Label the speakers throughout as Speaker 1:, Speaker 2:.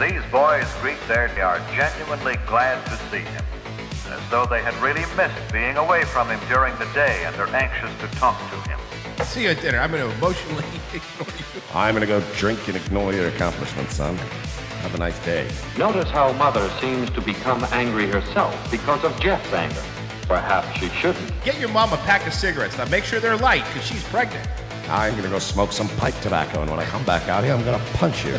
Speaker 1: These boys greet their they are genuinely glad to see him, as though they had really missed being away from him during the day and are anxious to talk to him.
Speaker 2: See you at dinner. I'm going to emotionally ignore you.
Speaker 3: I'm gonna go drink and ignore your accomplishments, son. Have a nice day.
Speaker 4: Notice how Mother seems to become angry herself because of Jeff's anger. Perhaps she shouldn't.
Speaker 2: Get your mom a pack of cigarettes. Now make sure they're light because she's pregnant.
Speaker 3: I'm gonna go smoke some pipe tobacco, and when I come back out here, I'm gonna punch you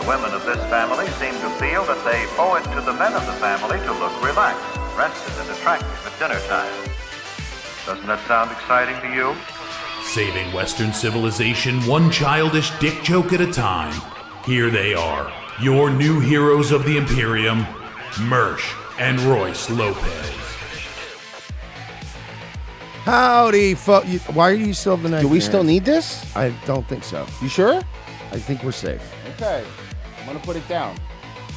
Speaker 1: The women of this family seem to feel that they owe it to the men of the family to look relaxed, rested, and attractive at dinner time. Doesn't that sound exciting to you?
Speaker 5: Saving Western civilization one childish dick joke at a time. Here they are, your new heroes of the Imperium, Mersch and Royce Lopez.
Speaker 3: Howdy, fuck! Why are you still the night?
Speaker 6: Do we still need this?
Speaker 3: I don't think so.
Speaker 6: You sure?
Speaker 3: I think we're safe.
Speaker 6: Okay. I'm gonna put it down.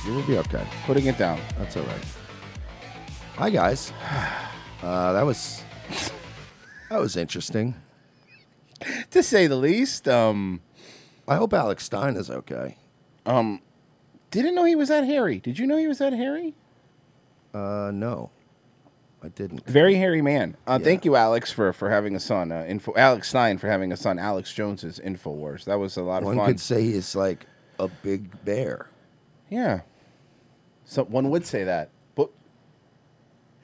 Speaker 3: You will be okay.
Speaker 6: Putting it down.
Speaker 3: That's all right. Hi guys. Uh, that was that was interesting.
Speaker 6: To say the least. Um,
Speaker 3: I hope Alex Stein is okay.
Speaker 6: didn't know he was that hairy. Did you know he was that hairy?
Speaker 3: Uh, no, I didn't.
Speaker 6: Very hairy man. Uh, Thank you, Alex, for for having a son. Uh, info Alex Stein for having a son. Alex Jones's Infowars. That was a lot of
Speaker 3: One
Speaker 6: fun.
Speaker 3: could say he is like a big bear.
Speaker 6: yeah. So one would say that, but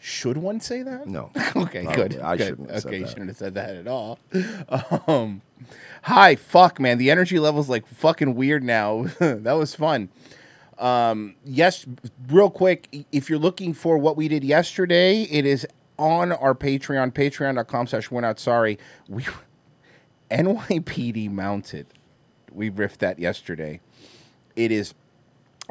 Speaker 6: should one say that?
Speaker 3: No.
Speaker 6: okay,
Speaker 3: Probably.
Speaker 6: good.
Speaker 3: I
Speaker 6: good.
Speaker 3: shouldn't have said
Speaker 6: okay, you
Speaker 3: that.
Speaker 6: shouldn't have said that at all. Um, hi, fuck, man. The energy level's like fucking weird now. that was fun. Um, yes, real quick, if you're looking for what we did yesterday, it is on our Patreon, patreon.com slash we're not sorry. We NYPD mounted. We riffed that yesterday. It is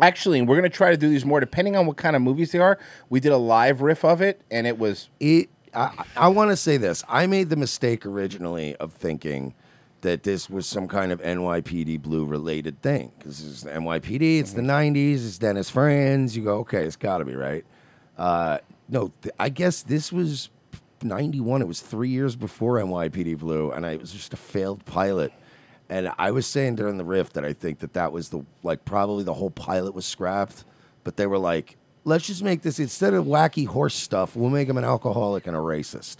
Speaker 6: actually, and we're gonna try to do these more depending on what kind of movies they are. We did a live riff of it, and it was
Speaker 3: It. I, I want to say this. I made the mistake originally of thinking that this was some kind of NYPD Blue related thing because it's the NYPD. It's
Speaker 6: Mm-hmm.
Speaker 3: the '90s. It's Dennis Franz. You go, okay, it's got to be right. Uh, no, th- I guess this was '91. It was three years before NYPD Blue, and I, it was just a failed pilot. And I was saying during the riff that I think that that was the like probably the whole pilot was scrapped, but they were like, let's just make this instead of wacky horse stuff, we'll make him an alcoholic and a racist,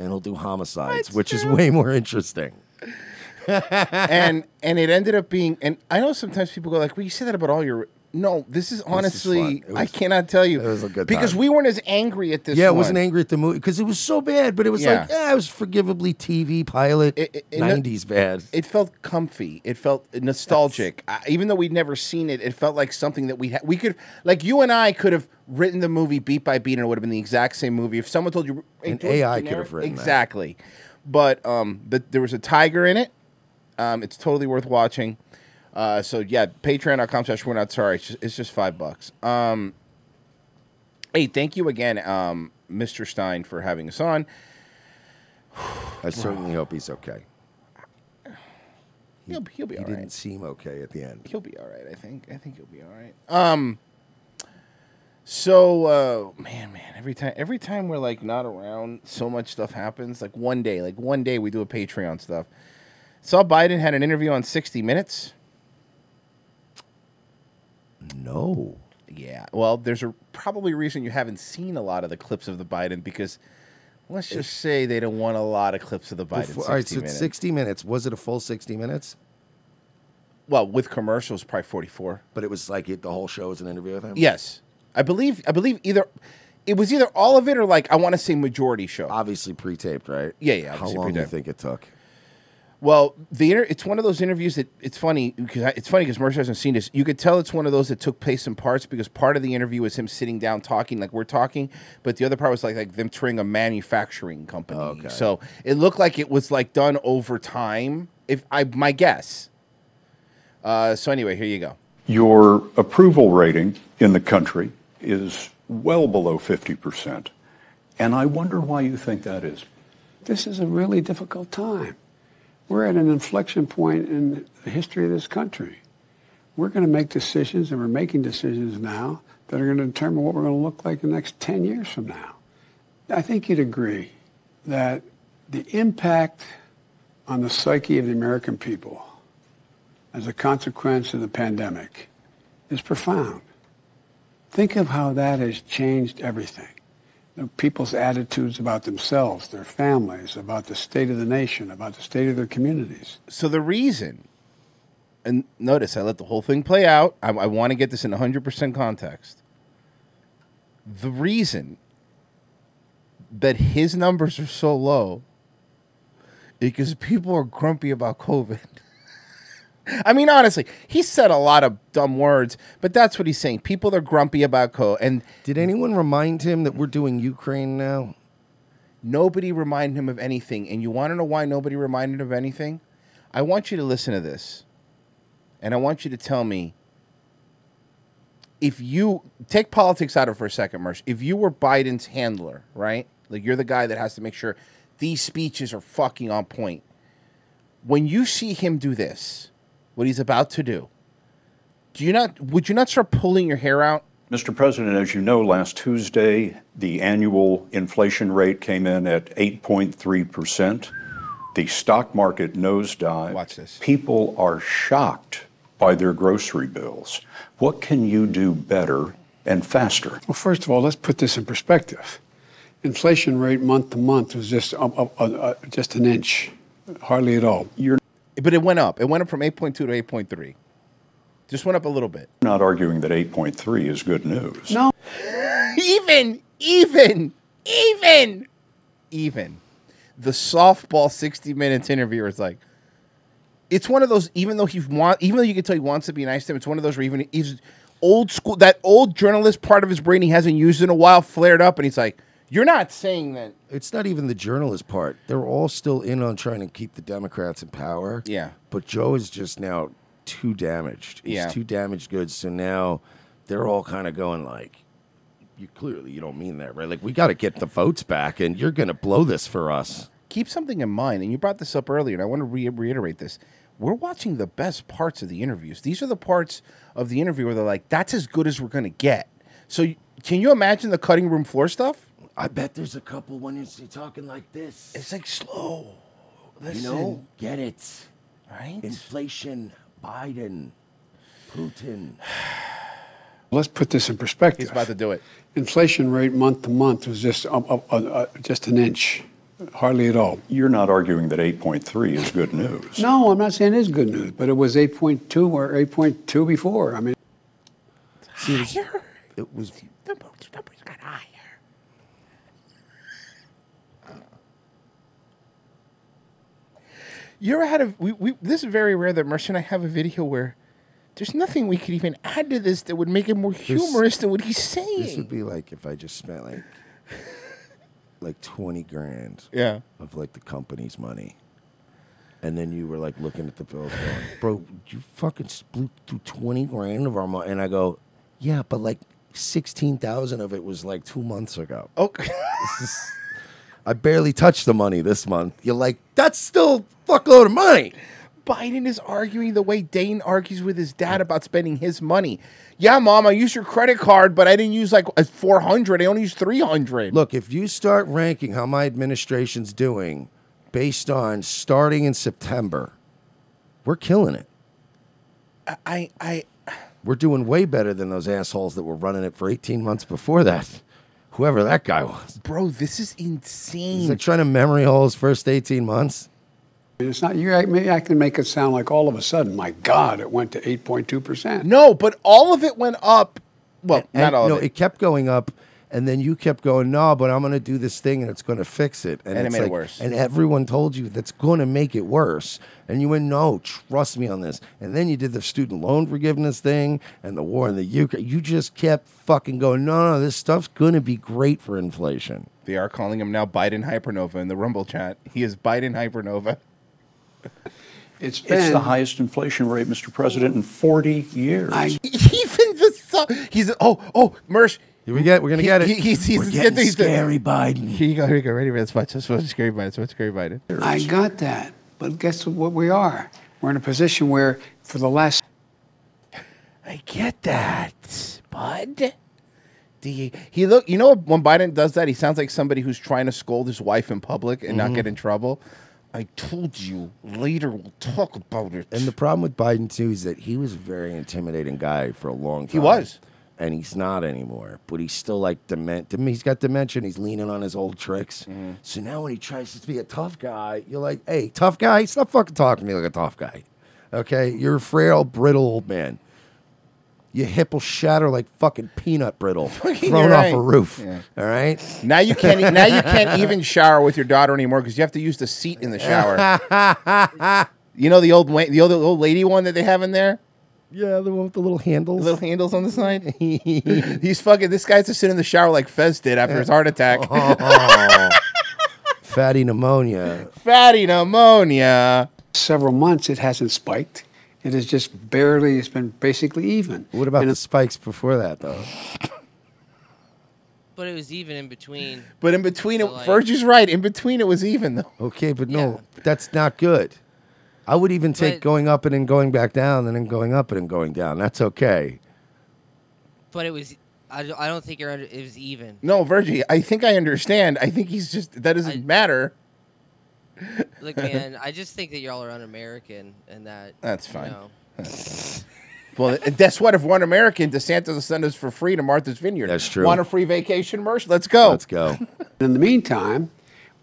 Speaker 3: and he'll do homicides, which is way more interesting.
Speaker 6: and and it ended up being and I know sometimes people go like, "Well, you say that about all your." No, this is honestly,
Speaker 3: fun. It
Speaker 6: I
Speaker 3: was-
Speaker 6: cannot tell you.
Speaker 3: it was a good
Speaker 6: because
Speaker 3: time.
Speaker 6: we weren't as angry at this.
Speaker 3: Yeah, I
Speaker 6: one.
Speaker 3: wasn't angry at the movie because it was so bad, but it was
Speaker 6: Yeah.
Speaker 3: like, yeah, it was forgivably TV pilot,
Speaker 6: It- it- it-
Speaker 3: '90s bad.
Speaker 6: It felt comfy. It felt nostalgic. I, even though we'd never seen it, it felt like something that we ha- we could like you and I could have written the movie beat by beat, and it would have been the exact same movie. If someone told you, hey,
Speaker 3: An
Speaker 6: do it
Speaker 3: AI could
Speaker 6: generic-
Speaker 3: have written that.
Speaker 6: exactly, but um, but there was a tiger in it. Um, it's totally worth watching. Uh, so yeah, patreon.com slash we're not sorry. It's just, it's just five bucks. Um, hey, thank you again, um, Mr. Stein, for having us on.
Speaker 3: I certainly hope he's okay.
Speaker 6: He'll, be- he'll be
Speaker 3: He
Speaker 6: all
Speaker 3: didn't
Speaker 6: right.
Speaker 3: seem okay at the end.
Speaker 6: he'll be all right. I think. I think he'll be all right. Um. So, uh, man, man, every time, every time we're like not around, so much stuff happens. Like one day, like one day, we do a Patreon stuff. Saw Biden had an interview on 60 Minutes.
Speaker 3: No.
Speaker 6: Yeah. Well, there's a probably reason you haven't seen a lot of the clips of the Biden because let's just say they don't want a lot of clips of the Biden.
Speaker 3: Before-
Speaker 6: 60
Speaker 3: all right, so it's
Speaker 6: minutes.
Speaker 3: 60 minutes. Was it a full 60 minutes?
Speaker 6: Well, with commercials, probably 44.
Speaker 3: But it was like it, the whole show was an interview with him?
Speaker 6: Yes, I believe. I believe either it was either all of it or like I want to say majority show.
Speaker 3: Obviously pre taped, right?
Speaker 6: Yeah, yeah,
Speaker 3: How
Speaker 6: obviously
Speaker 3: long do you
Speaker 6: pre-taped.
Speaker 3: think it took?
Speaker 6: Well, the inter- it's one of those interviews that it's funny because it's funny because Mercer hasn't seen this. You could tell it's one of those that took place in parts because part of the interview was him sitting down talking like we're talking, but the other part was like like them touring a manufacturing company.
Speaker 3: Okay.
Speaker 6: So it looked like it was like done over time. If I my guess. Uh, so anyway, here you go.
Speaker 7: your approval rating in the country is well below 50%. And I wonder why you think that is.
Speaker 8: This is a really difficult time. We're at an inflection point in the history of this country. We're going to make decisions, and we're making decisions now that are going to determine what we're going to look like the next 10 years from now. I think you'd agree that the impact on the psyche of the American people as a consequence of the pandemic is profound. Think of how that has changed everything. The people's attitudes about themselves, their families, about the state of the nation, about the state of their communities.
Speaker 6: So the reason, and notice I let the whole thing play out. I, I want to get this in 100% context. The reason that his numbers are so low is because people are grumpy about COVID. I mean, honestly, he said a lot of dumb words, but that's what he's saying. People are grumpy about COVID. And
Speaker 3: did anyone remind him that we're doing Ukraine now?
Speaker 6: Nobody reminded him of anything. And you want to know why nobody reminded him of anything? I want you to listen to this, and I want you to tell me if you take politics out of it for a second, Mersh. If you were Biden's handler, right? Like you're the guy that has to make sure these speeches are fucking on point. When you see him do this, what he's about to do, do you not? Would you not start pulling your hair out?
Speaker 7: Mr. President, as you know, last Tuesday, the annual inflation rate came in at 8.3%. The stock market nosedived. Watch this. People are shocked by their grocery bills. What can you do better and faster?
Speaker 8: Well, first of all, let's put this in perspective. Inflation rate month to month was just up, up, uh, uh, just an inch, hardly at all.
Speaker 7: You're
Speaker 6: But it went up. It went up from 8.2 to 8.3. Just went up a little bit.
Speaker 7: not arguing that 8.3 is good news.
Speaker 8: No.
Speaker 6: even, even, even, even. The softball 60 minutes interviewer is like, it's one of those, even though he want, even though you can tell he wants to be nice to him, it's one of those where even he's old school, that old journalist part of his brain he hasn't used in a while flared up and he's like, you're not saying that.
Speaker 3: It's not even the journalist part. They're all still in on trying to keep the Democrats in power.
Speaker 6: Yeah.
Speaker 3: But Joe is just now too damaged. He's
Speaker 6: Yeah.
Speaker 3: too damaged goods. So now they're all kind of going like, you clearly you don't mean that, right? Like we got to get the votes back, and you're going to blow this for us.
Speaker 6: Keep something in mind, and you brought this up earlier, and I want to re- reiterate this. We're watching the best parts of the interviews. These are the parts of the interview where they're like, that's as good as we're going to get. So y- can you imagine the cutting room floor stuff?
Speaker 3: I bet there's a couple when you're talking like this.
Speaker 6: It's like slow.
Speaker 3: You know,
Speaker 6: Listen.
Speaker 3: get it.
Speaker 6: Right?
Speaker 3: Inflation, Biden, Putin.
Speaker 8: Let's put this in perspective.
Speaker 6: He's about to do it.
Speaker 8: Inflation rate month to month was just up, up, uh, uh, just an inch, hardly at all.
Speaker 7: You're not arguing that 8.3 is good news.
Speaker 8: No, I'm not saying it is good news, but it was 8.2 or 8.2 before. I mean,
Speaker 6: Higher?
Speaker 3: It was
Speaker 6: The numbers numbers got higher. You're out of we, we this is very rare that Mercer and I have a video where there's nothing we could even add to this that would make it more humorous than what he's
Speaker 3: This would
Speaker 6: saying.
Speaker 3: be like if I just spent like like twenty grand
Speaker 6: Yeah.
Speaker 3: of like the company's money. And then you were like looking at the bills going, Bro, you fucking split through twenty grand of our money and I go, Yeah, but like sixteen thousand of it was like two months ago.
Speaker 6: Okay.
Speaker 3: I barely touched the money this month. You're like, that's still a fuckload of money.
Speaker 6: Biden is arguing the way Dane argues with his dad about spending his money. Yeah, mom, I used your credit card, but I didn't use like a 400. I only used 300.
Speaker 3: Look, if you start ranking how my administration's doing based on starting in September, we're killing it.
Speaker 6: I, I,
Speaker 3: We're doing way better than those assholes that were running it for 18 months before that. Whoever that guy was.
Speaker 6: bro, this is insane.
Speaker 3: He's like trying to memory all his first 18 months.
Speaker 8: it's not, you're, act- maybe I can make it sound like all of a sudden, my God, it went to 8.2%.
Speaker 6: No, but all of it went up. Well, not
Speaker 3: And,
Speaker 6: all
Speaker 3: no,
Speaker 6: of
Speaker 3: it.
Speaker 6: it.
Speaker 3: kept going up. And then you kept going, no, but I'm going to do this thing and it's going to fix it.
Speaker 6: And it
Speaker 3: it's
Speaker 6: made it
Speaker 3: like-
Speaker 6: worse.
Speaker 3: And everyone told you that's going to make it worse. And you went, no, trust me on this. And then you did the student loan forgiveness thing and the war in the Ukraine. You just kept fucking going, no, no, this stuff's going to be great for inflation.
Speaker 6: They are calling him now Biden Hypernova in the Rumble chat. He is Biden Hypernova.
Speaker 8: It's been
Speaker 7: It's the highest inflation rate, Mr. President, in 40 years.
Speaker 8: I-
Speaker 6: Even the su- he's oh oh Mersh.
Speaker 3: Here we get. We're gonna
Speaker 6: He-
Speaker 3: get it.
Speaker 6: he- he's- he's-
Speaker 3: we're getting
Speaker 6: he's-
Speaker 3: scary Biden.
Speaker 6: Here you go. Here you go. Ready for this? Watch this. Watch Scary Biden. Watch Scary Biden.
Speaker 8: I got that. But guess what we are? We're in a position where, for the last
Speaker 6: I get that, bud. Do you, he look? You know when Biden does that, he sounds like somebody who's trying to scold his wife in public and not
Speaker 3: Mhm.
Speaker 6: get in trouble. Mm-hmm. I told you later we'll talk about it.
Speaker 3: And the problem with Biden too is that he was a very intimidating guy for a long time.
Speaker 6: He was.
Speaker 3: and he's not anymore. But he's still like dement. dem- He's got dementia. and He's leaning on his old tricks.
Speaker 6: Mm-hmm.
Speaker 3: So now when he tries to be a tough guy, you're like, "Hey, tough guy, stop fucking talking to me like a tough guy." Okay, you're a frail, brittle old man. Your hip will shatter like fucking peanut brittle thrown
Speaker 6: you're
Speaker 3: off a
Speaker 6: right.
Speaker 3: roof.
Speaker 6: Yeah.
Speaker 3: All right.
Speaker 6: Now you can't. e- now you can't even shower with your daughter anymore because you have to use the seat in the shower. you know the old wa- the old, old lady one that they have in there.
Speaker 3: Yeah, the one with the little handles.
Speaker 6: Little handles on the side. He's fucking. This guy's just sitting in the shower like Fez did after his heart attack.
Speaker 3: Oh. Fatty pneumonia.
Speaker 6: Fatty pneumonia.
Speaker 8: several months, it hasn't spiked. It is just barely. It's been basically even.
Speaker 3: What about the spikes before that though?
Speaker 9: But it was even in between.
Speaker 6: But in between, it,
Speaker 9: So, like-
Speaker 6: Virgil's right. In between, it was even though.
Speaker 3: Okay, but no, that's not good. I would even take
Speaker 9: But-
Speaker 3: going up and then going back down and then going up and then going down. That's okay.
Speaker 9: But it was. I don't, I don't think you're under. It was even.
Speaker 6: No, Virgie, I think I understand. I think he's just that doesn't matter.
Speaker 9: Look, man, I just think that y'all are un-American and that.
Speaker 6: That's
Speaker 9: you
Speaker 6: fine.
Speaker 9: know.
Speaker 6: Well, and guess what? If one American, DeSantis will send us for free to Martha's Vineyard. That's
Speaker 3: true.
Speaker 6: Want a free vacation, Mersh? Let's go.
Speaker 3: Let's go.
Speaker 8: In the meantime,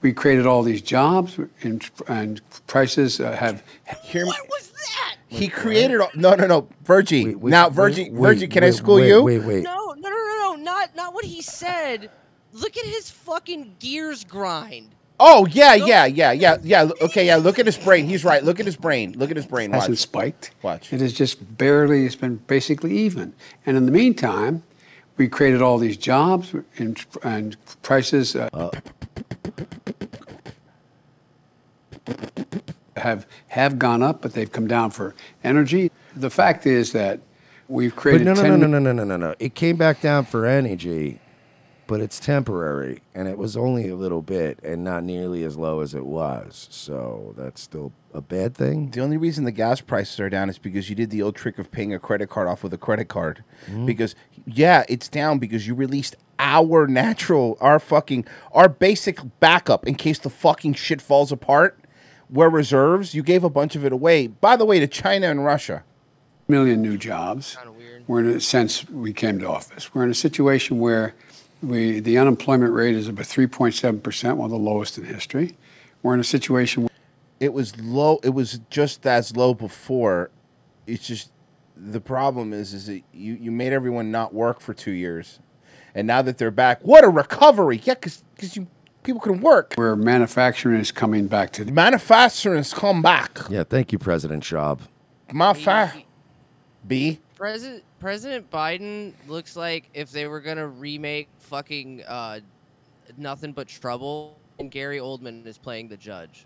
Speaker 8: we created all these jobs and, and prices uh, have.
Speaker 6: what was that? He created. All, no, no, no, Virgie.
Speaker 3: wait,
Speaker 6: now,
Speaker 3: wait,
Speaker 6: Virgie,
Speaker 3: wait,
Speaker 6: Virgie, can I
Speaker 3: wait,
Speaker 6: school
Speaker 3: wait,
Speaker 6: you?
Speaker 3: Wait, wait.
Speaker 9: No, no, no, no, no, not not what he said. Look at his fucking gears grind.
Speaker 6: Oh yeah, yeah, yeah, yeah, yeah. l- Okay, yeah. Look at his brain. He's right. Look at his brain. Look at his brain.
Speaker 8: hasn't
Speaker 6: Watch.
Speaker 8: spiked.
Speaker 6: Watch.
Speaker 8: It is just barely, it's been basically even. And in the meantime, we created all these jobs and, and prices uh, have, have gone up, but they've come down for energy. The fact is that we've
Speaker 3: But
Speaker 8: created
Speaker 3: no, no,
Speaker 8: 10
Speaker 3: no, no, no, no, no, no, no. It came back down for energy, but it's temporary, and it was only a little bit, and not nearly as low as it was. So oh, that's still a bad thing.
Speaker 6: The only reason the gas prices are down is because you did the old trick of paying a credit card off with a credit card.
Speaker 3: Hmm.
Speaker 6: Because yeah, it's down because you released our natural, our fucking, our basic backup in case the fucking shit falls apart. Where reserves, you gave a bunch of it away. By the way, to China and Russia.
Speaker 8: million new jobs. We're in a sense we came to office. We're in a situation where we the unemployment rate is about 3.7 percent, one of the lowest in history. We're in a situation
Speaker 6: It was low. It was just as low before. It's just the problem is, is that you you made everyone not work for two years, and now that they're back, what a recovery! Yeah, because you people can work.
Speaker 8: where manufacturing is coming back to the
Speaker 6: Manufacturers come back.
Speaker 3: Yeah, thank you, President Schaub.
Speaker 6: My fa- B.
Speaker 9: President President Biden looks like if they were gonna remake fucking uh, nothing but trouble, and Gary Oldman is playing the judge.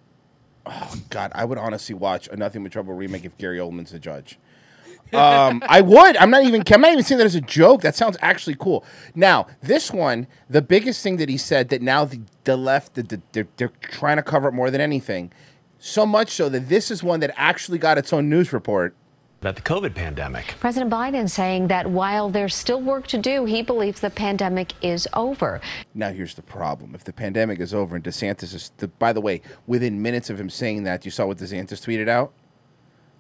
Speaker 6: God, I would honestly watch a Nothing But Trouble remake if Gary Oldman's the judge. Um, I would. I'm not even. I'm not even saying that as a joke. That sounds actually cool. Now, this one, the biggest thing that he said that now the, the left, the, the, they're, they're trying to cover it more than anything. So much so that this is one that actually got its own news report.
Speaker 10: About the COVID pandemic.
Speaker 11: President Biden saying that while there's still work to do, he believes the pandemic is over.
Speaker 6: Now here's the problem. If the pandemic is over and DeSantis is, the, by the way, within minutes of him saying that, you saw what DeSantis tweeted out.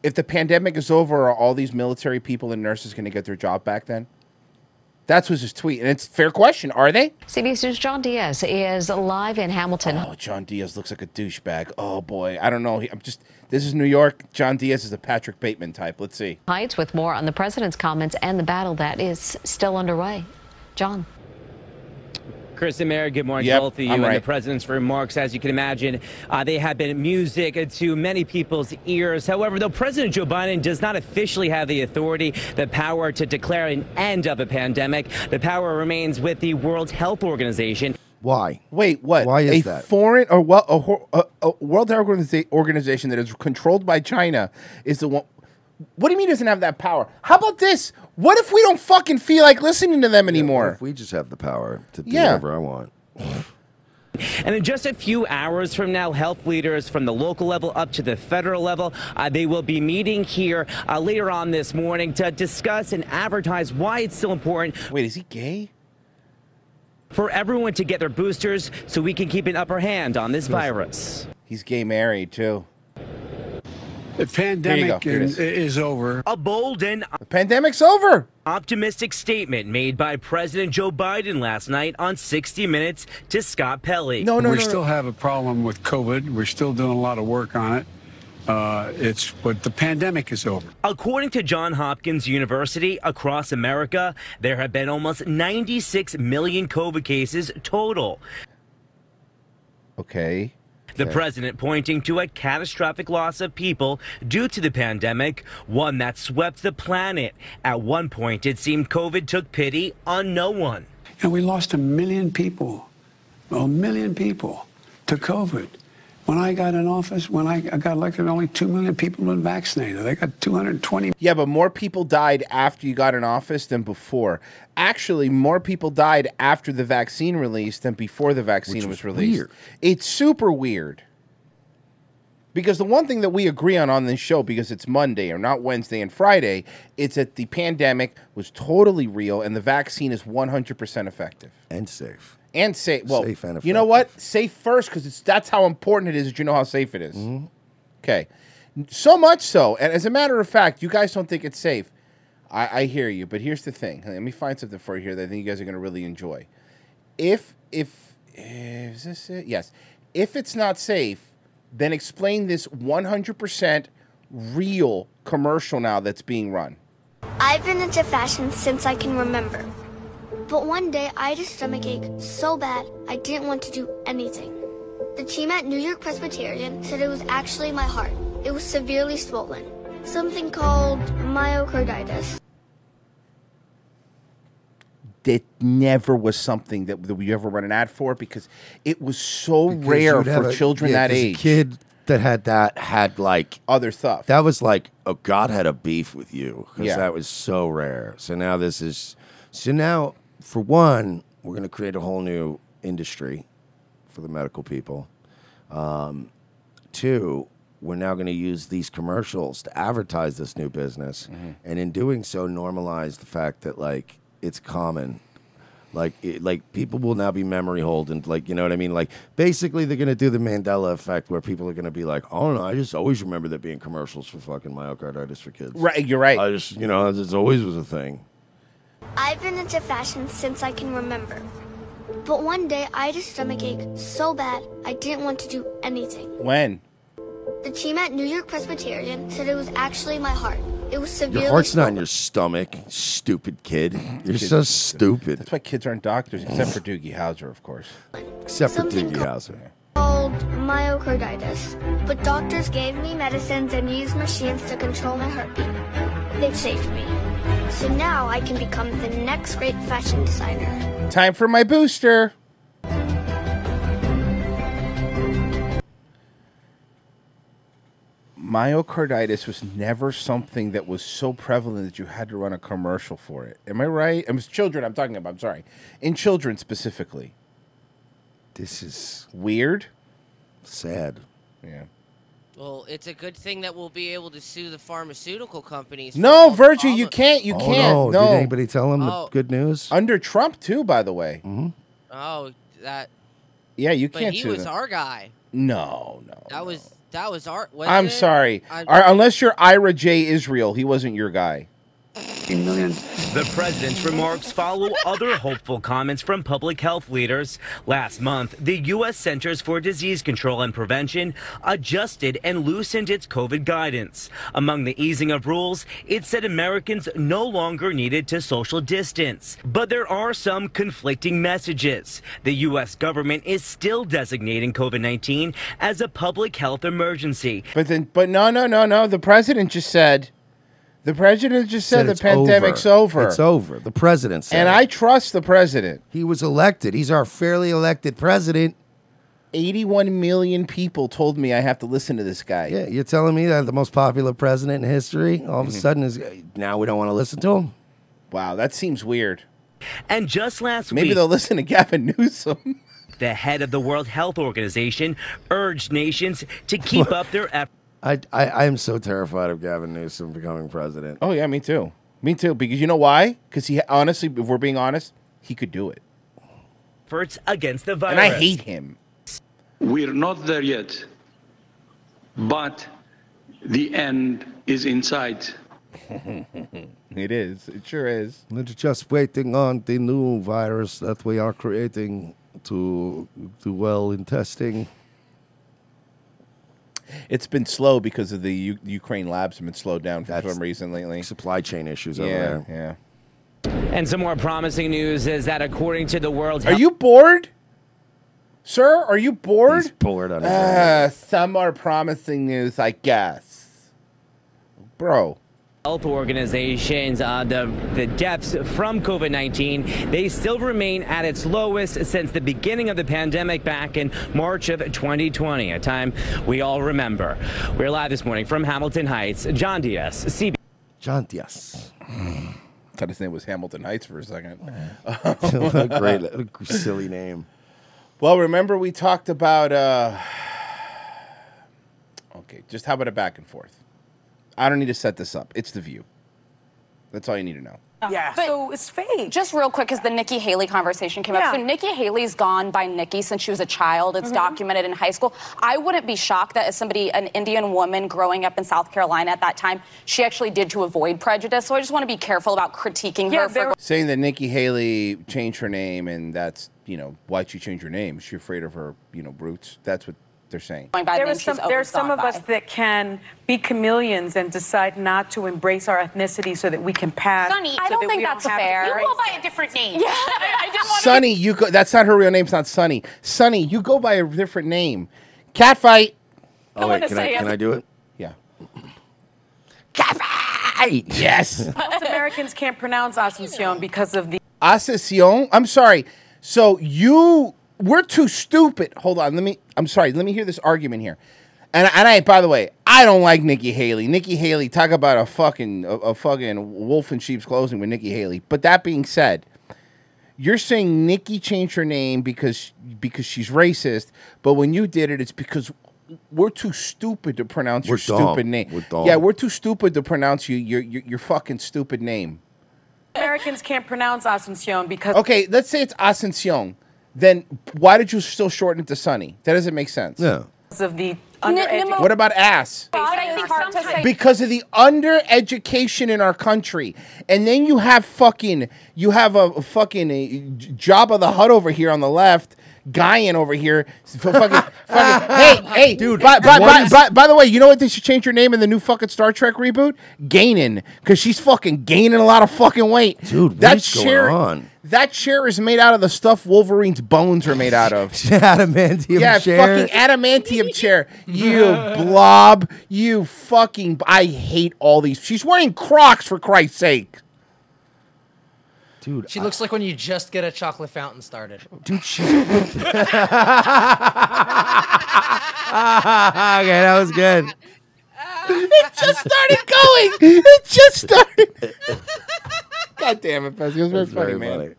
Speaker 6: If the pandemic is over, are all these military people and nurses going to get their job back then? That's was his tweet, and it's a fair question. Are they?
Speaker 11: CBS News' John Diaz is live in Hamilton.
Speaker 6: Oh, John Diaz looks like a douchebag. Oh boy, I don't know. He- I'm just. This is New York. John Diaz is a Patrick Bateman type. Let's see.
Speaker 11: Heights with more on the president's comments and the battle that is still underway. John.
Speaker 12: Chris and Mary, good morning
Speaker 6: Yep,
Speaker 12: to both of you.
Speaker 6: I'm
Speaker 12: And the
Speaker 6: right.
Speaker 12: president's remarks, as you can imagine, uh, they have been music to many people's ears. However, though President Joe Biden does not officially have the authority, the power to declare an end of a pandemic, the power remains with the World Health Organization.
Speaker 3: Why?
Speaker 6: Wait, what?
Speaker 12: Why is
Speaker 6: a
Speaker 12: that?
Speaker 6: foreign or well, a, hor- a, a World Health Organiza- organization that is controlled by China is the one. What do you mean doesn't have that power? How about this? What if we don't fucking feel like listening to them anymore?
Speaker 3: If we just have the power to do
Speaker 6: Yeah.
Speaker 3: whatever I want.
Speaker 12: And in just a few hours from now, health leaders from the local level up to the federal level, uh, they will be meeting here uh, later on this morning to discuss and advertise why it's still important.
Speaker 6: Wait, is he gay?
Speaker 12: For everyone to get their boosters so we can keep an upper hand on this virus.
Speaker 6: He's gay married, too.
Speaker 8: The pandemic
Speaker 12: Here you go.
Speaker 8: is, is over.
Speaker 12: A bold and
Speaker 6: the pandemic's over.
Speaker 12: Optimistic statement made by President Joe Biden last night on 60 Minutes to Scott Pelley.
Speaker 8: we still have a problem with COVID. We're still doing a lot of work on it. Uh, it's but the pandemic is over.
Speaker 12: According to Johns Hopkins University, across America, there have been almost 96 million COVID cases total.
Speaker 6: Okay.
Speaker 12: The
Speaker 6: Okay.
Speaker 12: president pointing to a catastrophic loss of people due to the pandemic, one that swept the planet. At one point, it seemed COVID took pity on no one.
Speaker 8: And we lost a million people, a million people to COVID. When I got in office, when I, I got elected, only 2 million people had been vaccinated. They got 220
Speaker 6: Yeah, but more people died after you got in office than before. Actually, more people died after the vaccine release than before the vaccine
Speaker 3: Which
Speaker 6: was,
Speaker 3: was
Speaker 6: released.
Speaker 3: weird.
Speaker 6: It's super weird. Because the one thing that we agree on on this show, because it's Monday or not Wednesday and Friday, it's that the pandemic was totally real and the vaccine is 100% effective
Speaker 3: and safe.
Speaker 6: And safe. Well,
Speaker 3: Safe and
Speaker 6: you know what? Safe first, because it's that's how important it is that you know how safe it is. Okay. So much so, and as a matter of fact, you guys don't think it's safe. I, I hear you, but here's the thing. Let me find something for you here that I think you guys are going to really enjoy. If if is this it? Yes. If it's not safe, then explain this 100% real commercial now that's being run.
Speaker 13: I've been into fashion since I can remember. But one day I had a stomach ache so bad I didn't want to do anything. The team at New York Presbyterian said it was actually my heart. It was severely swollen. Something called myocarditis.
Speaker 6: That never was something that, that we ever run an ad for because it was so
Speaker 3: Because
Speaker 6: rare
Speaker 3: you'd have
Speaker 6: for
Speaker 3: a-
Speaker 6: children
Speaker 3: yeah,
Speaker 6: that
Speaker 3: 'cause
Speaker 6: age.
Speaker 3: A kid that had that had like
Speaker 6: other stuff.
Speaker 3: That was like, oh, God had a beef with you because
Speaker 6: Yeah.
Speaker 3: that was so rare. So now this is. So now, for one, we're going to create a whole new industry for the medical people. Um, two, we're now going to use these commercials to advertise this new business,
Speaker 6: Mm-hmm.
Speaker 3: and in doing so, normalize the fact that like it's common. Like, it, like people will now be memory holding. Like, you know what I mean? Like, basically, they're gonna do the Mandela effect, where people are gonna be like, "Oh no, I just always remember there being commercials for fucking myocarditis for kids."
Speaker 6: Right, you're right.
Speaker 3: I just, you know, it's always was a thing.
Speaker 13: I've been into fashion since I can remember. But one day I had a stomach ache so bad I didn't want to do anything.
Speaker 6: When?
Speaker 13: The team at New York Presbyterian said it was actually my heart. It was severely
Speaker 3: Your heart's not in your stomach, stupid kid. You're so stupid. That's
Speaker 6: why kids aren't doctors, except for Doogie Howser, of course.
Speaker 3: Except for
Speaker 13: Something
Speaker 3: Doogie
Speaker 13: called-
Speaker 3: Howser.
Speaker 13: called myocarditis, but doctors gave me medicines and used machines to control my heartbeat. They've saved me. So now I can become the next great fashion designer.
Speaker 6: Time for my booster. Myocarditis was never something that was so prevalent that you had to run a commercial for it. Am I right? It was children I'm talking about. I'm sorry. In children specifically.
Speaker 3: This is
Speaker 6: weird.
Speaker 3: Sad.
Speaker 6: Yeah.
Speaker 9: Well, it's a good thing that we'll be able to sue the pharmaceutical companies. for
Speaker 6: No,
Speaker 9: all the
Speaker 6: Virgil, you
Speaker 9: problem-
Speaker 6: can't. You
Speaker 3: Oh,
Speaker 6: can't. No.
Speaker 3: no. Did anybody tell him the
Speaker 9: Oh.
Speaker 3: good news? Mm-hmm.
Speaker 6: Under Trump too, by the way.
Speaker 9: Oh, that.
Speaker 6: Yeah, you
Speaker 9: but
Speaker 6: can't
Speaker 9: he
Speaker 6: sue
Speaker 9: was
Speaker 6: them.
Speaker 9: our guy.
Speaker 6: No, no.
Speaker 9: That was that was our. wasn't
Speaker 6: I'm
Speaker 9: it?
Speaker 6: sorry.
Speaker 9: I-
Speaker 6: Or- unless you're Ira J. Israel, he wasn't your guy.
Speaker 12: The president's remarks follow other hopeful comments from public health leaders. Last month, the U.S. Centers for Disease Control and Prevention adjusted and loosened its COVID guidance. Among the easing of rules, it said Americans no longer needed to social distance. But there are some conflicting messages. The U.S. government is still designating COVID 19 as a public health emergency.
Speaker 6: But then, but no, no, no, no. The president just said, the president just said, the
Speaker 3: it's
Speaker 6: pandemic's over.
Speaker 3: It's over. The president said.
Speaker 6: And I trust the president.
Speaker 3: He was elected. He's our fairly elected president.
Speaker 6: 81 million people told me I have to listen to this guy.
Speaker 3: Yeah,
Speaker 6: Mm-hmm.
Speaker 3: you're telling me that the most popular president in history, all of a sudden, is now we don't want to listen to him.
Speaker 6: Wow, that seems weird.
Speaker 12: And just last
Speaker 6: Maybe
Speaker 12: week-
Speaker 6: they'll listen to Gavin Newsom.
Speaker 12: The head of the World Health Organization urged nations to keep up their efforts.
Speaker 3: I, I I am so terrified of Gavin Newsom becoming president.
Speaker 6: Oh yeah, me too. Me too. Because you know why? Because he honestly, if we're being honest, he could do it.
Speaker 12: efforts against the
Speaker 6: And
Speaker 12: virus.
Speaker 6: I hate him.
Speaker 14: We're not there yet, but the end is in sight.
Speaker 6: It is. It sure is.
Speaker 3: We're just waiting on the new virus that we are creating to do well in testing.
Speaker 6: It's been slow because of the U- Ukraine labs have been slowed down for
Speaker 3: That's
Speaker 6: some reason lately.
Speaker 3: Supply chain issues
Speaker 6: yeah,
Speaker 3: over there.
Speaker 6: Yeah.
Speaker 12: And some more promising news is that according to the World
Speaker 6: Are you bored? Sir, are you bored?
Speaker 3: bored on
Speaker 6: Uh, some are promising news, I guess. Bro.
Speaker 12: Health organizations, uh, the, the deaths from COVID 19, they still remain at its lowest since the beginning of the pandemic back in March of 2020, a time we all remember. We're live this morning from Hamilton Heights. John Diaz, CB.
Speaker 3: John Diaz.
Speaker 6: thought his name was Hamilton Heights for a second.
Speaker 3: What a great- what a silly name.
Speaker 6: Well, remember we talked about. Uh, okay, just how about a back and forth? I don't need to set this up. It's the view. That's all you need to know.
Speaker 15: Yeah. so it's fake. Oh, Just real quick, because the Nikki Haley conversation came up. So Nikki Haley's gone by Nikki since she was a child. It's
Speaker 16: Mhm.
Speaker 15: documented in high school. I wouldn't be shocked that as somebody, an Indian woman growing up in South Carolina at that time, she actually did to avoid prejudice. So I just want to be careful about critiquing her for
Speaker 6: Saying that Nikki Haley changed her name and that's, you know, why'd she change her name? Is she afraid of her, you know, roots? That's what they're saying.
Speaker 15: going by
Speaker 16: there
Speaker 15: the name
Speaker 16: was some,
Speaker 15: she's
Speaker 16: there are
Speaker 15: always
Speaker 16: some
Speaker 15: gone
Speaker 16: of us
Speaker 15: by.
Speaker 16: that can be chameleons and decide not to embrace our ethnicity so that we can pass.
Speaker 15: Sunny,
Speaker 16: so
Speaker 15: I don't
Speaker 16: that
Speaker 15: think
Speaker 16: we
Speaker 15: that's
Speaker 16: have to
Speaker 15: fair.
Speaker 16: embrace
Speaker 15: You go by
Speaker 16: it.
Speaker 15: a different name. Yeah, I, I just
Speaker 6: Sonny, you go. That's not her real name. It's not Sonny. Sonny, you go by a different name. Catfight.
Speaker 3: Oh, wait, can I, can I do it?
Speaker 6: Yeah.
Speaker 3: Catfight!
Speaker 6: Yes.
Speaker 16: Most Americans can't pronounce Asuncion because of the
Speaker 6: Ascension. I'm sorry. So you, we're too stupid. Hold on. Let me. I'm sorry. Let me hear this argument here. And and I, by the way, I don't like Nikki Haley. Nikki Haley, talk about a fucking a, a fucking wolf in sheep's clothing with Nikki Haley. But that being said, you're saying Nikki changed her name because because she's racist. But when you did it, it's because we're too stupid to pronounce
Speaker 3: We're
Speaker 6: your
Speaker 3: dumb.
Speaker 6: stupid name.
Speaker 3: We're dumb.
Speaker 6: Yeah, we're too stupid to pronounce you your your, your fucking stupid name.
Speaker 16: Americans can't pronounce Asuncion because
Speaker 6: Okay, let's say it's Ascension. Then why did you still shorten it to Sunny? That doesn't make sense. Yeah.
Speaker 16: of the
Speaker 6: N-
Speaker 16: undereducated.
Speaker 6: What about ass?
Speaker 16: I think sometimes
Speaker 6: Because of the undereducation in our country, and then you have fucking you have a, fucking a, job of the hut over here on the left, Guyan over here, f- fucking, fucking hey hey dude. By, by,
Speaker 3: what
Speaker 6: by,
Speaker 3: is-
Speaker 6: by, by the way, you know what? They should change your name in the new fucking Star Trek reboot, Ganon, because she's fucking gaining a lot of fucking weight,
Speaker 3: Dude, what is going
Speaker 6: chair-
Speaker 3: on?
Speaker 6: That chair is made out of the stuff Wolverine's bones are made out of.
Speaker 3: Adamantium
Speaker 6: yeah,
Speaker 3: chair.
Speaker 6: fucking adamantium chair. You blob. You fucking. I hate all these. She's wearing Crocs for Christ's sake.
Speaker 3: Dude,
Speaker 17: She looks like when you just get a chocolate fountain started.
Speaker 3: Dude, she. okay, that was good.
Speaker 6: it just started going. It just started. God damn it, Pesky. It was very funny,
Speaker 3: very
Speaker 6: man.
Speaker 3: funny.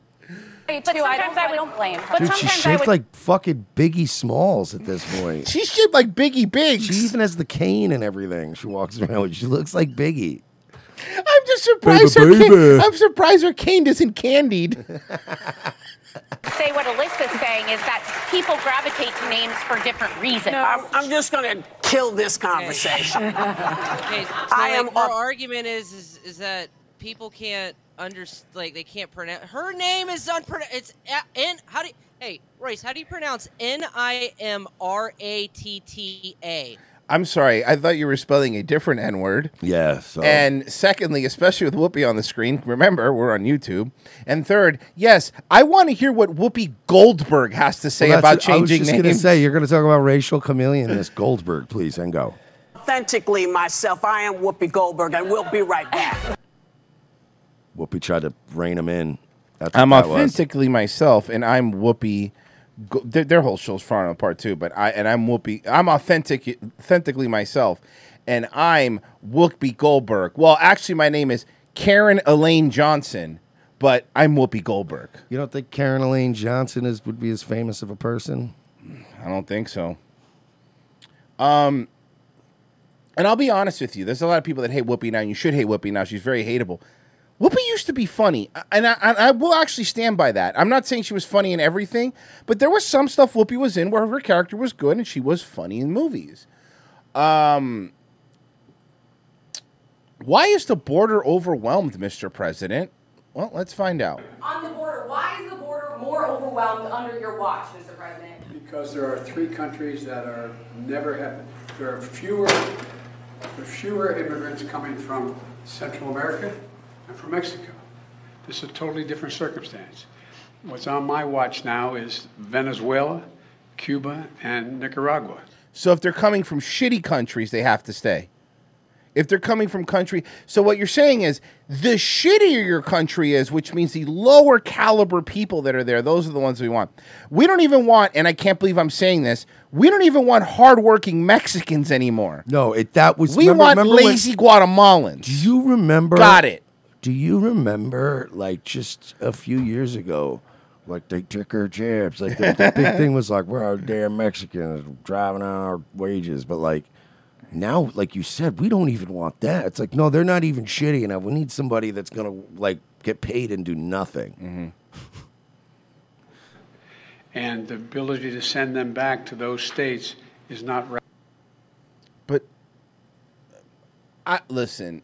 Speaker 15: but sometimes I, don't blame her.
Speaker 3: Dude, she's shaped like fucking Biggie Smalls at this point.
Speaker 6: She's shaped like Biggie Biggs.
Speaker 3: She even has the cane and everything. She walks around with. She looks like Biggie.
Speaker 6: I'm just surprised
Speaker 3: Baby,
Speaker 6: her. Cane,
Speaker 3: baby.
Speaker 6: I'm surprised her cane isn't candied.
Speaker 18: say what Alyssa's saying is that people gravitate to names for different reasons.
Speaker 19: I'm, I'm just going to kill this conversation.
Speaker 9: Okay, so
Speaker 19: I
Speaker 9: like,
Speaker 19: am
Speaker 9: her
Speaker 19: up-
Speaker 9: argument is, is is that people can't under like they can't pronounce her name is unpron it's a- N how do you, hey Royce how do you pronounce N I M R A T T A
Speaker 6: I'm sorry. I thought you were spelling a different N word.
Speaker 3: Yeah. So.
Speaker 6: And secondly, especially with Whoopi on the screen, remember we're on YouTube. And third, yes, I want to hear what Whoopi Goldberg has to say
Speaker 3: Well,
Speaker 6: about
Speaker 3: that's it. I was
Speaker 6: changing
Speaker 3: just gonna
Speaker 6: names.
Speaker 3: say you're gonna talk about racial chameleon. This Goldberg, please, and go.
Speaker 19: Authentically myself, I am Whoopi Goldberg, and we'll be right back.
Speaker 3: Whoopi tried to rein him in. That's what
Speaker 6: I'm
Speaker 3: that was.
Speaker 6: authentically myself, and I'm Whoopi. Go- their, their whole show's falling apart too. But I and I'm Whoopi. I'm authentic, authentically myself, and I'm Whoopi Goldberg. Well, actually, my name is Karen Elaine Johnson. But I'm Whoopi Goldberg.
Speaker 3: You don't think Karen Elaine Johnson is would be as famous of a person?
Speaker 6: I don't think so. Um, and I'll be honest with you. There's a lot of people that hate Whoopi now. and You should hate Whoopi now. She's very hateable. Whoopi used to be funny, I- and I, and I will actually stand by that. I'm not saying she was funny in everything, but there was some stuff Whoopi was in where her character was good and she was funny in movies. Um, why is the border overwhelmed, Mr. President? Well, let's find out.
Speaker 20: On the border, why is the border more overwhelmed under your watch, Mr. President?
Speaker 8: Because there are three countries that are never have, there are fewer, there are fewer immigrants coming from Central America and from Mexico. This is a totally different circumstance. What's on my watch now is Venezuela, Cuba, and Nicaragua.
Speaker 6: So if they're coming from shitty countries, they have to stay. If they're coming from country, so what you're saying is the shittier your country is, which means the lower caliber people that are there, those are the ones we want. We don't even want, and I can't believe I'm saying this, we don't even want hardworking Mexicans anymore.
Speaker 3: No, it that was
Speaker 6: We want lazy Guatemalans.
Speaker 3: Do you remember?
Speaker 6: Got it.
Speaker 3: Do you remember like just a few years ago? Like they took our jobs. Like the, the big thing was like we're our damn Mexicans driving out our wages. But like now, like you said, we don't even want that. It's like no, they're not even shitty enough. We need somebody that's gonna like get paid and do nothing.
Speaker 6: Mm-hmm.
Speaker 8: And the ability to send them back to those states is not right.
Speaker 6: I listen.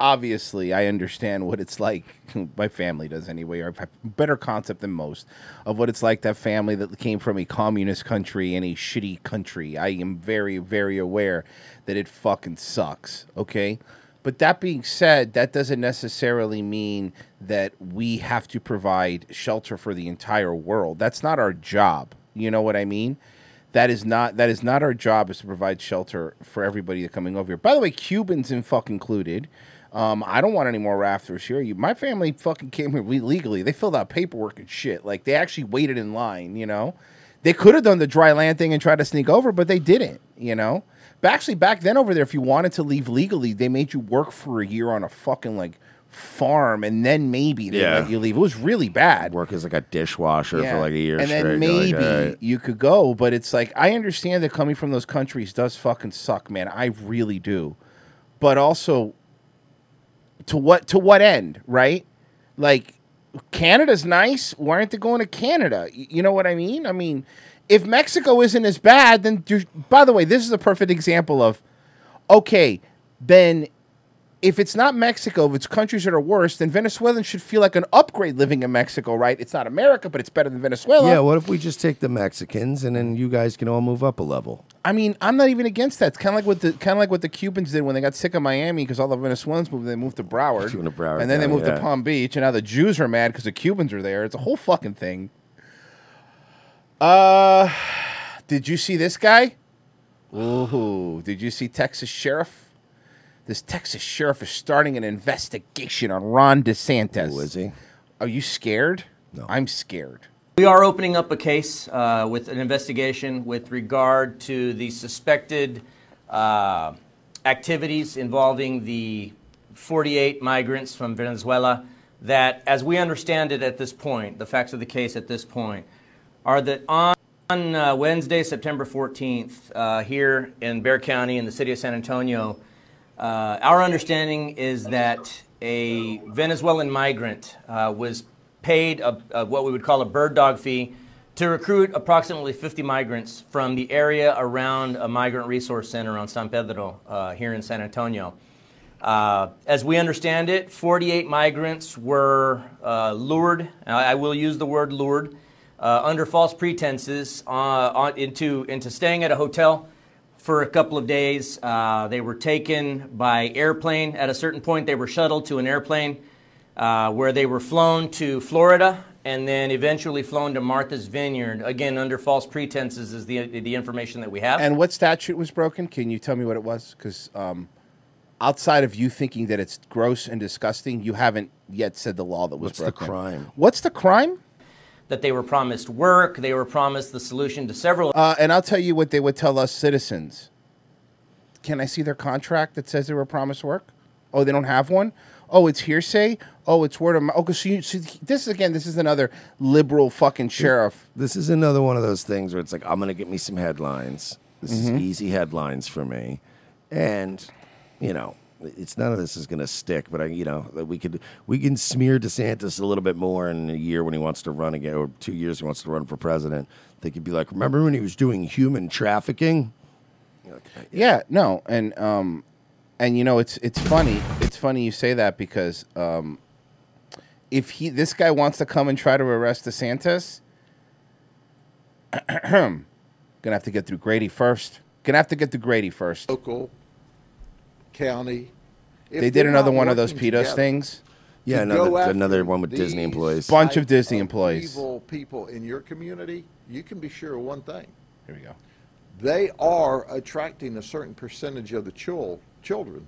Speaker 6: Obviously, I understand what it's like. My family does anyway, or I have a better concept than most of what it's like that family that came from a communist country and a shitty country. I am very, very aware that it fucking sucks. Okay. But that being said, that doesn't necessarily mean that we have to provide shelter for the entire world. That's not our job. You know what I mean? That is not that is not our job is to provide shelter for everybody that's coming over here. By the way, Cubans and fuck included. Um, I don't want any more rafters here. You, my family fucking came here legally. They filled out paperwork and shit. Like they actually waited in line. You know, they could have done the dry land thing and tried to sneak over, but they didn't. You know, but actually back then over there, if you wanted to leave legally, they made you work for a year on a fucking like farm, and then maybe they
Speaker 3: Yeah.
Speaker 6: let you leave. It was really bad.
Speaker 3: Work as like a dishwasher for like a year
Speaker 6: And
Speaker 3: straight.
Speaker 6: then
Speaker 3: You're like,
Speaker 6: maybe
Speaker 3: "All right."
Speaker 6: you could go, but it's like I understand that coming from those countries does fucking suck, man. I really do. But also to what to what end, right? Like Canada's nice. Why aren't they going to Canada? Y- You know what I mean? I mean, if Mexico isn't as bad, then there's- by the way, this is a perfect example of okay, then if it's not Mexico, if it's countries that are worse, then Venezuelans should feel like an upgrade living in Mexico, right? It's not America, but it's better than Venezuela.
Speaker 3: yeah, what if we just take the Mexicans and then you guys can all move up a level?
Speaker 6: I mean, I'm not even against that. It's kind of like what the kind of like what the Cubans did when they got sick of Miami because all the Venezuelans moved. They moved to Broward, and then they
Speaker 3: County,
Speaker 6: moved
Speaker 3: yeah.
Speaker 6: to Palm Beach, and now the Jews are mad because the Cubans are there. It's a whole fucking thing. Uh, did you see this guy? Ooh, did you see Texas sheriff? This Texas sheriff is starting an investigation on Ron DeSantis. Who is
Speaker 3: he?
Speaker 6: Are you scared? No, I'm scared.
Speaker 21: We are opening up a case uh, with an investigation with regard to the suspected uh, activities involving the 48 migrants from Venezuela. That, as we understand it at this point, the facts of the case at this point are that on, on, uh, Wednesday, September 14th, uh, here in Bear County in the city of San Antonio, uh, our understanding is that a Venezuelan migrant uh, was paid a, a, what we would call a bird dog fee to recruit approximately 50 migrants from the area around a migrant resource center on San Pedro uh, here in San Antonio. Uh, as we understand it, 48 migrants were uh, lured, and I I will use the word lured, uh, under false pretenses uh, on, into, into staying at a hotel for a couple of days. Uh, they were taken by airplane. At a certain point, they were shuttled to an airplane uh, where they were flown to Florida and then eventually flown to Martha's Vineyard, again, under false pretenses, is the, the information that we have.
Speaker 6: And what statute was broken? Can you tell me what it was? Because um, outside of you thinking that it's gross and disgusting, you haven't yet said the law that was
Speaker 21: What's the
Speaker 6: broken.
Speaker 21: crime?
Speaker 6: What's the crime?
Speaker 21: that they were promised work, they were promised the solution to several.
Speaker 6: Uh, and I'll tell you what they would tell us citizens. Can I see their contract that says they were promised work? Oh, they don't have one. Oh, it's hearsay. Oh, it's word of mouth. Okay, so you see, this is again, this is another liberal fucking sheriff.
Speaker 3: This is another one of those things where it's like, I'm going to get me some headlines. This
Speaker 6: Mhm.
Speaker 3: is easy headlines for me. And, you know, it's none of this is going to stick, but I, you know, that we could, we can smear DeSantis a little bit more in a year when he wants to run again, or two years he wants to run for president. They could be like, remember when he was doing human trafficking?
Speaker 6: Yeah, no, and um, and you know, it's it's funny. It's funny you say that because um, if he this guy wants to come and try to arrest DeSantis, gonna have to get through Grady first. Gonna have to get through Grady first.
Speaker 5: Local, county. If
Speaker 6: they did
Speaker 5: they're
Speaker 6: another
Speaker 5: not
Speaker 6: one of those
Speaker 5: working
Speaker 6: PETA
Speaker 5: together
Speaker 6: things.
Speaker 5: to go after these
Speaker 6: Bunch of
Speaker 5: type
Speaker 6: Disney employees.
Speaker 5: Evil people in your community, you can be sure of one thing.
Speaker 6: Here we go.
Speaker 5: They are attracting a certain percentage of the chil- children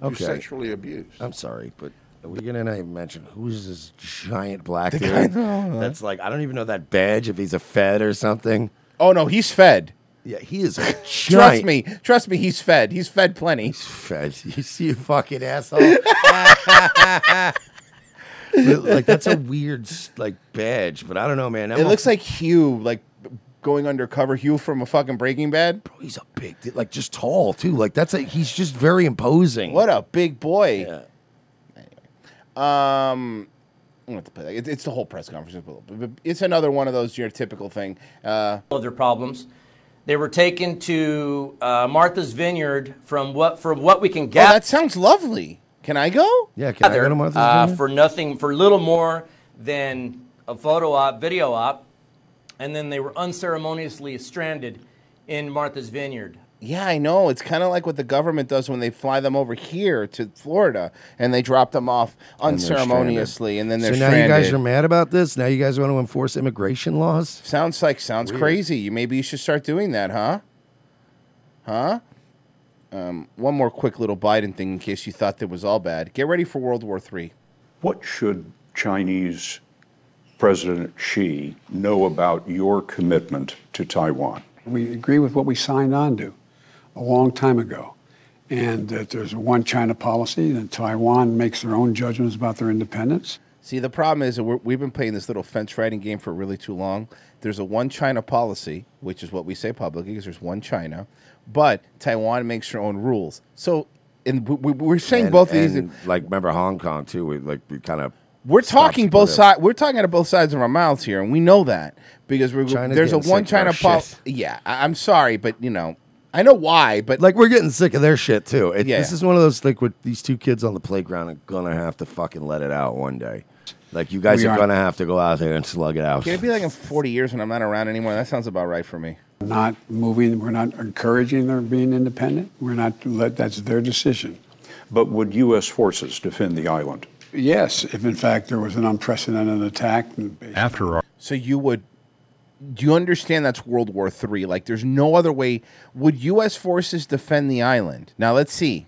Speaker 5: who
Speaker 3: Okay.
Speaker 5: sexually abuse.
Speaker 3: I'm sorry, but are we gonna not even mention who's this giant black
Speaker 5: The
Speaker 3: dude?
Speaker 5: guy-
Speaker 3: That's like I don't even know that badge if he's a Fed or something.
Speaker 6: Oh no, he's Fed.
Speaker 3: Yeah, he is a
Speaker 6: Trust
Speaker 3: giant
Speaker 6: me, trust me, he's fed. He's fed plenty. He's
Speaker 3: fed. You see a fucking asshole. But, like that's a weird s- like badge, but I don't know, man.
Speaker 6: it looks like Hugh, like going undercover. Hugh from a fucking Breaking Bad. Bro,
Speaker 3: he's a big, dude, like just tall too. Like that's a he's just very imposing.
Speaker 6: What a big boy. Um, I'm gonna have to play that. It- it's the whole press conference. But It's another one of those your typical thing. Uh,
Speaker 21: Other problems. They were taken to uh, Martha's Vineyard from what from what we can gather.
Speaker 6: that sounds lovely. Oh, Can I go?
Speaker 3: Yeah,
Speaker 6: can I go to Martha's
Speaker 21: uh,
Speaker 6: Vineyard?
Speaker 21: for nothing for little more than a photo op, video op, and then they were unceremoniously stranded in Martha's Vineyard.
Speaker 6: Yeah, I know. It's kind of like what the government does when they fly them over here to Florida and they drop them off
Speaker 3: And they're
Speaker 6: unceremoniously,
Speaker 3: stranded.
Speaker 6: and then they're
Speaker 3: so now you guys are mad about this. Now you guys want to enforce immigration laws?
Speaker 6: Sounds like sounds
Speaker 3: Weird.
Speaker 6: crazy. You maybe you should start doing that, huh? Huh? Um, one more quick little Biden thing in case you thought that was all bad. Get ready for World War III.
Speaker 22: What should Chinese President Xi know about your commitment to Taiwan?
Speaker 8: We agree with what we signed on to a long time ago, and that there's a one China policy, and Taiwan makes their own judgments about their independence.
Speaker 6: See, the problem is that we're, we've been playing this little fence riding game for really too long. There's a one China policy, which is what we say publicly, because there's one China, but Taiwan makes their own rules. So, and we, we, we're saying
Speaker 3: And-
Speaker 6: both of these.
Speaker 3: and, Like remember Hong Kong too? We like we kind of
Speaker 6: We're talking both
Speaker 3: split up.
Speaker 6: sides. We're talking out of both sides of our mouths here, and we know that because we're
Speaker 3: China's
Speaker 6: there's a
Speaker 3: getting
Speaker 6: one
Speaker 3: sick of
Speaker 6: China
Speaker 3: our
Speaker 6: policy. Yeah, I, I'm sorry, but you know, I know why. But
Speaker 3: like we're getting sick of their shit too. It,
Speaker 6: Yeah.
Speaker 3: This is one of those like with these two kids on the playground are gonna have to fucking let it out one day. Like you guys
Speaker 6: We
Speaker 3: are,
Speaker 6: are.
Speaker 3: gonna have to go out there and slug it out.
Speaker 6: Can it be like in 40 years when I'm not around anymore? That sounds about right for me.
Speaker 8: Not moving, we're not encouraging their being independent. We're not let that's their decision.
Speaker 22: But would U.S. forces defend the island?
Speaker 8: Yes, if in fact there was an unprecedented attack,
Speaker 6: After all, so you would. Do you understand that's World War Three? Like, there's no other way. Would U.S. forces defend the island? Now let's see.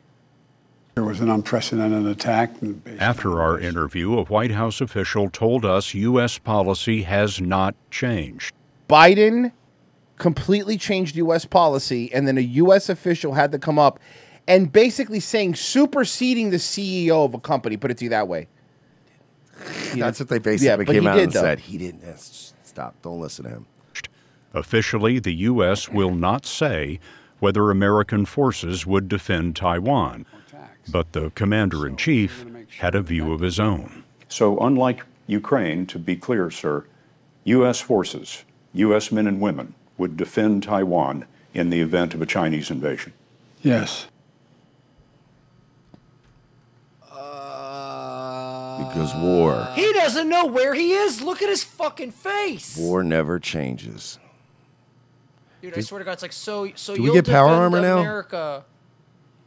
Speaker 8: there was an unprecedented attack.
Speaker 22: After our interview, a White House official told us U.S. policy has not changed.
Speaker 6: Biden completely changed U.S. policy, and then a U.S. official had to come up and basically saying superseding the CEO of a company. Put it to you that way.
Speaker 3: That's what they
Speaker 6: Yeah,
Speaker 3: basically
Speaker 6: but he
Speaker 3: came out
Speaker 6: did,
Speaker 3: and
Speaker 6: though.
Speaker 3: said. He didn't. that's- Stop. Don't listen to him.
Speaker 22: Officially, the U.S. will not say whether American forces would defend Taiwan, but the commander in chief had a view of his own. So, unlike Ukraine, to be clear, sir, U.S. forces, U.S. men and women, would defend Taiwan in the event of a Chinese invasion.
Speaker 8: Yes.
Speaker 3: Because war,
Speaker 6: Uh,
Speaker 18: He doesn't know where he is. Look at his fucking face.
Speaker 3: war never changes.
Speaker 18: Dude, I
Speaker 3: Do-
Speaker 18: swear to God, it's like so. So
Speaker 3: do we
Speaker 18: you'll
Speaker 3: get power
Speaker 18: defend
Speaker 3: armor now?
Speaker 18: America.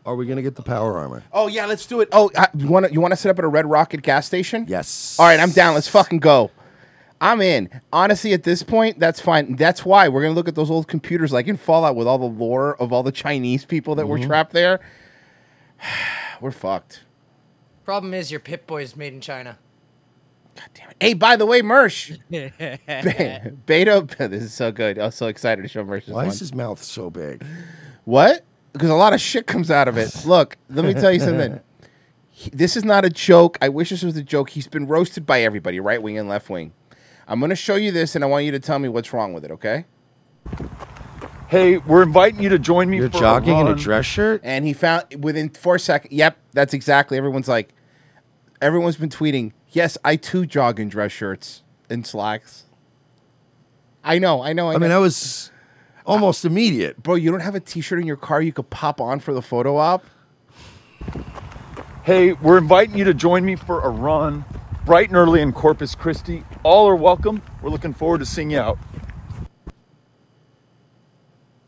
Speaker 3: Are we gonna get the power armor?
Speaker 6: Oh yeah, let's do it. Oh, I, you want to you want to set up at a Red Rocket gas station?
Speaker 3: Yes.
Speaker 6: All right, I'm down. Let's fucking go. I'm in. Honestly, at this point, that's fine. That's why we're gonna look at those old computers, like in Fallout, with all the lore of all the Chinese people that
Speaker 3: Mm-hmm.
Speaker 6: were
Speaker 18: Mhm.
Speaker 6: trapped there. we're fucked.
Speaker 18: Problem is, your Pip Boy is made in China.
Speaker 6: Hey, by the way, Mersh.
Speaker 18: Bang.
Speaker 6: Be- Beta, this is so good. I was so excited to show Mersh's
Speaker 3: Why
Speaker 6: one.
Speaker 3: is his mouth so big?
Speaker 6: What? Because a lot of shit comes out of it. Look, let me tell you something. he- this is not a joke. I wish this was a joke. He's been roasted by everybody, right wing and left wing. I'm going to show you this, and I want you to tell me what's wrong with it. Okay?
Speaker 2: Hey, we're inviting you to join me. for run.
Speaker 6: shirt, and he found within four seconds. Yep, that's exactly. Everyone's like, everyone's been tweeting. Yes, I too jog in dress shirts and slacks. I know, I know. Oh, I,
Speaker 3: I mean,
Speaker 6: know.
Speaker 3: that was almost immediate.
Speaker 6: Bro, you don't have a T-shirt in your car you could pop on for the photo op.
Speaker 2: Hey, we're inviting you to join me for a run, bright and early in Corpus Christi. All are welcome. We're looking forward to seeing you out.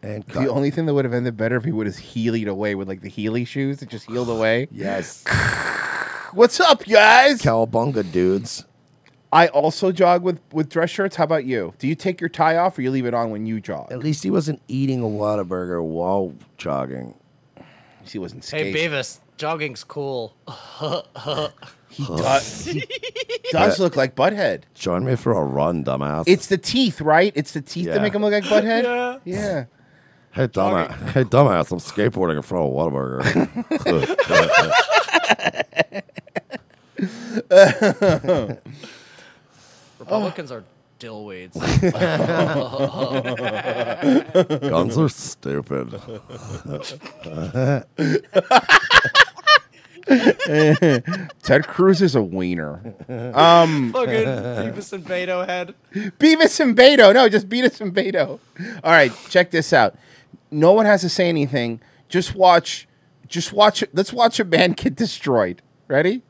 Speaker 3: And
Speaker 6: the only thing that would have ended better if he would have heeled away with like the Heely shoes that just healed away.
Speaker 3: yes.
Speaker 6: What's up, guys?
Speaker 3: Cowabunga dudes.
Speaker 6: I also jog with with dress shirts. How about you? Do you take your tie off or you leave it on when you jog?
Speaker 3: At least he wasn't eating a Whataburger while Oh, jogging.
Speaker 6: He wasn't
Speaker 17: Hey, Beavis, jogging's cool.
Speaker 6: he does- he does look like Butthead.
Speaker 3: Join me for a run, dumbass.
Speaker 6: It's the teeth, right? It's the teeth
Speaker 3: Yeah.
Speaker 6: that make him look like Butthead.
Speaker 17: Yeah.
Speaker 6: yeah.
Speaker 3: hey, dumbass. Hey, dumbass. I'm skateboarding in front of Whataburger.
Speaker 17: Republicans are dillweeds.
Speaker 3: Guns are stupid.
Speaker 6: Ted Cruz is a wiener. Um,
Speaker 17: Fucking Beavis and Beto head.
Speaker 6: Beavis and Beto. No, just Beavis and Beto. All right, check this out. No one has to say anything. Just watch. Just watch. Let's watch a man get destroyed. Ready?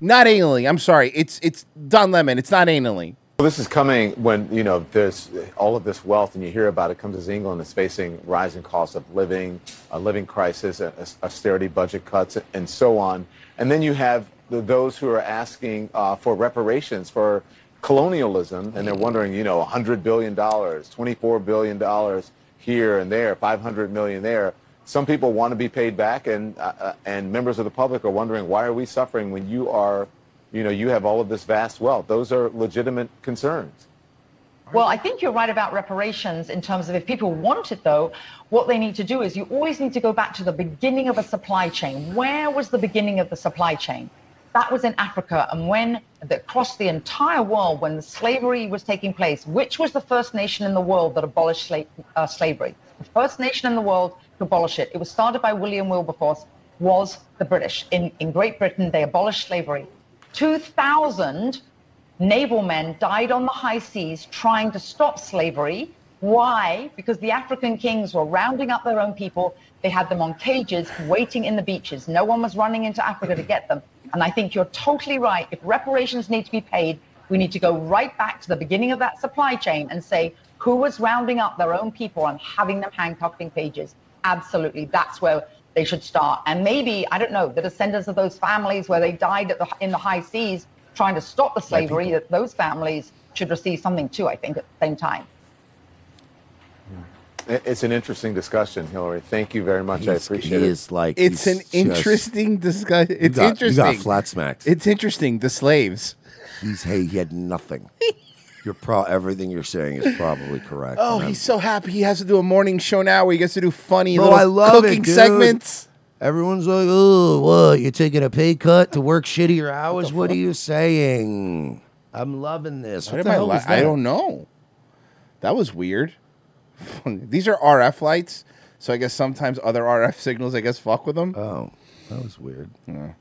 Speaker 6: Not anally. I'm sorry. It's it's Don Lemon. It's not anally.
Speaker 23: Well, this is coming when you know there's all of this wealth, and you hear about it. Comes as England is facing rising costs of living, a living crisis, a- a- austerity, budget cuts, and so on. And then you have the, those who are asking uh, for reparations for colonialism, and they're wondering, you know, 100 billion dollars, 24 billion dollars here and there, 500 million there. Some people want to be paid back, and uh, uh, and members of the public are wondering why are we suffering when you are you know, you have all of this vast wealth. Those are legitimate concerns.
Speaker 24: Well, I think you're right about reparations in terms of if people want it, though, what they need to do is you always need to go back to the beginning of a supply chain. Where was the beginning of the supply chain? That was in Africa. And when the, across the entire world, when the slavery was taking place, which was the first nation in the world that abolished sla- uh, slavery? The first nation in the world to abolish it. It was started by William Wilberforce, was the British. In, in Great Britain, they abolished slavery. 2,000 naval men died on the high seas trying to stop slavery. Why? Because the African kings were rounding up their own people. They had them on cages waiting in the beaches. No one was running into Africa to get them. And I think you're totally right. If reparations need to be paid, we need to go right back to the beginning of that supply chain and say who was rounding up their own people and having them handcuffed in cages. Absolutely. That's where they should start. And maybe, I don't know, the descendants of those families where they died at the, in the high seas trying to stop the slavery, that those families should receive something too, I think, at the same time.
Speaker 23: I- It's an interesting discussion, Hillary. Thank you very much. I
Speaker 3: He's-
Speaker 23: appreciate
Speaker 3: he
Speaker 23: it.
Speaker 3: is like
Speaker 6: It's
Speaker 3: he's
Speaker 6: an
Speaker 3: just-
Speaker 6: interesting discussion.
Speaker 3: You
Speaker 6: It's
Speaker 3: got- you
Speaker 6: interesting.
Speaker 3: got flat smacked.
Speaker 6: It's interesting. The slaves.
Speaker 3: He's hey, he had nothing. You're pro. Everything you're saying is probably correct.
Speaker 6: Oh,
Speaker 3: man.
Speaker 6: he's so happy he has to do a morning show now where he gets to do funny
Speaker 3: Bro,
Speaker 6: little
Speaker 3: I love it,
Speaker 6: cooking
Speaker 3: dude.
Speaker 6: segments.
Speaker 3: Everyone's like, oh, what? You're taking a pay cut to work shittier hours? What, are you saying? I'm loving this. What,
Speaker 6: What
Speaker 3: the
Speaker 6: am I
Speaker 3: hell
Speaker 6: li-
Speaker 3: was
Speaker 6: I
Speaker 3: that?
Speaker 6: don't know. That was weird. These are RF lights, so I guess sometimes other RF signals, I guess, fuck with them.
Speaker 3: Oh, that was weird.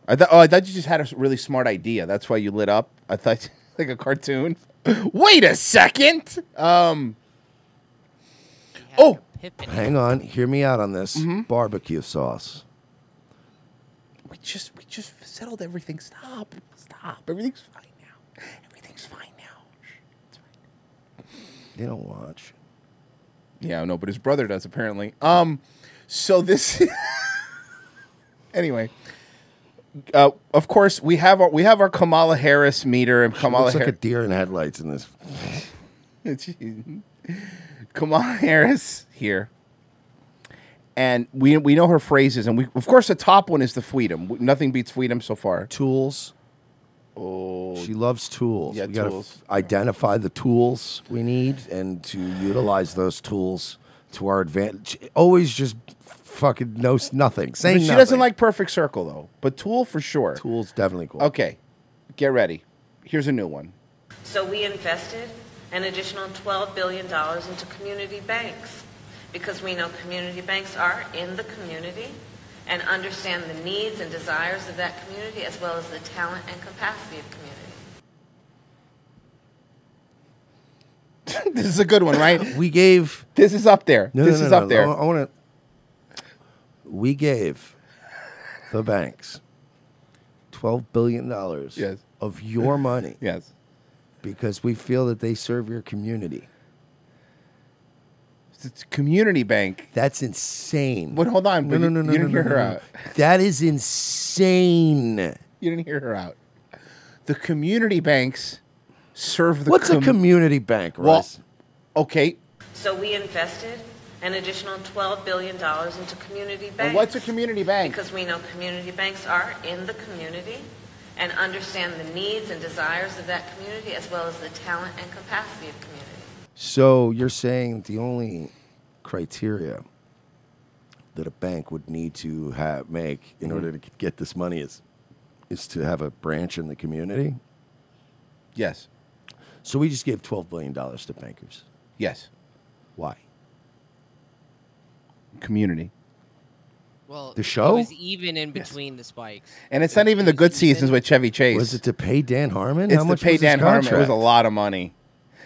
Speaker 6: I thought. Oh, I thought you just had a s- really smart idea. That's why you lit up. I thought like a cartoon. Wait a second. Um. Oh,
Speaker 3: Hang on, hear me out on this.
Speaker 6: Mm-hmm.
Speaker 3: Barbecue sauce.
Speaker 6: we just we just settled everything. Stop. Stop. Everything's fine now. Everything's fine now.
Speaker 3: They don't watch.
Speaker 6: Yeah, no, but his brother does apparently. Um, so this. anyway, uh, of course we have our we have our Kamala Harris meter and Kamala
Speaker 3: looks like a
Speaker 6: Harris.
Speaker 3: deer in headlights in this.
Speaker 6: Kamala Harris here, and we we know her phrases, and we of course the top one is the freedom. W- Nothing beats freedom so far.
Speaker 3: Tools.
Speaker 6: Oh,
Speaker 3: She loves tools.
Speaker 6: Yeah,
Speaker 3: we gotta
Speaker 6: tools.
Speaker 3: f- identify the tools we need and to utilize those tools to our advantage. Always just f- fucking no s- nothing. Saying
Speaker 6: But she
Speaker 3: nothing.
Speaker 6: doesn't like Perfect Circle though. But Tool for sure.
Speaker 3: Tool's definitely cool.
Speaker 6: Okay, get ready. Here's a new one.
Speaker 1: So we invested an additional $12 billion into community banks because we know community banks are in the community and understand the needs and desires of that community as well as the talent and capacity of community.
Speaker 6: this is a good one, right?
Speaker 3: we gave.
Speaker 6: This is up there.
Speaker 3: No,
Speaker 6: this
Speaker 3: no, no,
Speaker 6: is
Speaker 3: no.
Speaker 6: up there.
Speaker 3: I, want to. We gave the banks twelve billion dollars
Speaker 6: Yes.
Speaker 3: of your money.
Speaker 6: yes.
Speaker 3: Because we feel that they serve your community.
Speaker 6: It's community bank.
Speaker 3: That's insane.
Speaker 6: But hold on,
Speaker 3: No,
Speaker 6: but
Speaker 3: no,
Speaker 6: you-
Speaker 3: no, no,
Speaker 6: you
Speaker 3: no,
Speaker 6: didn't
Speaker 3: no,
Speaker 6: hear
Speaker 3: no,
Speaker 6: her
Speaker 3: no.
Speaker 6: out.
Speaker 3: That is insane.
Speaker 6: You didn't hear her out. The community banks serve the.
Speaker 3: What's a
Speaker 6: com-
Speaker 3: community bank,
Speaker 6: Well,
Speaker 3: Russ?
Speaker 6: okay.
Speaker 1: So we invested an additional $12 billion into community banks.
Speaker 6: And what's a community bank?
Speaker 1: Because we know community banks are in the community and understand the needs and desires of that community as well as the talent and capacity of community.
Speaker 3: So you're saying the only criteria that a bank would need to have make in
Speaker 6: Mhm.
Speaker 3: order to get this money is is to have a branch in the community.
Speaker 6: Yes.
Speaker 3: So we just gave twelve billion dollars to bankers.
Speaker 6: Yes.
Speaker 3: Why?
Speaker 6: Community.
Speaker 9: Well,
Speaker 3: The
Speaker 6: show?
Speaker 9: it was even in between the spikes.
Speaker 6: And it's not even the good seasons with Chevy Chase.
Speaker 3: Was it to pay Dan Harmon?
Speaker 6: It's
Speaker 3: How much
Speaker 6: to pay
Speaker 3: was his
Speaker 6: Dan Harmon. It was a
Speaker 3: contract?
Speaker 6: lot of money.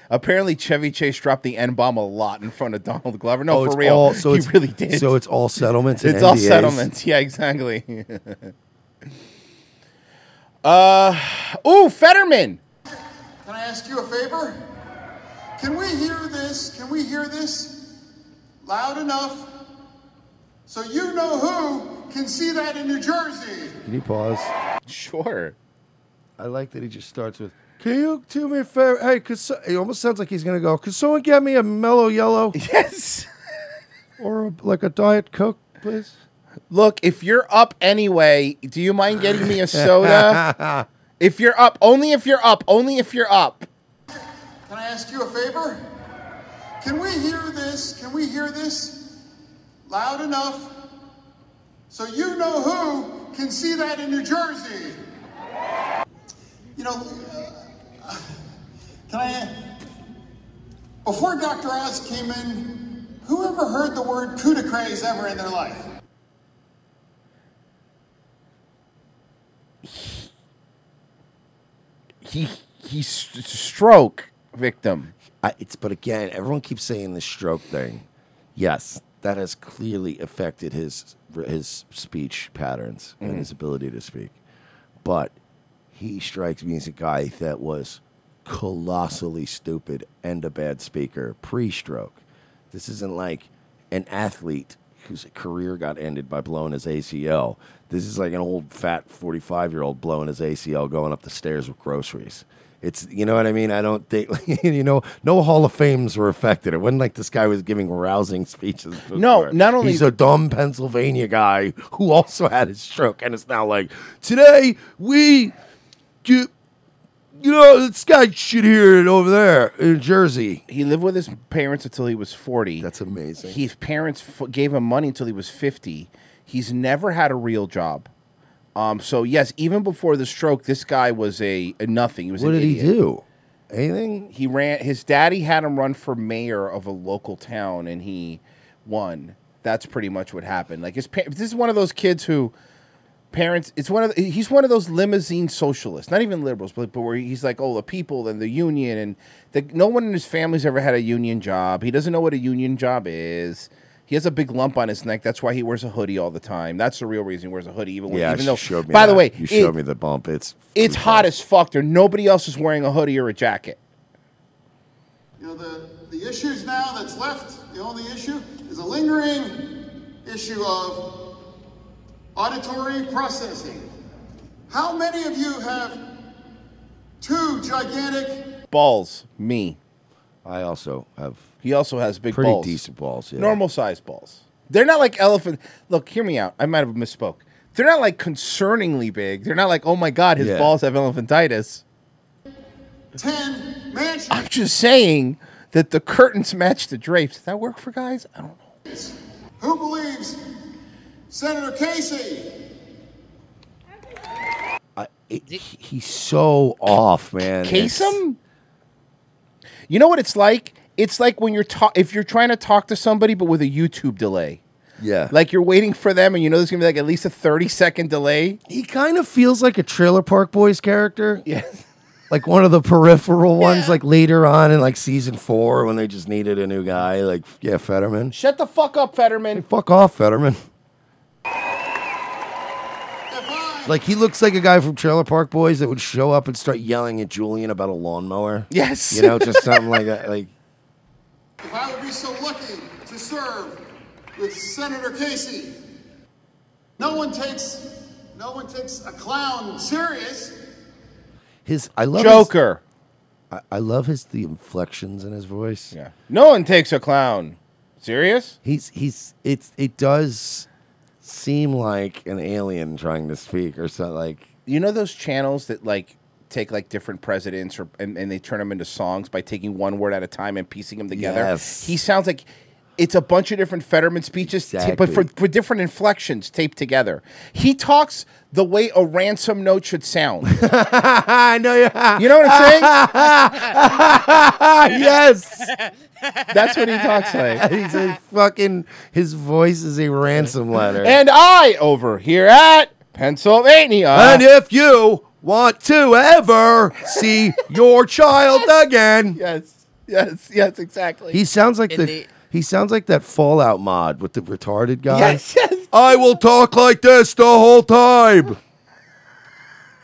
Speaker 6: Apparently, Chevy Chase dropped the N bomb a lot in front of Donald Glover. No,
Speaker 3: Oh,
Speaker 6: for
Speaker 3: it's
Speaker 6: real.
Speaker 3: all- so
Speaker 6: he
Speaker 3: it's-
Speaker 6: really did.
Speaker 3: so it's all settlements and
Speaker 6: it's all
Speaker 3: NDAs?
Speaker 6: settlements. Yeah, exactly. uh, ooh, Fetterman.
Speaker 5: Can I ask you a favor? Can we hear this? Can we hear this loud enough so you know who can see that in New Jersey?
Speaker 3: Can you pause?
Speaker 6: Sure.
Speaker 3: I like that he just starts with Can you do me a favor? Hey, cause so- it almost sounds like he's gonna go. Could someone get me a mellow yellow?
Speaker 6: Yes.
Speaker 3: or a, like a diet coke, please.
Speaker 6: Look, if you're up anyway, do you mind getting me a soda? if you're up, only if you're up, only if you're up.
Speaker 5: Can I ask you a favor? Can we hear this? Can we hear this loud enough so you know who can see that in New Jersey? You know, uh, can I? Before Dr. Oz came in, who ever heard the word coup de grace ever in their life?
Speaker 6: He he's stroke victim.
Speaker 3: I, it's but again, everyone keeps saying the stroke thing. Yes, that has clearly affected his his speech patterns
Speaker 10: Mhm.
Speaker 6: Mm-hmm.
Speaker 3: and his ability to speak. But he strikes me as a guy that was colossally stupid and a bad speaker pre-stroke. This isn't like an athlete whose career got ended by blowing his ACL. This is like an old fat 45 year old blowing his ACL going up the stairs with groceries. It's, you know what I mean? I don't think, you know, no Hall of Fames were affected. It wasn't like this guy was giving rousing speeches.
Speaker 6: No,
Speaker 3: before.
Speaker 6: not only-
Speaker 3: He's a dumb Pennsylvania guy who also had a stroke, and it's now like, today we, you, you know, this guy should hear it over there in Jersey.
Speaker 6: He lived with his parents until he was 40. That's
Speaker 3: amazing.
Speaker 6: His parents f- gave him money until he was 50. He's never had a real job. Um, so yes, even before the stroke, this guy was a, a nothing. He was
Speaker 3: What
Speaker 6: an
Speaker 3: did he
Speaker 6: idiot.
Speaker 3: do? Anything?
Speaker 6: He ran. His daddy had him run for mayor of a local town, and he won. That's pretty much what happened. Like his parents. This is one of those kids who parents. It's one of the, he's one of those limousine socialists, not even liberals, but, but where he's like, oh, the people and the union, and the, no one in his family's ever had a union job. He doesn't know what a union job is. He has a big lump on his neck. That's why he wears a hoodie all the time. That's the real reason he wears a hoodie, even when,
Speaker 3: Yeah,
Speaker 6: even
Speaker 3: she
Speaker 6: though.
Speaker 3: showed me
Speaker 6: by the
Speaker 3: that.
Speaker 6: way,
Speaker 3: you
Speaker 6: it-
Speaker 3: showed me the bump. It's
Speaker 6: it's hot as fuck there. Nobody else is wearing a hoodie or a jacket.
Speaker 5: You know, the, the issues now that's left, the only issue is a lingering issue of auditory processing. How many of you have two gigantic
Speaker 6: Balls, me.
Speaker 3: I also have.
Speaker 6: He also has big
Speaker 3: pretty
Speaker 6: balls.
Speaker 3: decent balls. Yeah.
Speaker 6: Normal size balls. They're not like elephant. Look, hear me out. I might have misspoke. They're not like concerningly big. They're not like, oh my god, his
Speaker 5: Yeah.
Speaker 6: balls have elephantitis.
Speaker 5: 10 mansions?
Speaker 6: I'm just saying that the curtains match the drapes. Does that work for guys? I don't know.
Speaker 5: Who believes Senator Casey.
Speaker 3: I, Uh, it, he- he's so off, man. It's-
Speaker 6: Kasem? You know what it's like? It's like when you're ta- if you're trying to talk to somebody but with a YouTube delay.
Speaker 3: Yeah.
Speaker 6: Like you're waiting for them and you know there's gonna be like at least a 30 second delay.
Speaker 3: He kind of feels like a Trailer Park Boys character.
Speaker 6: Yes.
Speaker 3: Like one of the peripheral ones, like later on in like season four when they just needed a new guy. Like, yeah, Fetterman.
Speaker 6: Shut the fuck up, Fetterman.
Speaker 3: Fuck off, Fetterman. Like he looks like a guy from Trailer Park Boys that would show up and start yelling at Julian about a lawnmower.
Speaker 6: Yes.
Speaker 3: you know, just something like that. Like,
Speaker 5: If I would be so lucky to serve with Senator Casey, no one takes no one takes a clown serious.
Speaker 3: His I love
Speaker 6: Joker.
Speaker 3: His, I, I love his the inflections in his voice.
Speaker 6: Yeah. No one takes a clown. Serious?
Speaker 3: He's he's it's it does seem like an alien trying to speak or something like
Speaker 6: You know those channels that like take like different presidents or and, and they turn them into songs by taking one word at a time and piecing them together.
Speaker 3: Yes.
Speaker 6: He sounds like it's a bunch of different Fetterman speeches, ta- but for,
Speaker 3: Exactly.
Speaker 6: for different inflections taped together. He talks the way a ransom note should sound.
Speaker 3: I know you.
Speaker 6: You know what I'm saying?
Speaker 3: yes.
Speaker 6: That's what he talks like.
Speaker 3: he's a fucking his voice is a ransom letter.
Speaker 6: And I over here at Pennsylvania.
Speaker 3: And if you want to ever see your child again.
Speaker 6: Yes. Yes. Yes. Exactly.
Speaker 3: He sounds like
Speaker 6: In
Speaker 3: the,
Speaker 6: the-
Speaker 3: he sounds like that Fallout mod with the retarded guy.
Speaker 6: Yes, yes.
Speaker 3: I will talk like this the whole time.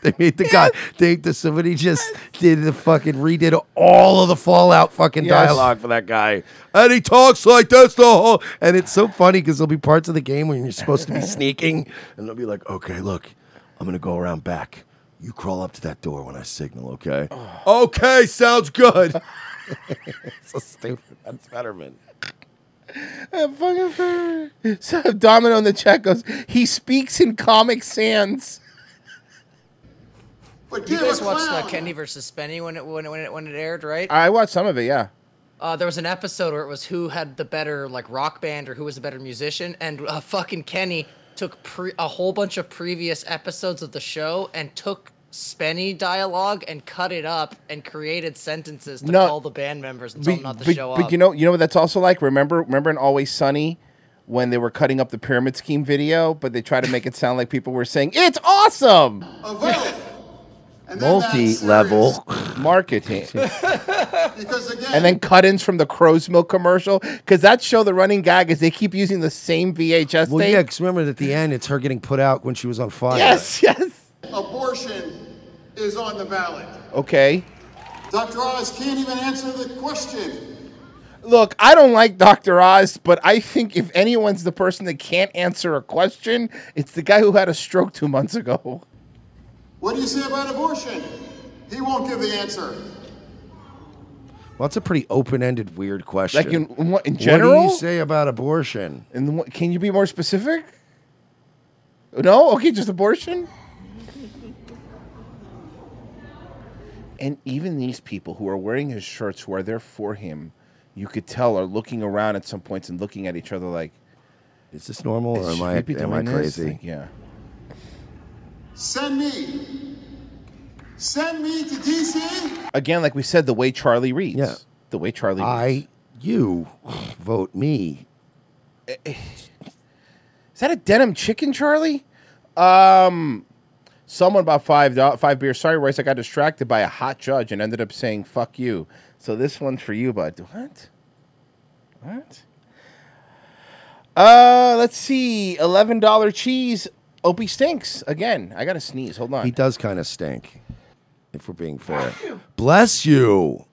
Speaker 3: They made the guy. They the, somebody just did the fucking redid all of the Fallout fucking
Speaker 2: Yes.
Speaker 3: dialogue for that guy, and he talks like this the whole. And it's so funny because there'll be parts of the game when you're supposed to be sneaking, and they'll be like, "Okay, look, I'm gonna go around back. You crawl up to that door when I signal, okay?" okay, sounds good. so stupid. That's Fetterman.
Speaker 6: Uh, fucking Fetterman. So Domino in the chat goes. He speaks in Comic Sans.
Speaker 18: You guys watched uh, Kenny versus Spenny when it when it when it, when it aired, right?
Speaker 6: I watched some of it. Yeah.
Speaker 18: Uh, there was an episode where it was who had the better like rock band or who was the better musician, and uh, fucking Kenny took pre- a whole bunch of previous episodes of the show and took Spenny dialogue and cut it up and created sentences to
Speaker 6: No.
Speaker 18: call the band members and tell them not to
Speaker 6: but,
Speaker 18: show
Speaker 6: but
Speaker 18: up.
Speaker 6: you know, you know what that's also like. Remember, remember in Always Sunny when they were cutting up the pyramid scheme video, but they tried to make it sound like people were saying it's awesome.
Speaker 3: Multi-level
Speaker 6: marketing.
Speaker 5: because again,
Speaker 6: and then cut-ins from the crow's milk commercial because that show the running gag is they keep using the same VHS
Speaker 3: Well,
Speaker 6: tape.
Speaker 3: yeah, because remember at the end, it's her getting put out when she was on fire.
Speaker 6: Yes, yes.
Speaker 5: abortion is on the ballot.
Speaker 6: Okay.
Speaker 5: Dr. Oz can't even answer the question.
Speaker 6: Look, I don't like Dr. Oz, but I think if anyone's the person that can't answer a question, it's the guy who had a stroke two months ago.
Speaker 5: What do you say about abortion? He won't give the answer.
Speaker 3: Well, that's a pretty open-ended, weird question.
Speaker 6: Like in- in what- in general?
Speaker 3: What do you say about abortion?
Speaker 6: And what, can you be more specific? No? Okay, just abortion? And even these people who are wearing his shirts, who are there for him, you could tell are looking around at some points and looking at each other like,
Speaker 3: "Is this normal or am I- am I crazy?
Speaker 6: yeah.
Speaker 5: Send me. Send me to DC.
Speaker 6: Again, like we said, the way Charlie reads. Yeah. The way Charlie
Speaker 3: I, you, vote me.
Speaker 6: Is that a denim chicken, Charlie? Um, someone bought five do- five beers. Sorry, Royce, I got distracted by a hot judge and ended up saying "fuck you." So this one's for you, bud. What? What? Uh, let's see. Eleven dollar cheese. Opie stinks again. I gotta sneeze. Hold on.
Speaker 3: He does kind of stink, if we're being fair. Bless you.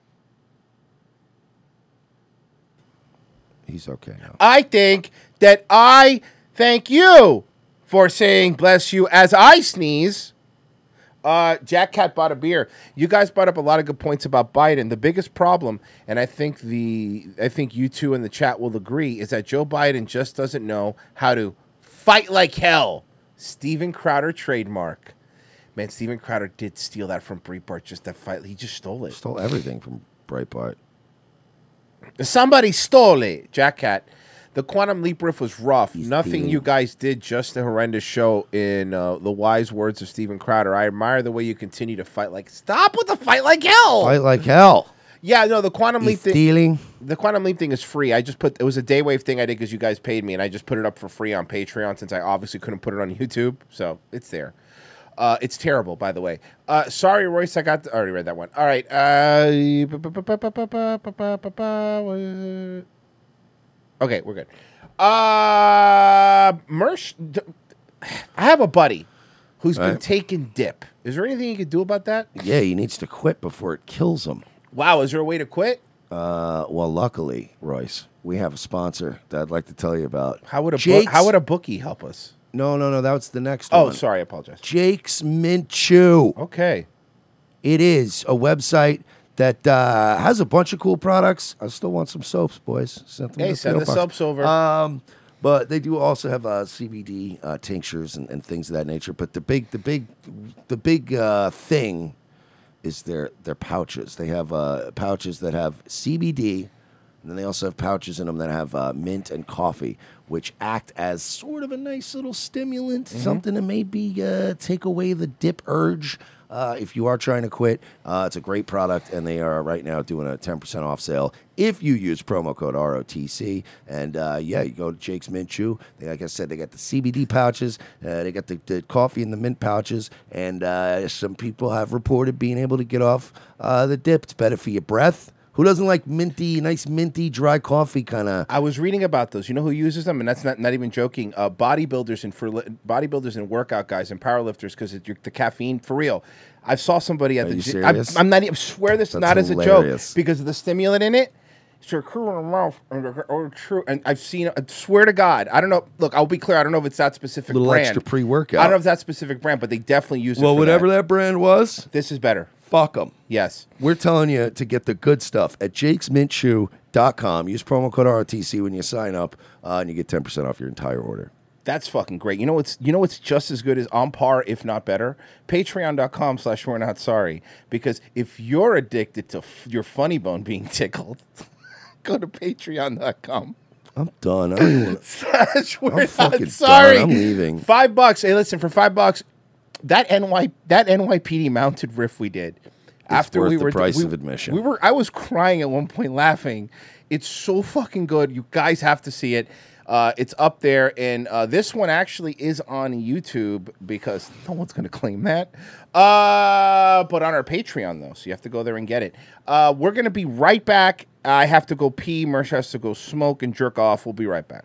Speaker 3: He's okay now.
Speaker 6: I think that I thank you for saying bless you as I sneeze. Uh, Jack Cat bought a beer. You guys brought up a lot of good points about Biden. The biggest problem, and I think the I think you two in the chat will agree, is that Joe Biden just doesn't know how to fight like hell. Steven Crowder trademark. Man, Steven Crowder did steal that from Breitbart. Just that fight, he just stole it.
Speaker 3: Stole everything from Breitbart.
Speaker 6: Somebody stole it, Jack Cat. The Quantum Leap riff was rough. Nothing you guys did, just a horrendous show. In uh, the wise words of Steven Crowder, I admire the way you continue to fight like stop with the fight like hell.
Speaker 3: Fight like hell.
Speaker 6: Oh. Yeah, no, the quantum leap thing.
Speaker 3: stealing.
Speaker 6: The quantum leap thing is free. I just put it was a day wave thing I did because you guys paid me, and I just put it up for free on Patreon since I obviously couldn't put it on YouTube, so it's there. Uh, it's terrible, by the way. Uh, sorry, Royce, I got. I already read that one. All right. Uh, bu- bu- bu- bu- bu- bu- bu- bu- bu- bu- bu- okay, we're good. Uh, Mersh, d- I have a buddy who's been
Speaker 3: Right.
Speaker 6: taking dip. Is there anything you could do about that?
Speaker 3: Yeah, he needs to quit before it kills him.
Speaker 6: Wow, is there a way to quit?
Speaker 3: Uh, well, luckily, Royce, we have a sponsor that I'd like to tell you about.
Speaker 6: How would a book,
Speaker 3: Jake's-
Speaker 6: how would a bookie help us?
Speaker 3: No, no, no. That's the next
Speaker 6: Oh,
Speaker 3: one.
Speaker 6: sorry, I apologize.
Speaker 3: Jake's Mint Chew.
Speaker 6: Okay.
Speaker 3: It is a website that uh, has a bunch of cool products. I still want some soaps, boys. Send them
Speaker 6: Hey,
Speaker 3: to
Speaker 6: send
Speaker 3: PO
Speaker 6: the
Speaker 3: Box.
Speaker 6: soaps over.
Speaker 3: Um, but they do also have uh, CBD uh, tinctures and, and things of that nature. But the big, the big, the big uh, thing is their their pouches. They have uh, pouches that have CBD, and then they also have pouches in them that have uh, mint and coffee, which act as sort of a nice little stimulant,
Speaker 6: Mm-hmm.
Speaker 3: something to maybe uh, take away the dip urge. Uh, if you are trying to quit, uh, it's a great product, and they are right now doing a 10% off sale if you use promo code ROTC. And uh, yeah, you go to Jake's Mint Chew. They, like I said, they got the CBD pouches, uh, they got the, the coffee and the mint pouches, and uh, some people have reported being able to get off uh, the dip. It's better for your breath. Who doesn't like minty, nice minty, dry coffee kind of?
Speaker 6: I was reading about those. You know who uses them, and that's not not even joking. Uh, bodybuilders and for bodybuilders and workout guys and powerlifters because the caffeine for real. I saw somebody at
Speaker 3: Are
Speaker 6: the
Speaker 3: you
Speaker 6: gym. I'm,
Speaker 3: serious?
Speaker 6: I'm not. even swear this
Speaker 3: That's
Speaker 6: not as a
Speaker 3: hilarious.
Speaker 6: joke because of the stimulant in it. It's your crew in the mouth and your- oh, true. And I've seen. I swear to God, I don't know. Look, I'll be clear. I don't know if it's that specific
Speaker 3: Little
Speaker 6: brand.
Speaker 3: extra pre-workout.
Speaker 6: I don't know if that specific brand, but they definitely use it.
Speaker 3: Well,
Speaker 6: for
Speaker 3: whatever
Speaker 6: that.
Speaker 3: that brand was,
Speaker 6: this is better.
Speaker 3: Fuck them.
Speaker 6: Yes.
Speaker 3: We're telling you to get the good stuff at jakesmintshoe.com. Use promo code ROTC when you sign up, uh, and you get 10% off your entire order.
Speaker 6: That's fucking great. You know what's you know what's just as good as on par, if not better. Patreon.com slash we're not sorry. Because if you're addicted to f- your funny bone being tickled, go to patreon.com
Speaker 3: I'm done. I don't even wanna-
Speaker 6: slash
Speaker 3: I'm
Speaker 6: we're
Speaker 3: fucking
Speaker 6: not
Speaker 3: done.
Speaker 6: sorry.
Speaker 3: I'm leaving.
Speaker 6: Five bucks. Hey, listen, for five bucks, that NY that NYPD mounted riff we did after
Speaker 3: worth
Speaker 6: we
Speaker 3: the
Speaker 6: were
Speaker 3: price
Speaker 6: we,
Speaker 3: of admission.
Speaker 6: We were I was crying at one point laughing. It's so fucking good. You guys have to see it. Uh, it's up there, and uh, this one actually is on YouTube because no one's going to claim that. Uh, but on our Patreon though, so you have to go there and get it. Uh, we're going to be right back. I have to go pee. Mersh has to go smoke and jerk off. We'll be right back.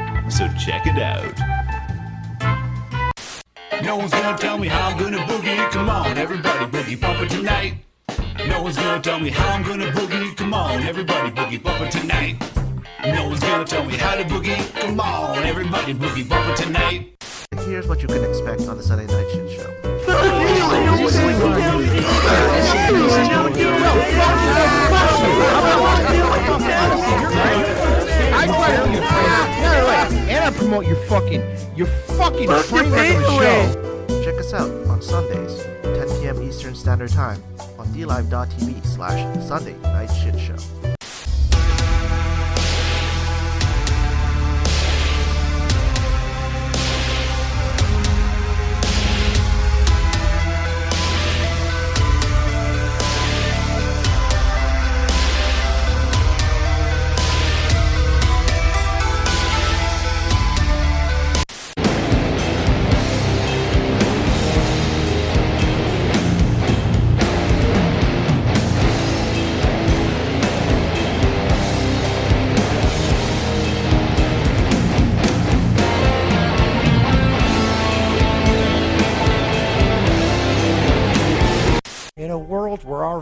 Speaker 10: so check it out. No one's gonna tell me how I'm gonna boogie. Come on, everybody, boogie bumper tonight. No one's gonna tell me how I'm gonna boogie. Come on, everybody, boogie bumper tonight. No one's gonna tell me how to boogie. Come on, everybody, boogie bumper tonight.
Speaker 11: Here's what you can expect on the Sunday Night Shit Show.
Speaker 6: Ah, And I promote your fucking, your fucking train wreck of a show.
Speaker 11: Check us out on Sundays, 10 p.m. Eastern Standard Time on DLive.tv slash Sunday Night Shit Show.
Speaker 25: world where our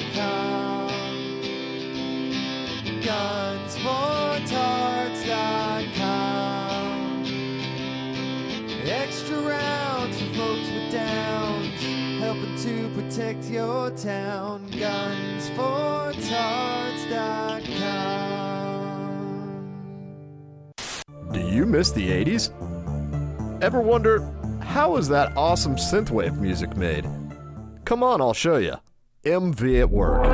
Speaker 18: gunsfortards.com. Gunsfortards.com. Extra rounds for folks with downs, helping to protect your town. Gunsfortards.com.
Speaker 14: Do you miss the 80s? Ever wonder how is that awesome synthwave music made? Come on, I'll show you. MV at work.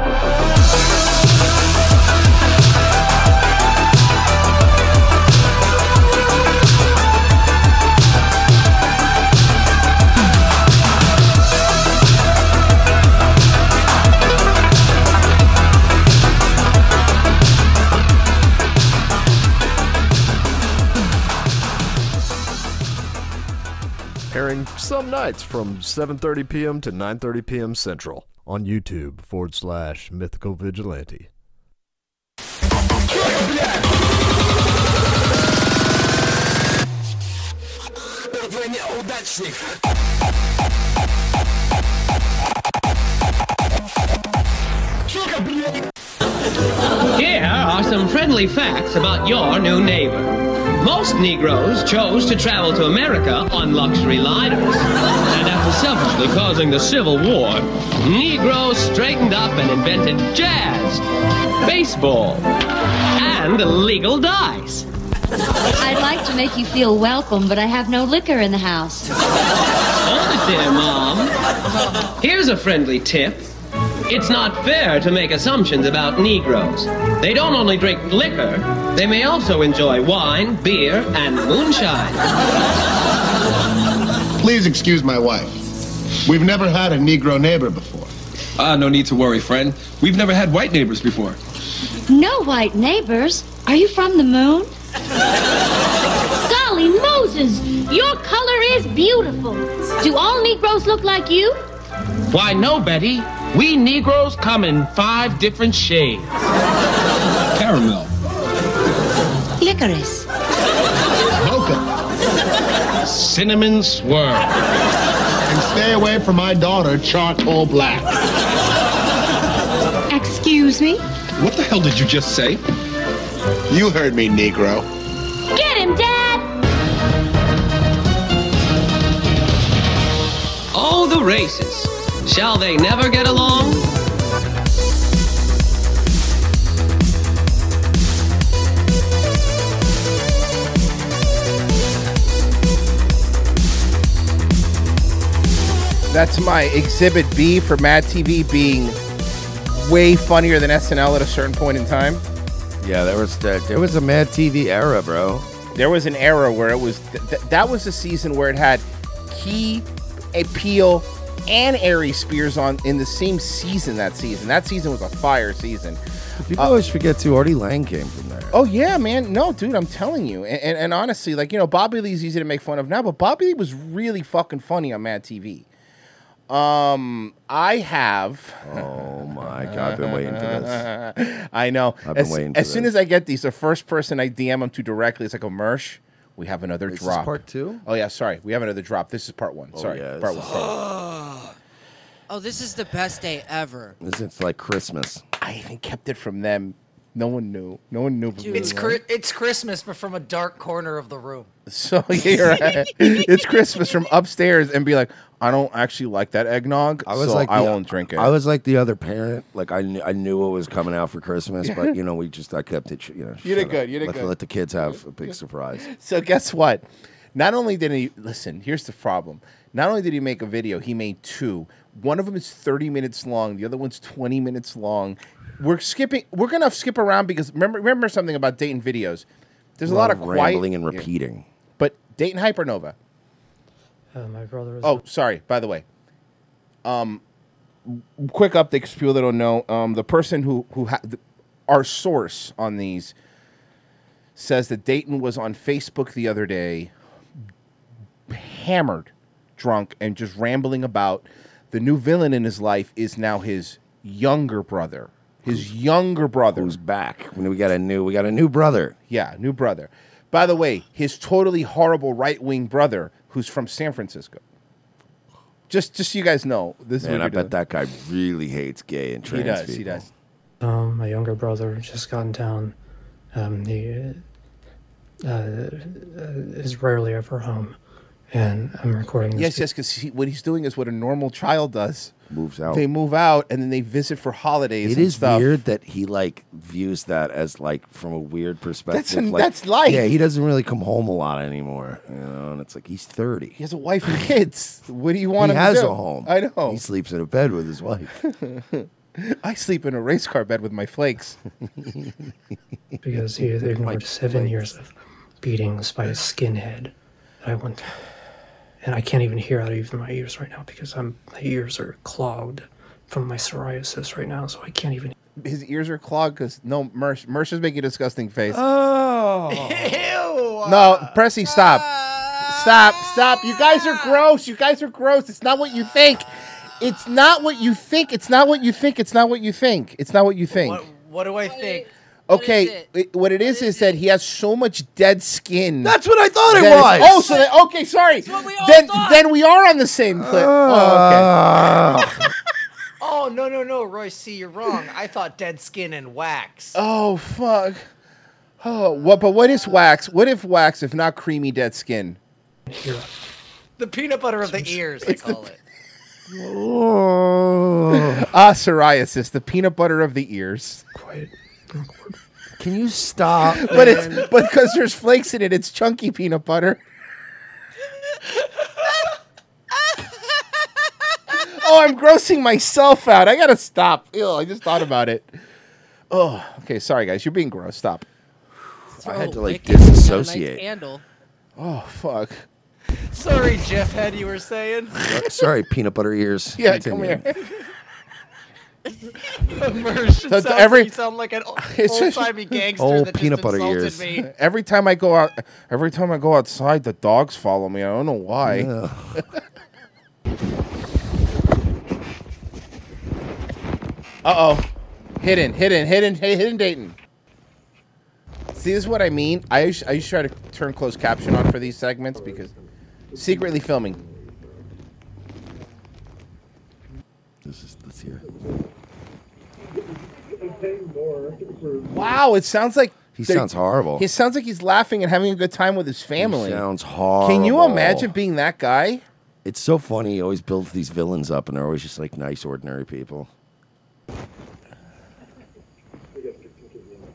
Speaker 14: airing some nights from 7:30 p.m. to 9:30 p.m. Central on YouTube forward slash Mythical Vigilante.
Speaker 18: Первый неудачник. Чука, блядь!
Speaker 26: Here are some friendly facts about your new neighbor. Most Negroes chose to travel to America on luxury liners. And after selfishly causing the Civil War, Negroes straightened up and invented jazz, baseball, and legal dice.
Speaker 27: I'd like to make you feel welcome, but I have no liquor in the house.
Speaker 26: Hold it there, Mom. Here's a friendly tip. It's not fair to make assumptions about Negroes. They don't only drink liquor, they may also enjoy wine, beer, and moonshine.
Speaker 28: Please excuse my wife. We've never had a Negro neighbor before.
Speaker 3: Ah, no need to worry, friend. We've never had white neighbors before.
Speaker 27: No white neighbors. Are you from the moon? Golly Moses, your color is beautiful. Do all Negroes look like you?
Speaker 26: Why, no, Betty. We Negroes come in five different shades caramel,
Speaker 27: Licorice.
Speaker 26: cinnamon swirl.
Speaker 28: And stay away from my daughter, charcoal black.
Speaker 27: Excuse me?
Speaker 28: What the hell did you just say? You heard me, Negro.
Speaker 27: Get him, Dad!
Speaker 26: All the races. Shall they never get along?
Speaker 6: That's my exhibit B for Mad TV being way funnier than SNL at a certain point in time.
Speaker 29: Yeah, there was that. There was a Mad TV era, bro.
Speaker 6: There was an era where it was th- th- that was the season where it had Key, Appeal, and Ari Spears on in the same season. That season, that season was a fire season. Uh,
Speaker 29: People always forget too. Artie Lang came from there.
Speaker 6: Oh yeah, man. No, dude, I'm telling you. And, and, and honestly, like you know, Bobby Lee's easy to make fun of now, but Bobby Lee was really fucking funny on Mad TV. Um, I have. Oh my
Speaker 3: I, I've been waiting for this.
Speaker 6: I know.
Speaker 3: I've been
Speaker 6: as
Speaker 3: waiting for
Speaker 6: as soon as I get these, the first person I DM them to directly is like a Mersh. We have another
Speaker 3: Is this
Speaker 6: drop.
Speaker 3: part two? Oh,
Speaker 6: Oh yeah, sorry. We have another drop. This is part one. sorry,
Speaker 3: yeah,
Speaker 6: part one.
Speaker 3: this is-
Speaker 6: Part one.
Speaker 9: Oh, this is the best day ever.
Speaker 3: This is like Christmas.
Speaker 6: I even kept it from them. No one knew. No one knew. but me,
Speaker 18: It's
Speaker 6: right?
Speaker 18: Chri- it's Christmas, but from a dark corner of the room.
Speaker 6: So yeah, you're right. it's Christmas from upstairs, and be like, I don't actually like that eggnog, I was so like, I
Speaker 3: the-
Speaker 6: won't drink it.
Speaker 3: I was like the other parent. Like I, knew, I knew what was coming out for Christmas, but you know, we just I kept it. You know,
Speaker 6: You did
Speaker 3: shut up.
Speaker 6: good, you did
Speaker 3: let,
Speaker 6: good.
Speaker 3: Let the kids have a big surprise.
Speaker 6: So guess what? Not only did he listen, here's the problem. Not only did he make a video, he made two. One of them is 30 minutes long, the other one's 20 minutes long. We're skipping we're gonna skip around because remember remember something about Dayton videos. There's a, lot, of quiet,
Speaker 3: rambling and repeating.
Speaker 6: but Dayton Hypernova.
Speaker 4: Uh, my brother is.
Speaker 6: Oh, sorry. By the way, um, w- quick update, 'cause people that don't know, um, the person who who ha- th- our source on these says that Dayton was on Facebook the other day, hammered, drunk, and just rambling about the new villain in his life is now his younger brother. His younger brother who's
Speaker 3: back. We got a new we got a new brother.
Speaker 6: Yeah, new brother. By the way, his totally horrible right wing brother who's from San Francisco. Just just so you guys know, this is
Speaker 3: Man,
Speaker 6: what
Speaker 3: I
Speaker 6: we're doing.
Speaker 3: bet that guy really hates gay and
Speaker 6: He
Speaker 3: trans
Speaker 6: does,
Speaker 3: people.
Speaker 6: he does.
Speaker 4: Um, my younger brother just got in town. Um, he uh, uh, is rarely ever home, and I'm recording this.
Speaker 6: Yes, yes, because he, what he's doing is what a normal child does.
Speaker 3: Moves out.
Speaker 6: They move out and then they visit for holidays.
Speaker 3: It
Speaker 6: and
Speaker 3: is
Speaker 6: stuff.
Speaker 3: weird that he like views that as like from a weird perspective.
Speaker 6: an-
Speaker 3: like,
Speaker 6: that's life.
Speaker 3: Yeah, he doesn't really come home a lot anymore. You know, and it's like he's thirty.
Speaker 6: He has a wife and kids. What do you want
Speaker 3: he
Speaker 6: him
Speaker 3: has
Speaker 6: to do?
Speaker 3: a home.
Speaker 6: I know.
Speaker 3: He sleeps in a bed with his wife.
Speaker 6: I sleep in a race car bed with my flakes.
Speaker 4: because he has ignored seven years of beatings by a skinhead that I went through. And I can't even hear out of even my ears right now because I'm my ears are clogged from my psoriasis right now, so I can't even.
Speaker 6: His ears are clogged because no, Mersh, Mersh is making a disgusting face.
Speaker 4: Oh.
Speaker 6: No, Pressy, stop. Stop, stop. You guys are gross. You guys are gross. It's not what you think. It's not what you think. It's not what you think. It's not what you think. It's not what you think.
Speaker 18: What do I think?
Speaker 6: okay, it- what it is is that he has so much dead skin.
Speaker 3: That's what I thought it was.
Speaker 6: Oh, so that, okay, sorry. then then we are on the same clip.
Speaker 3: Ah.
Speaker 6: oh, okay.
Speaker 18: Oh no no no, Royce, see you're wrong. I thought dead skin and wax.
Speaker 6: oh fuck. Oh, what? But what is wax? What if wax, if not creamy dead skin?
Speaker 18: The peanut butter of the ears, I call it.
Speaker 6: ah, psoriasis, the peanut butter of the ears.
Speaker 4: Quiet.
Speaker 3: Can you stop?
Speaker 6: but it's
Speaker 3: man?
Speaker 6: but because there's flakes in it, it's chunky peanut butter. oh, I'm grossing myself out. I gotta stop. Ew, I just thought about it. Oh, okay. Sorry, guys. You're being gross. Stop.
Speaker 3: I had to like disassociate.
Speaker 18: Handle.
Speaker 6: Oh fuck.
Speaker 18: Sorry, Jeff head you were saying.
Speaker 3: Uh, Sorry, peanut butter ears.
Speaker 18: Yeah,
Speaker 6: come
Speaker 3: Continue.
Speaker 18: Immersion
Speaker 6: So
Speaker 18: sounds
Speaker 6: every-
Speaker 18: you sound like an o-
Speaker 6: It's
Speaker 18: old
Speaker 6: just-
Speaker 18: timey gangster
Speaker 6: Old
Speaker 18: that
Speaker 3: peanut
Speaker 18: just
Speaker 3: butter
Speaker 18: insulted
Speaker 3: ears.
Speaker 18: me.
Speaker 6: Every time I go out, every time I go outside, the dogs follow me. I don't know why. uh oh, hidden, hidden, hidden, hey, hidden Dayton. See, this is what I mean. I us- I used to try to turn closed caption on for these segments because secretly filming.
Speaker 3: This is let's hear. it.
Speaker 6: Wow, it sounds like
Speaker 3: He
Speaker 6: they're-
Speaker 3: sounds horrible.
Speaker 6: He sounds like he's laughing and having a good time with his family.
Speaker 3: sounds
Speaker 6: Can you
Speaker 3: horrible.
Speaker 6: imagine being that guy?
Speaker 3: It's so funny. He always builds these villains up, and they're always just like nice, ordinary people.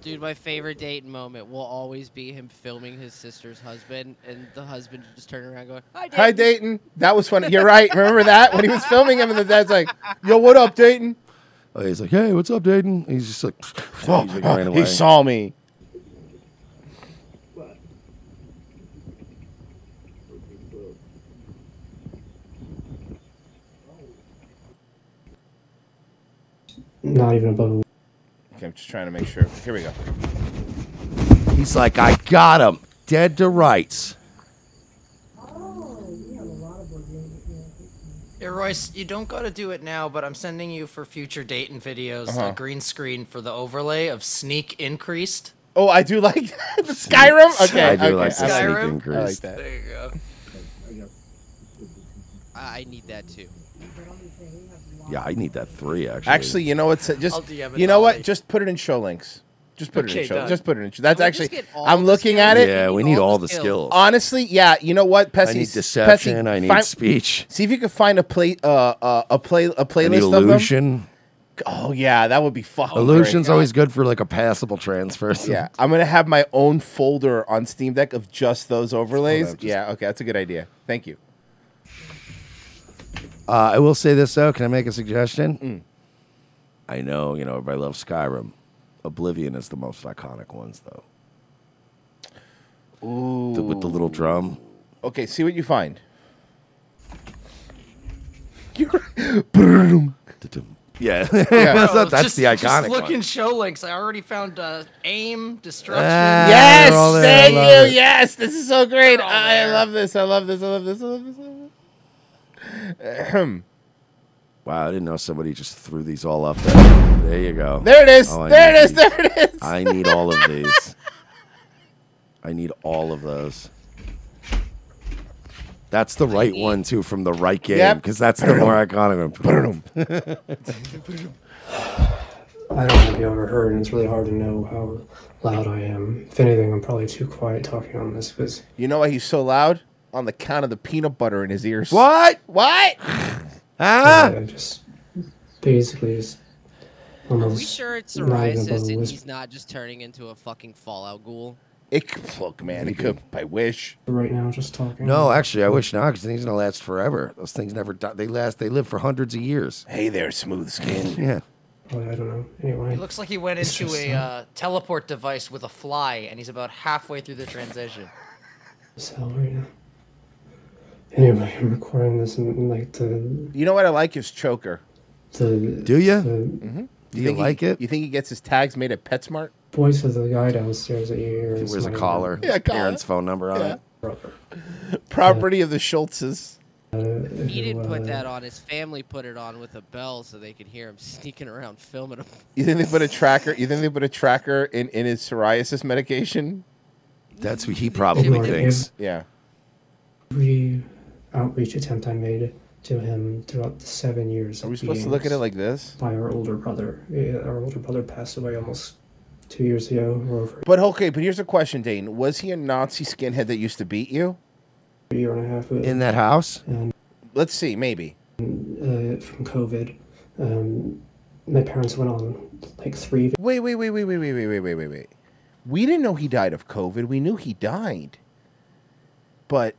Speaker 9: Dude, my favorite Dayton moment will always be him filming his sister's husband and the husband just turning around going, Hi, Dayton.
Speaker 6: Hi Dayton. That was funny. You're right. Remember that when he was filming him, and the dad's like, "Yo, what up, Dayton?"
Speaker 3: Oh, he's like, hey, what's up, Dayton? He's just like,
Speaker 6: Oh,
Speaker 3: he's like,
Speaker 6: oh,
Speaker 3: ran
Speaker 6: he
Speaker 3: away.
Speaker 6: saw me.
Speaker 4: Not even above.
Speaker 6: Okay, I'm just trying to make sure. Here we go.
Speaker 3: He's like, I got him, dead to rights.
Speaker 18: Yeah, Royce, you don't got to do it now, but I'm sending you for future Dayton videos
Speaker 6: Uh-huh.
Speaker 18: a green screen for the overlay of sneak increased.
Speaker 6: Oh, I do like that. the Skyrim. Okay,
Speaker 18: I do
Speaker 6: okay,
Speaker 18: like the
Speaker 6: I
Speaker 18: sneak
Speaker 6: I
Speaker 18: increase.
Speaker 6: like that.
Speaker 18: There you go.
Speaker 9: I need that too.
Speaker 3: Yeah, I need that three actually.
Speaker 6: Actually, you know what? Just
Speaker 9: I'll DM it
Speaker 6: you know
Speaker 9: all
Speaker 6: what?
Speaker 9: day.
Speaker 6: Just put it in show links. Just put it
Speaker 9: Okay,
Speaker 6: in show.
Speaker 9: done.
Speaker 6: Just put it in. Show. That's
Speaker 9: Can we just
Speaker 6: actually.
Speaker 9: get all
Speaker 6: I'm
Speaker 9: the
Speaker 6: looking at it.
Speaker 3: Yeah, we need all the skills.
Speaker 6: Honestly, yeah. You know what, Pessy?
Speaker 3: I need deception, I need speech.
Speaker 6: See if you can find a play, uh, uh, a play, a playlist
Speaker 3: I need
Speaker 6: of them.
Speaker 3: illusion.
Speaker 6: Oh yeah, that would be fucking.
Speaker 3: Illusion's
Speaker 6: great.
Speaker 3: always good for like a passable transfer.
Speaker 6: Yeah, I'm gonna have my own folder on Steam Deck of just those overlays.
Speaker 3: Hold on, just-
Speaker 6: Yeah, okay, that's a good idea. Thank you.
Speaker 3: Uh, I will say this though. Can I make a suggestion?
Speaker 6: Mm.
Speaker 3: I know you know everybody loves Skyrim. Oblivion is the most iconic ones though.
Speaker 6: Ooh.
Speaker 3: The- with the little drum.
Speaker 6: Okay, see what you find.
Speaker 3: Yeah,
Speaker 6: Yeah.
Speaker 3: that's,
Speaker 6: Bro,
Speaker 3: that's
Speaker 18: just,
Speaker 3: the iconic
Speaker 18: Just look
Speaker 3: one.
Speaker 18: in show links. I already found uh, aim, destruction.
Speaker 3: Ah,
Speaker 6: Yes,
Speaker 3: they're all there. I
Speaker 6: thank
Speaker 3: love
Speaker 6: you.
Speaker 3: it.
Speaker 6: Yes, this is so great. I love this. I love this. I love this. I love this. I love this. Ahem.
Speaker 3: Wow, I didn't know somebody just threw these all up there. There you go.
Speaker 6: There it is.
Speaker 3: Oh, I
Speaker 6: There
Speaker 3: need
Speaker 6: it is.
Speaker 3: these.
Speaker 6: There it is.
Speaker 3: I need all of these. I need all of those. That's the right one too from the right game
Speaker 6: Yep.
Speaker 3: because that's the more iconic one.
Speaker 4: I don't want to be overheard, and it's really hard to know how loud I am. If anything, I'm probably too quiet talking on this because
Speaker 6: You know why he's so loud? On the count of the peanut butter in his ears.
Speaker 3: What?
Speaker 6: What?
Speaker 3: Ah!
Speaker 4: I just basically just almost.
Speaker 9: Are we sure it's
Speaker 4: not even above
Speaker 9: psoriasis
Speaker 4: a
Speaker 9: and
Speaker 4: whisper.
Speaker 9: he's not just turning into a fucking Fallout ghoul?
Speaker 6: It could look, man. It could. I wish.
Speaker 4: right now, just talking.
Speaker 3: no, actually, I wish not because things gonna last forever. Those things never die. They last. They live for hundreds of years.
Speaker 6: Hey there, smooth skin.
Speaker 3: Yeah.
Speaker 4: Well, I don't know. Anyway,
Speaker 18: It looks like he went into a uh, teleport device with a fly, and he's about halfway through the transition.
Speaker 4: so right now. Anyway, I'm recording this in like the
Speaker 6: You know what I like is choker.
Speaker 4: the
Speaker 3: Do you?
Speaker 6: Do
Speaker 3: you like
Speaker 6: it? You think he gets his tags made at PetSmart?
Speaker 4: voice of the guy downstairs that you hear.
Speaker 3: He
Speaker 4: is
Speaker 3: wears a
Speaker 4: my-
Speaker 3: collar.
Speaker 6: Yeah,
Speaker 3: his
Speaker 6: collar.
Speaker 3: parents' phone number on
Speaker 6: Yeah.
Speaker 3: it.
Speaker 6: Property of the Schultzes.
Speaker 4: Uh,
Speaker 9: He didn't put that on. His family put it on with a bell so they could hear him sneaking around filming him.
Speaker 6: You think they put a tracker? You think they put a tracker in, in his psoriasis medication?
Speaker 3: That's what he
Speaker 4: probably Yeah. thinks.
Speaker 6: Yeah.
Speaker 4: Every outreach attempt I made to him throughout the seven years. Are we
Speaker 6: supposed to look at it like this?
Speaker 4: By our older brother. Yeah, our older brother passed away almost two years ago. We're over
Speaker 6: But okay, but here's a question, Dane. Was he a Nazi skinhead that used to beat you?
Speaker 4: a year and a half ago.
Speaker 3: In that house?
Speaker 4: And
Speaker 6: Let's see, maybe.
Speaker 4: uh, from COVID, um, my parents went on like three.
Speaker 6: Wait, wait, wait, wait, wait, wait, wait, wait, wait, wait, wait. We didn't know he died of COVID. We knew he died. But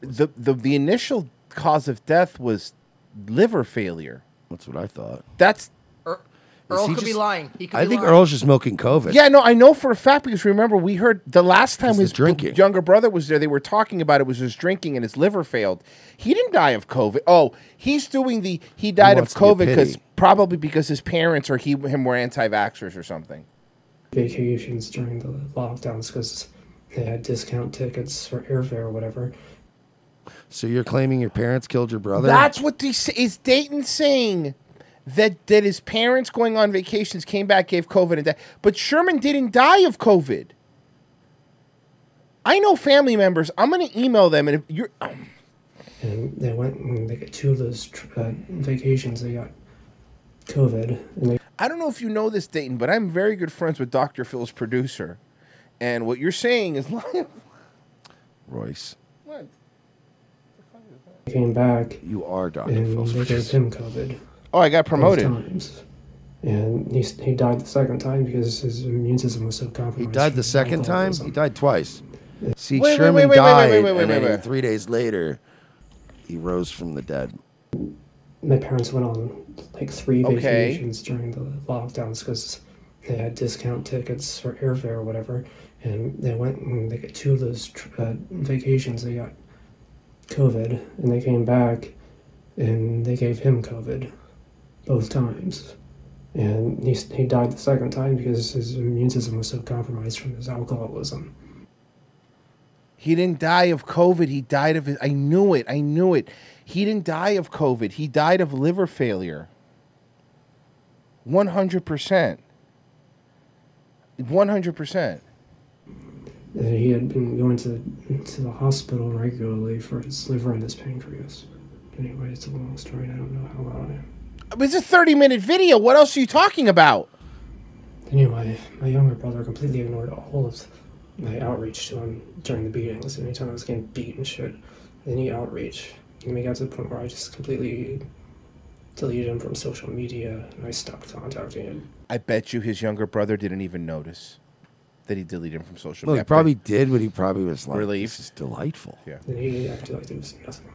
Speaker 6: the the, the initial cause of death was liver failure.
Speaker 3: That's what I thought.
Speaker 6: That's
Speaker 18: Er, Earl could be lying. He could
Speaker 3: I
Speaker 18: be
Speaker 3: think
Speaker 18: lying.
Speaker 3: Earl's just milking COVID.
Speaker 6: Yeah, no, I know for a fact because remember we heard the last time his b-
Speaker 3: drinking.
Speaker 6: younger brother was there, they were talking about it was his drinking and his liver failed. He didn't die of COVID. Oh, he's doing the he died of
Speaker 4: wants to get
Speaker 6: COVID because
Speaker 4: pity.
Speaker 6: probably because his parents or he him were anti-vaxxers or something.
Speaker 4: vacations during the lockdowns because they had discount tickets for airfare or whatever.
Speaker 3: So you're claiming your parents killed your brother?
Speaker 6: That's what they say. Is Dayton saying that that his parents going on vacations came back gave COVID and died? But Sherman didn't die of COVID. I know family members. I'm going to email them and if you're.
Speaker 4: And they went and they got two of those tr- uh, vacations. They got COVID and they
Speaker 6: I don't know if you know this, Dayton, but I'm very good friends with Dr. Phil's producer. And what you're saying is lying.
Speaker 3: Royce.
Speaker 6: What?
Speaker 4: came back.
Speaker 3: You are Dr.
Speaker 4: And they gave him COVID.
Speaker 6: Oh, I got
Speaker 4: both
Speaker 6: promoted.
Speaker 4: times. And he, s- he died the second time because his immune system was so compromised.
Speaker 3: He died the second time? He died twice. See,
Speaker 4: Wait, wait,
Speaker 3: Sherman
Speaker 4: wait, wait, wait,
Speaker 3: died,
Speaker 4: wait, wait, wait,
Speaker 3: and then
Speaker 4: wait, wait.
Speaker 3: three days later, he rose from the dead.
Speaker 4: My parents went on like three
Speaker 3: Okay.
Speaker 4: vacations during the lockdowns because they had discount tickets for airfare or whatever. And they went and they got two of those tr- uh, vacations. They got COVID and they came back and they gave him COVID both times. And he, s- he died the second time because his immune system was so compromised from his alcoholism.
Speaker 6: He didn't die of COVID. He died of it. I knew it. I knew it. He didn't die of COVID. He died of liver failure. 100%. 100%.
Speaker 4: that he had been going to to the hospital regularly for his liver and his pancreas. Anyway, it's a long story. and I don't know how long. it-
Speaker 6: It's a 30 minute video. What else are you talking about?
Speaker 4: Anyway, my younger brother completely ignored all of my outreach to him during the beatings. Anytime I was getting beat and shit, any outreach, and we got to the point where I just completely deleted him from social media and I stopped contacting him.
Speaker 6: I bet you his younger brother didn't even notice that he deleted him from social
Speaker 3: Well,
Speaker 6: media.
Speaker 3: he probably did what he probably was like.
Speaker 6: Relief.
Speaker 3: This is delightful.
Speaker 6: Yeah.
Speaker 4: And he acted like there was nothing.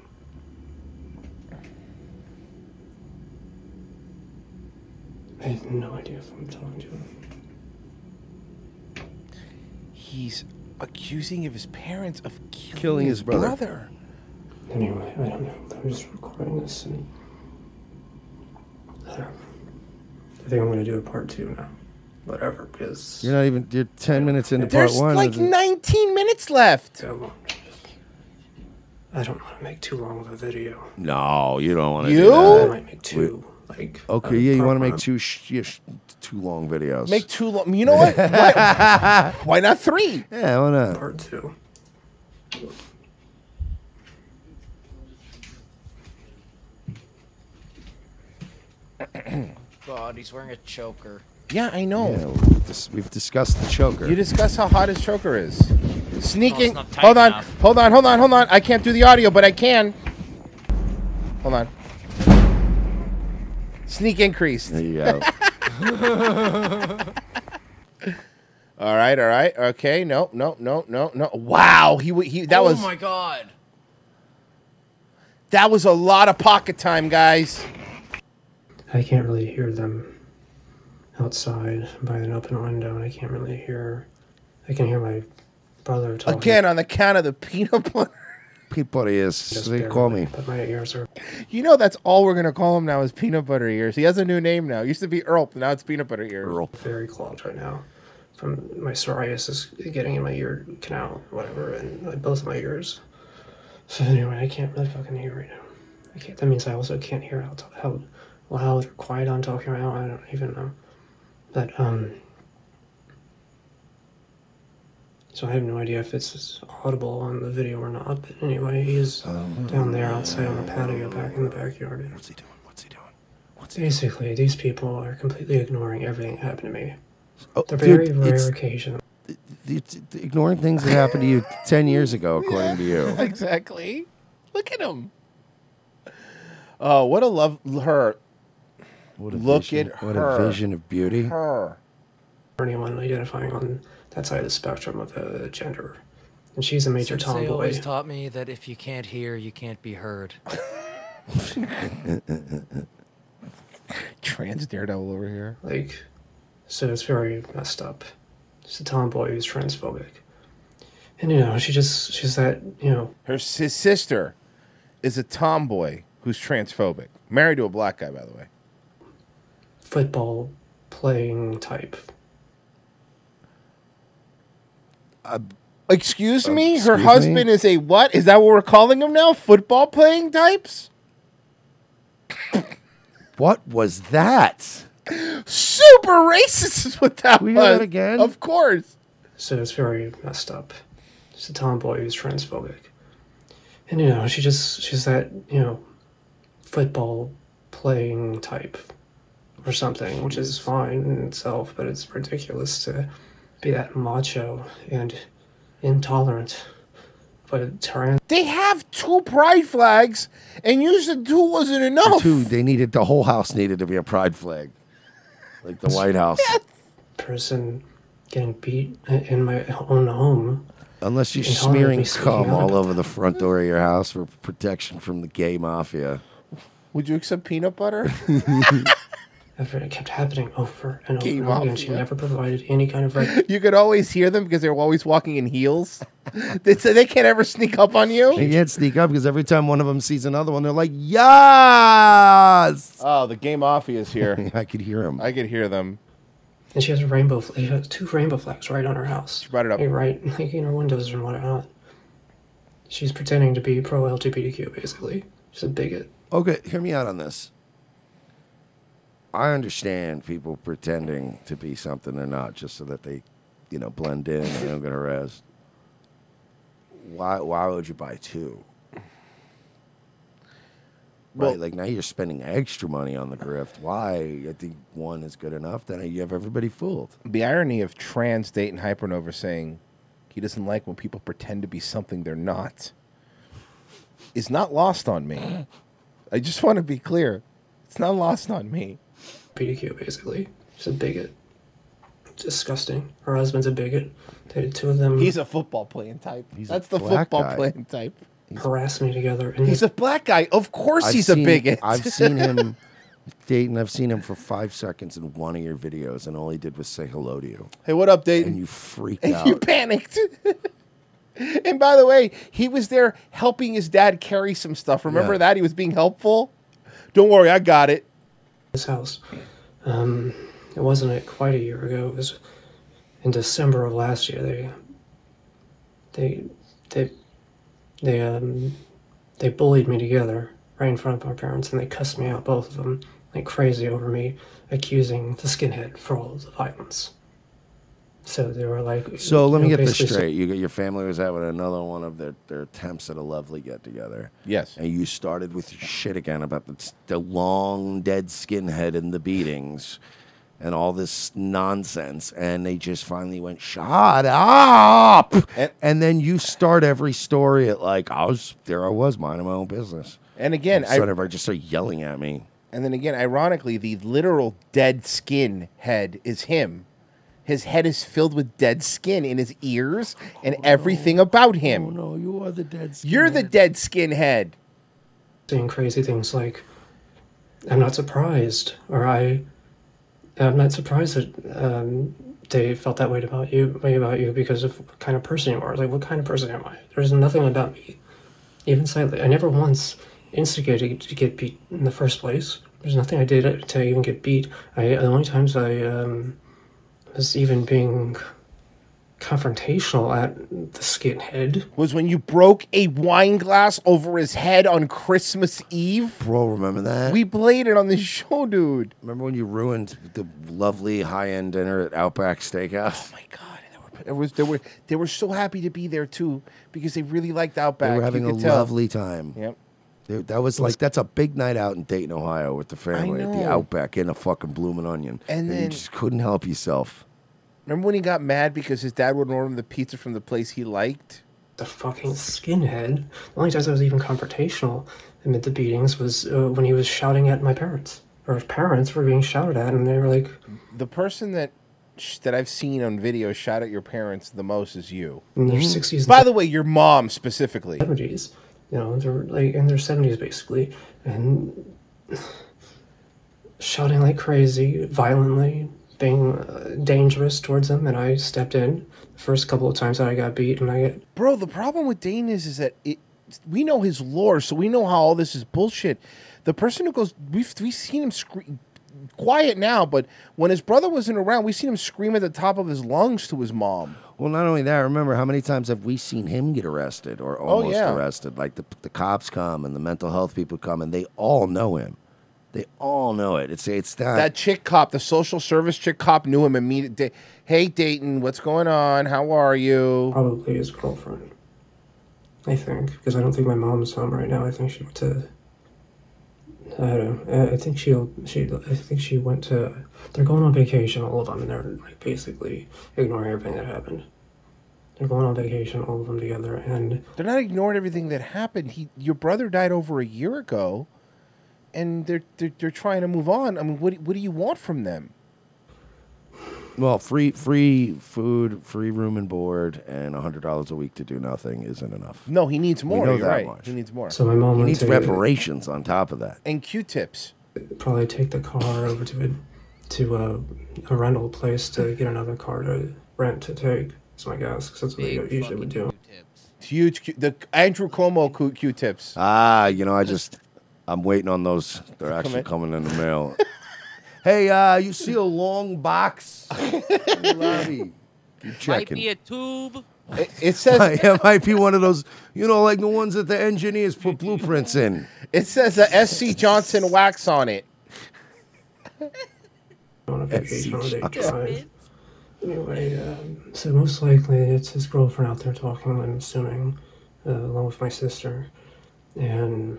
Speaker 4: I have no idea if I'm talking to him.
Speaker 6: He's accusing of his parents of killing,
Speaker 4: Killing
Speaker 6: his,
Speaker 4: his brother.
Speaker 6: brother.
Speaker 4: Anyway, I don't know. I'm just recording this and. I don't know. I think I'm going to do a part two now. Whatever, because.
Speaker 3: You're not even. You're ten minutes into
Speaker 4: There's
Speaker 3: part one.
Speaker 4: like
Speaker 3: isn't it?
Speaker 6: 19 minutes left.
Speaker 4: I don't want to make too long of a video.
Speaker 3: No, you don't want to.
Speaker 4: You? I might make two, like,
Speaker 3: okay,
Speaker 4: uh,
Speaker 3: yeah, you
Speaker 4: part
Speaker 3: want to make
Speaker 4: one.
Speaker 3: two sh- yeah, sh- two long videos.
Speaker 6: Make two long. You know what? Why, why not three?
Speaker 3: yeah, why not?
Speaker 4: Part two.
Speaker 18: God, he's wearing a choker.
Speaker 6: Yeah, I know.
Speaker 3: Yeah, we've, dis- we've discussed the choker.
Speaker 6: You discuss how hot his choker is. Sneaking.
Speaker 3: not tight
Speaker 6: hold on.
Speaker 3: enough.
Speaker 6: Hold on. Hold on. Hold on. I can't do the audio, but I can. Hold on. Sneak increased. There
Speaker 3: you go.
Speaker 6: all right. All right. Okay. No. No. No. No. No. Wow. He. wa- He. That
Speaker 18: oh
Speaker 6: was.
Speaker 18: Oh my god.
Speaker 6: That was a lot of pocket time, guys.
Speaker 4: I can't really hear them outside by an open window, and I can't really hear. I can hear my brother talking.
Speaker 6: Again, on the count of the peanut butter.
Speaker 3: Peanut butter ears.
Speaker 4: Just
Speaker 3: They
Speaker 4: barely,
Speaker 3: call me.
Speaker 4: But my ears are.
Speaker 6: You know that's all we're gonna call him now is peanut butter ears. He has a new name now. It used to be Earl, but now it's peanut butter ears.
Speaker 3: Earl.
Speaker 4: Very clogged right now. From my psoriasis is getting in my ear canal, whatever, and like, both my ears. So anyway, I can't really fucking hear right now. I can't. That means I also can't hear how, how loud or quiet I'm talking right now. I don't even know. But um. So I have no idea if it's audible on the video or not. But anyway, he's down there outside on the patio, back in the backyard. What's he doing? What's he doing? What's Basically, these people are completely ignoring everything that happened to me.
Speaker 3: Oh,
Speaker 4: the
Speaker 3: dude,
Speaker 4: very
Speaker 3: it's-
Speaker 4: rare occasion.
Speaker 3: The- the- the- ignoring things that happened to you ten years ago, according to you.
Speaker 6: exactly. Look at him. Oh, what a love her.
Speaker 3: What
Speaker 6: Look
Speaker 3: vision.
Speaker 6: at
Speaker 3: What
Speaker 6: her.
Speaker 3: a vision of beauty.
Speaker 6: Her.
Speaker 4: Or anyone identifying on that side of the spectrum of uh, gender. And she's a major
Speaker 18: Sensei
Speaker 4: tomboy.
Speaker 18: always taught me that if you can't hear, you can't be heard.
Speaker 6: Trans daredevil over here.
Speaker 4: Like, so it's very messed up. She's a tomboy who's transphobic. And you know, she just she's that you know.
Speaker 6: Her his sister is a tomboy who's transphobic. Married to a black guy, by the way.
Speaker 4: football playing type.
Speaker 6: Uh, Excuse me? Her
Speaker 4: excuse
Speaker 6: husband is a what? Is that what we're calling him now? Football playing types?
Speaker 3: What was that?
Speaker 6: Super racist is what that
Speaker 4: We hear
Speaker 6: was.
Speaker 4: that again?
Speaker 6: Of course.
Speaker 4: So it's very messed up. She's a tomboy who's transphobic. And you know, she just she's that, you know, football playing type or something, which is fine in itself, but it's ridiculous to be that macho and intolerant. But trans
Speaker 6: They have two pride flags, and you said two wasn't enough.
Speaker 3: Two. They needed the whole house needed to be a pride flag, like the White House.
Speaker 4: person getting beat in my own home.
Speaker 3: Unless you're
Speaker 4: Intolerant
Speaker 3: smearing
Speaker 4: is
Speaker 3: cum
Speaker 4: speaking out
Speaker 3: all
Speaker 4: about
Speaker 3: over the front door of your house for protection from the gay mafia.
Speaker 6: Would you accept peanut butter?
Speaker 4: After it kept happening over and over
Speaker 6: Gay
Speaker 4: and over again, she
Speaker 6: mafia.
Speaker 4: never provided any kind of rec-
Speaker 6: you could always hear them because they're always walking in heels. they say they can't ever sneak up on you.
Speaker 3: They can't sneak up because every time one of them sees another one, they're like, "Yes!"
Speaker 6: Oh, the game mafia is here.
Speaker 3: I could hear him.
Speaker 6: I could hear them.
Speaker 4: And she has a rainbow. fl- She has two rainbow flags right on her house. She
Speaker 6: brought it up.
Speaker 4: Like, right, like in her windows and whatnot. She's pretending to be pro LGBTQ, basically. She's a bigot.
Speaker 3: Okay, hear me out on this. I understand people pretending to be something they're not just so that they, you know, blend in and don't get harassed. Why, why would you buy two? Right, like now you're spending extra money on the grift. Why? I think one is good enough. Then you have everybody fooled.
Speaker 6: The irony of trans Dayton Hypernova saying he doesn't like when people pretend to be something they're not is not lost on me. I just want to be clear. It's not lost on me.
Speaker 4: PDQ, basically. She's a bigot. Disgusting. Her husband's a bigot. The two of them
Speaker 6: He's a football playing type. That's the football playing type.
Speaker 4: harass me together. And
Speaker 6: He's a black guy. Of course
Speaker 3: I've
Speaker 6: he's a
Speaker 3: seen-
Speaker 6: bigot.
Speaker 3: I've seen him, Dayton. I've seen him for five seconds in one of your videos, and all he did was say hello to you.
Speaker 6: Hey, what up, Dayton?
Speaker 3: And you freaked
Speaker 6: And
Speaker 3: out.
Speaker 6: you panicked. and by the way, he was there helping his dad carry some stuff. Remember
Speaker 4: Yeah.
Speaker 6: that? He was being helpful. Don't worry, I got it.
Speaker 4: his house. Um, it wasn't a, quite a year ago. It was in December of last year. They, they, they, they, um, they bullied me together right in front of my parents, and they cussed me out, both of them, like crazy over me accusing the skinhead for all of the violence. So they were like,
Speaker 3: So let
Speaker 4: you
Speaker 3: me
Speaker 4: know,
Speaker 3: get this
Speaker 4: basically saying-
Speaker 3: straight. You, got- your family was having another one of their, their attempts at a lovely get together.
Speaker 6: Yes.
Speaker 3: And you started with your shit again about the, the long dead skinhead and the beatings and all this nonsense. And they just finally went, shut up. And, then you start every story at like, I was, there I was, minding my own business.
Speaker 6: And again, I-
Speaker 3: I. Son of just started yelling at me.
Speaker 6: And then again, ironically, the literal dead skin head is him. His head is filled with dead skin in his ears and everything about him. Oh
Speaker 3: Oh, no, you are the dead skin.
Speaker 6: You're the dead skin head.
Speaker 4: saying crazy things like, "I'm not surprised," or "I, I'm not surprised that um, they felt that way about you, way about you because of what kind of person you are." Like, what kind of person am I? There's nothing about me, even slightly. I never once instigated to get beat in the first place. There's nothing I did to even get beat. I the only times I um, was even being confrontational at the skinhead
Speaker 6: was when you broke a wine glass over his head on Christmas Eve.
Speaker 3: Bro, remember that?
Speaker 6: We played it on the show, dude.
Speaker 3: Remember when you ruined the lovely high end dinner at Outback
Speaker 6: Oh
Speaker 3: Steakhouse?
Speaker 6: There was there were they were so happy to be there too because they really liked Outback.
Speaker 3: They were
Speaker 6: You
Speaker 3: having a
Speaker 6: could tell.
Speaker 3: lovely time.
Speaker 6: Yep.
Speaker 3: Dude, that was like that's a big night out in Dayton, Ohio, with the family at the
Speaker 6: know.
Speaker 3: Outback in a fucking blooming onion,
Speaker 6: And
Speaker 3: you
Speaker 6: then-
Speaker 3: just couldn't help yourself.
Speaker 6: Remember when he got mad because his dad wouldn't order him the pizza from the place he liked?
Speaker 4: The fucking skinhead. The only times I was even confrontational amid the beatings was uh, when he was shouting at my parents, or his parents were being shouted at, and they were like,
Speaker 6: The person that sh- that I've seen on video shout at your parents the most is you.
Speaker 4: In their 60s and
Speaker 6: By the way, your mom specifically.
Speaker 4: "Seventies, you know, they're like in their seventies basically, and shouting like crazy, violently, being uh, dangerous towards them." And I stepped in the first couple of times that I got beat, and I get
Speaker 6: Bro, the problem with Dane is, is that it, we know his lore, so we know how all this is bullshit. The person who goes, we've, we've seen him scream, quiet now, but when his brother wasn't around, we seen him scream at the top of his lungs to his mom.
Speaker 3: Well, not only that, remember how many times have we seen him get arrested or almost
Speaker 6: Oh, yeah.
Speaker 3: arrested? Like the the cops come and the mental health people come and they all know him. They all know it. It's it's not
Speaker 6: That chick cop, the social service chick cop, knew him immediately. Hey, Dayton, what's going on? How are you?
Speaker 4: Probably his girlfriend. I think because I don't think my mom's home right now. I think she went to. I don't. Know. I- I think she. She. I think she went to. They're going on vacation, all of them, and they're like basically ignoring everything that happened. They're going on vacation, all of them together, and
Speaker 6: They're not ignoring everything that happened. He, your brother died over a year ago, and they're they're, they're trying to move on. I mean, what do- what do you want from them?
Speaker 3: well, free free food, free room and board, and hundred dollars a week to do nothing isn't enough.
Speaker 6: No, he needs
Speaker 3: We
Speaker 6: more.
Speaker 3: know
Speaker 6: You're
Speaker 3: that
Speaker 6: right.
Speaker 3: much.
Speaker 6: He needs more.
Speaker 4: So my mom
Speaker 3: he
Speaker 4: went
Speaker 3: needs
Speaker 4: to-
Speaker 3: reparations on top of that.
Speaker 6: and Q-tips.
Speaker 4: Probably take the car over to a to a, a rental place to get another car to rent to take. It's my guess because that's what they usually would do.
Speaker 6: Huge Q, the Andrew Cuomo Q, Q-tips.
Speaker 3: Ah, you know, I just I'm waiting on those. They're actually coming in the mail. hey, uh, you see a long box in the lobby? Keep
Speaker 9: Might
Speaker 3: checking.
Speaker 9: be a tube.
Speaker 6: It, it says
Speaker 3: it might be one of those, you know, like the ones that the engineers put blueprints in.
Speaker 6: It says a SC Johnson wax on it.
Speaker 4: on a vacation on a day drive. Anyway, um, so most likely it's his girlfriend out there talking, I'm assuming, uh, along with my sister. And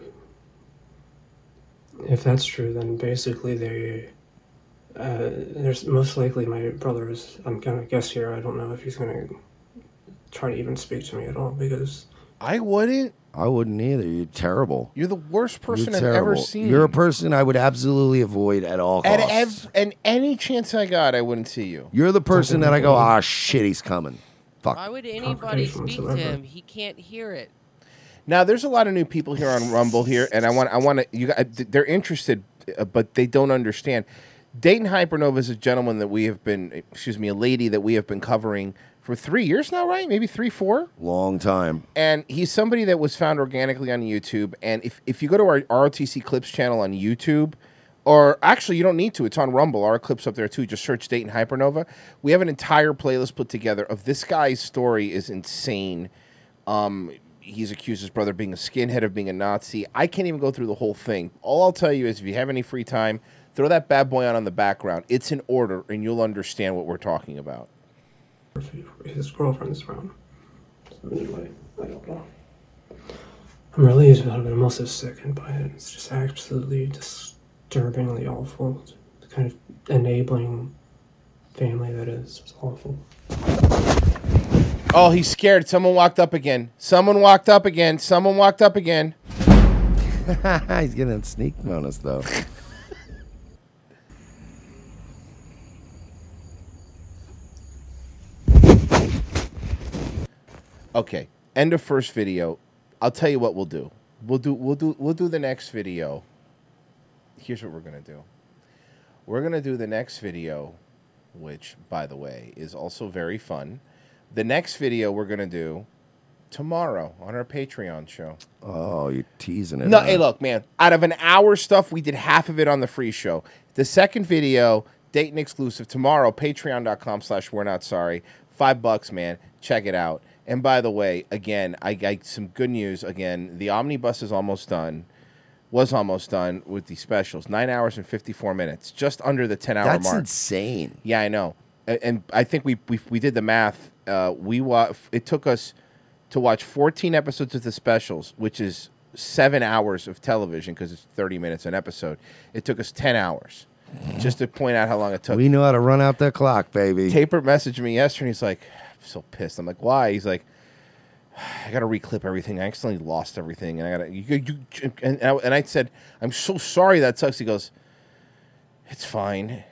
Speaker 4: if that's true, then basically they. Uh, there's most likely my brother is. I'm gonna guess here. I don't know if he's gonna try to even speak to me at all because
Speaker 6: I wouldn't.
Speaker 3: I wouldn't either. You're terrible.
Speaker 6: You're the worst person
Speaker 3: You're
Speaker 6: I've ever
Speaker 3: terrible.
Speaker 6: seen.
Speaker 3: You're a person I would absolutely avoid at all
Speaker 6: At
Speaker 3: costs.
Speaker 6: ev- and any chance I got, I wouldn't see you.
Speaker 3: You're the person that I go, ah, shit, he's coming. Fuck.
Speaker 9: Why would anybody speak to him? He can't hear it.
Speaker 6: Now there's a lot of new people here on Rumble here, and I want I want to you guys, they're interested, uh, but they don't understand. Dayton Hypernova is a gentleman that we have been, excuse me, a lady that we have been covering for three years now, right? Maybe three, four.
Speaker 3: Long time.
Speaker 6: And he's somebody that was found organically on YouTube. And if, if you go to our ROTC Clips channel on YouTube, or actually you don't need to, it's on Rumble. Our clips up there too. Just search Dayton Hypernova. We have an entire playlist put together of this guy's story is insane. Um, he's accused his brother of being a skinhead, of being a Nazi. I can't even go through the whole thing. All I'll tell you is if you have any free time, throw that bad boy on on the background. It's in order, and you'll understand what we're talking about.
Speaker 4: his girlfriend's around. So anyway, I don't know. I'm relieved about it, but I'm also sickened by it. It's just absolutely disturbingly awful. The kind of enabling family that is. It's awful.
Speaker 6: Oh, he's scared. Someone walked up again. Someone walked up again. Someone walked up again.
Speaker 3: he's getting sneaking on us, though.
Speaker 6: Okay. End of first video. I'll tell you what we'll do. We'll do we'll do we'll do the next video. Here's what we're gonna do. We're gonna do the next video, which by the way is also very fun. The next video we're gonna do tomorrow on our Patreon show.
Speaker 3: oh, you're teasing it.
Speaker 6: No,
Speaker 3: huh?
Speaker 6: hey, look, man. Out of an hour stuff, we did half of it on the free show. The second video, Dayton exclusive tomorrow, patreon.com slash we're not sorry. Five bucks, man. Check it out. And by the way, again, I got some good news. Again, the omnibus is almost done. Was almost done with the specials. Nine hours and 54 minutes, just under the 10 hour
Speaker 3: That's
Speaker 6: mark.
Speaker 3: insane.
Speaker 6: Yeah, I know. A- And I think we we, we did the math. Uh, we wa- it took us to watch 14 episodes of the specials, which is seven hours of television because it's 30 minutes an episode. It took us 10 hours. Just to point out how long it took.
Speaker 3: We know how to run out that clock, baby.
Speaker 6: Taper messaged me yesterday. and He's like, I'm so pissed. I'm like, why? He's like, I gotta reclip everything. I accidentally lost everything, and I gotta. You, you, and, I, and I said, I'm so sorry. That sucks. He goes, it's fine. It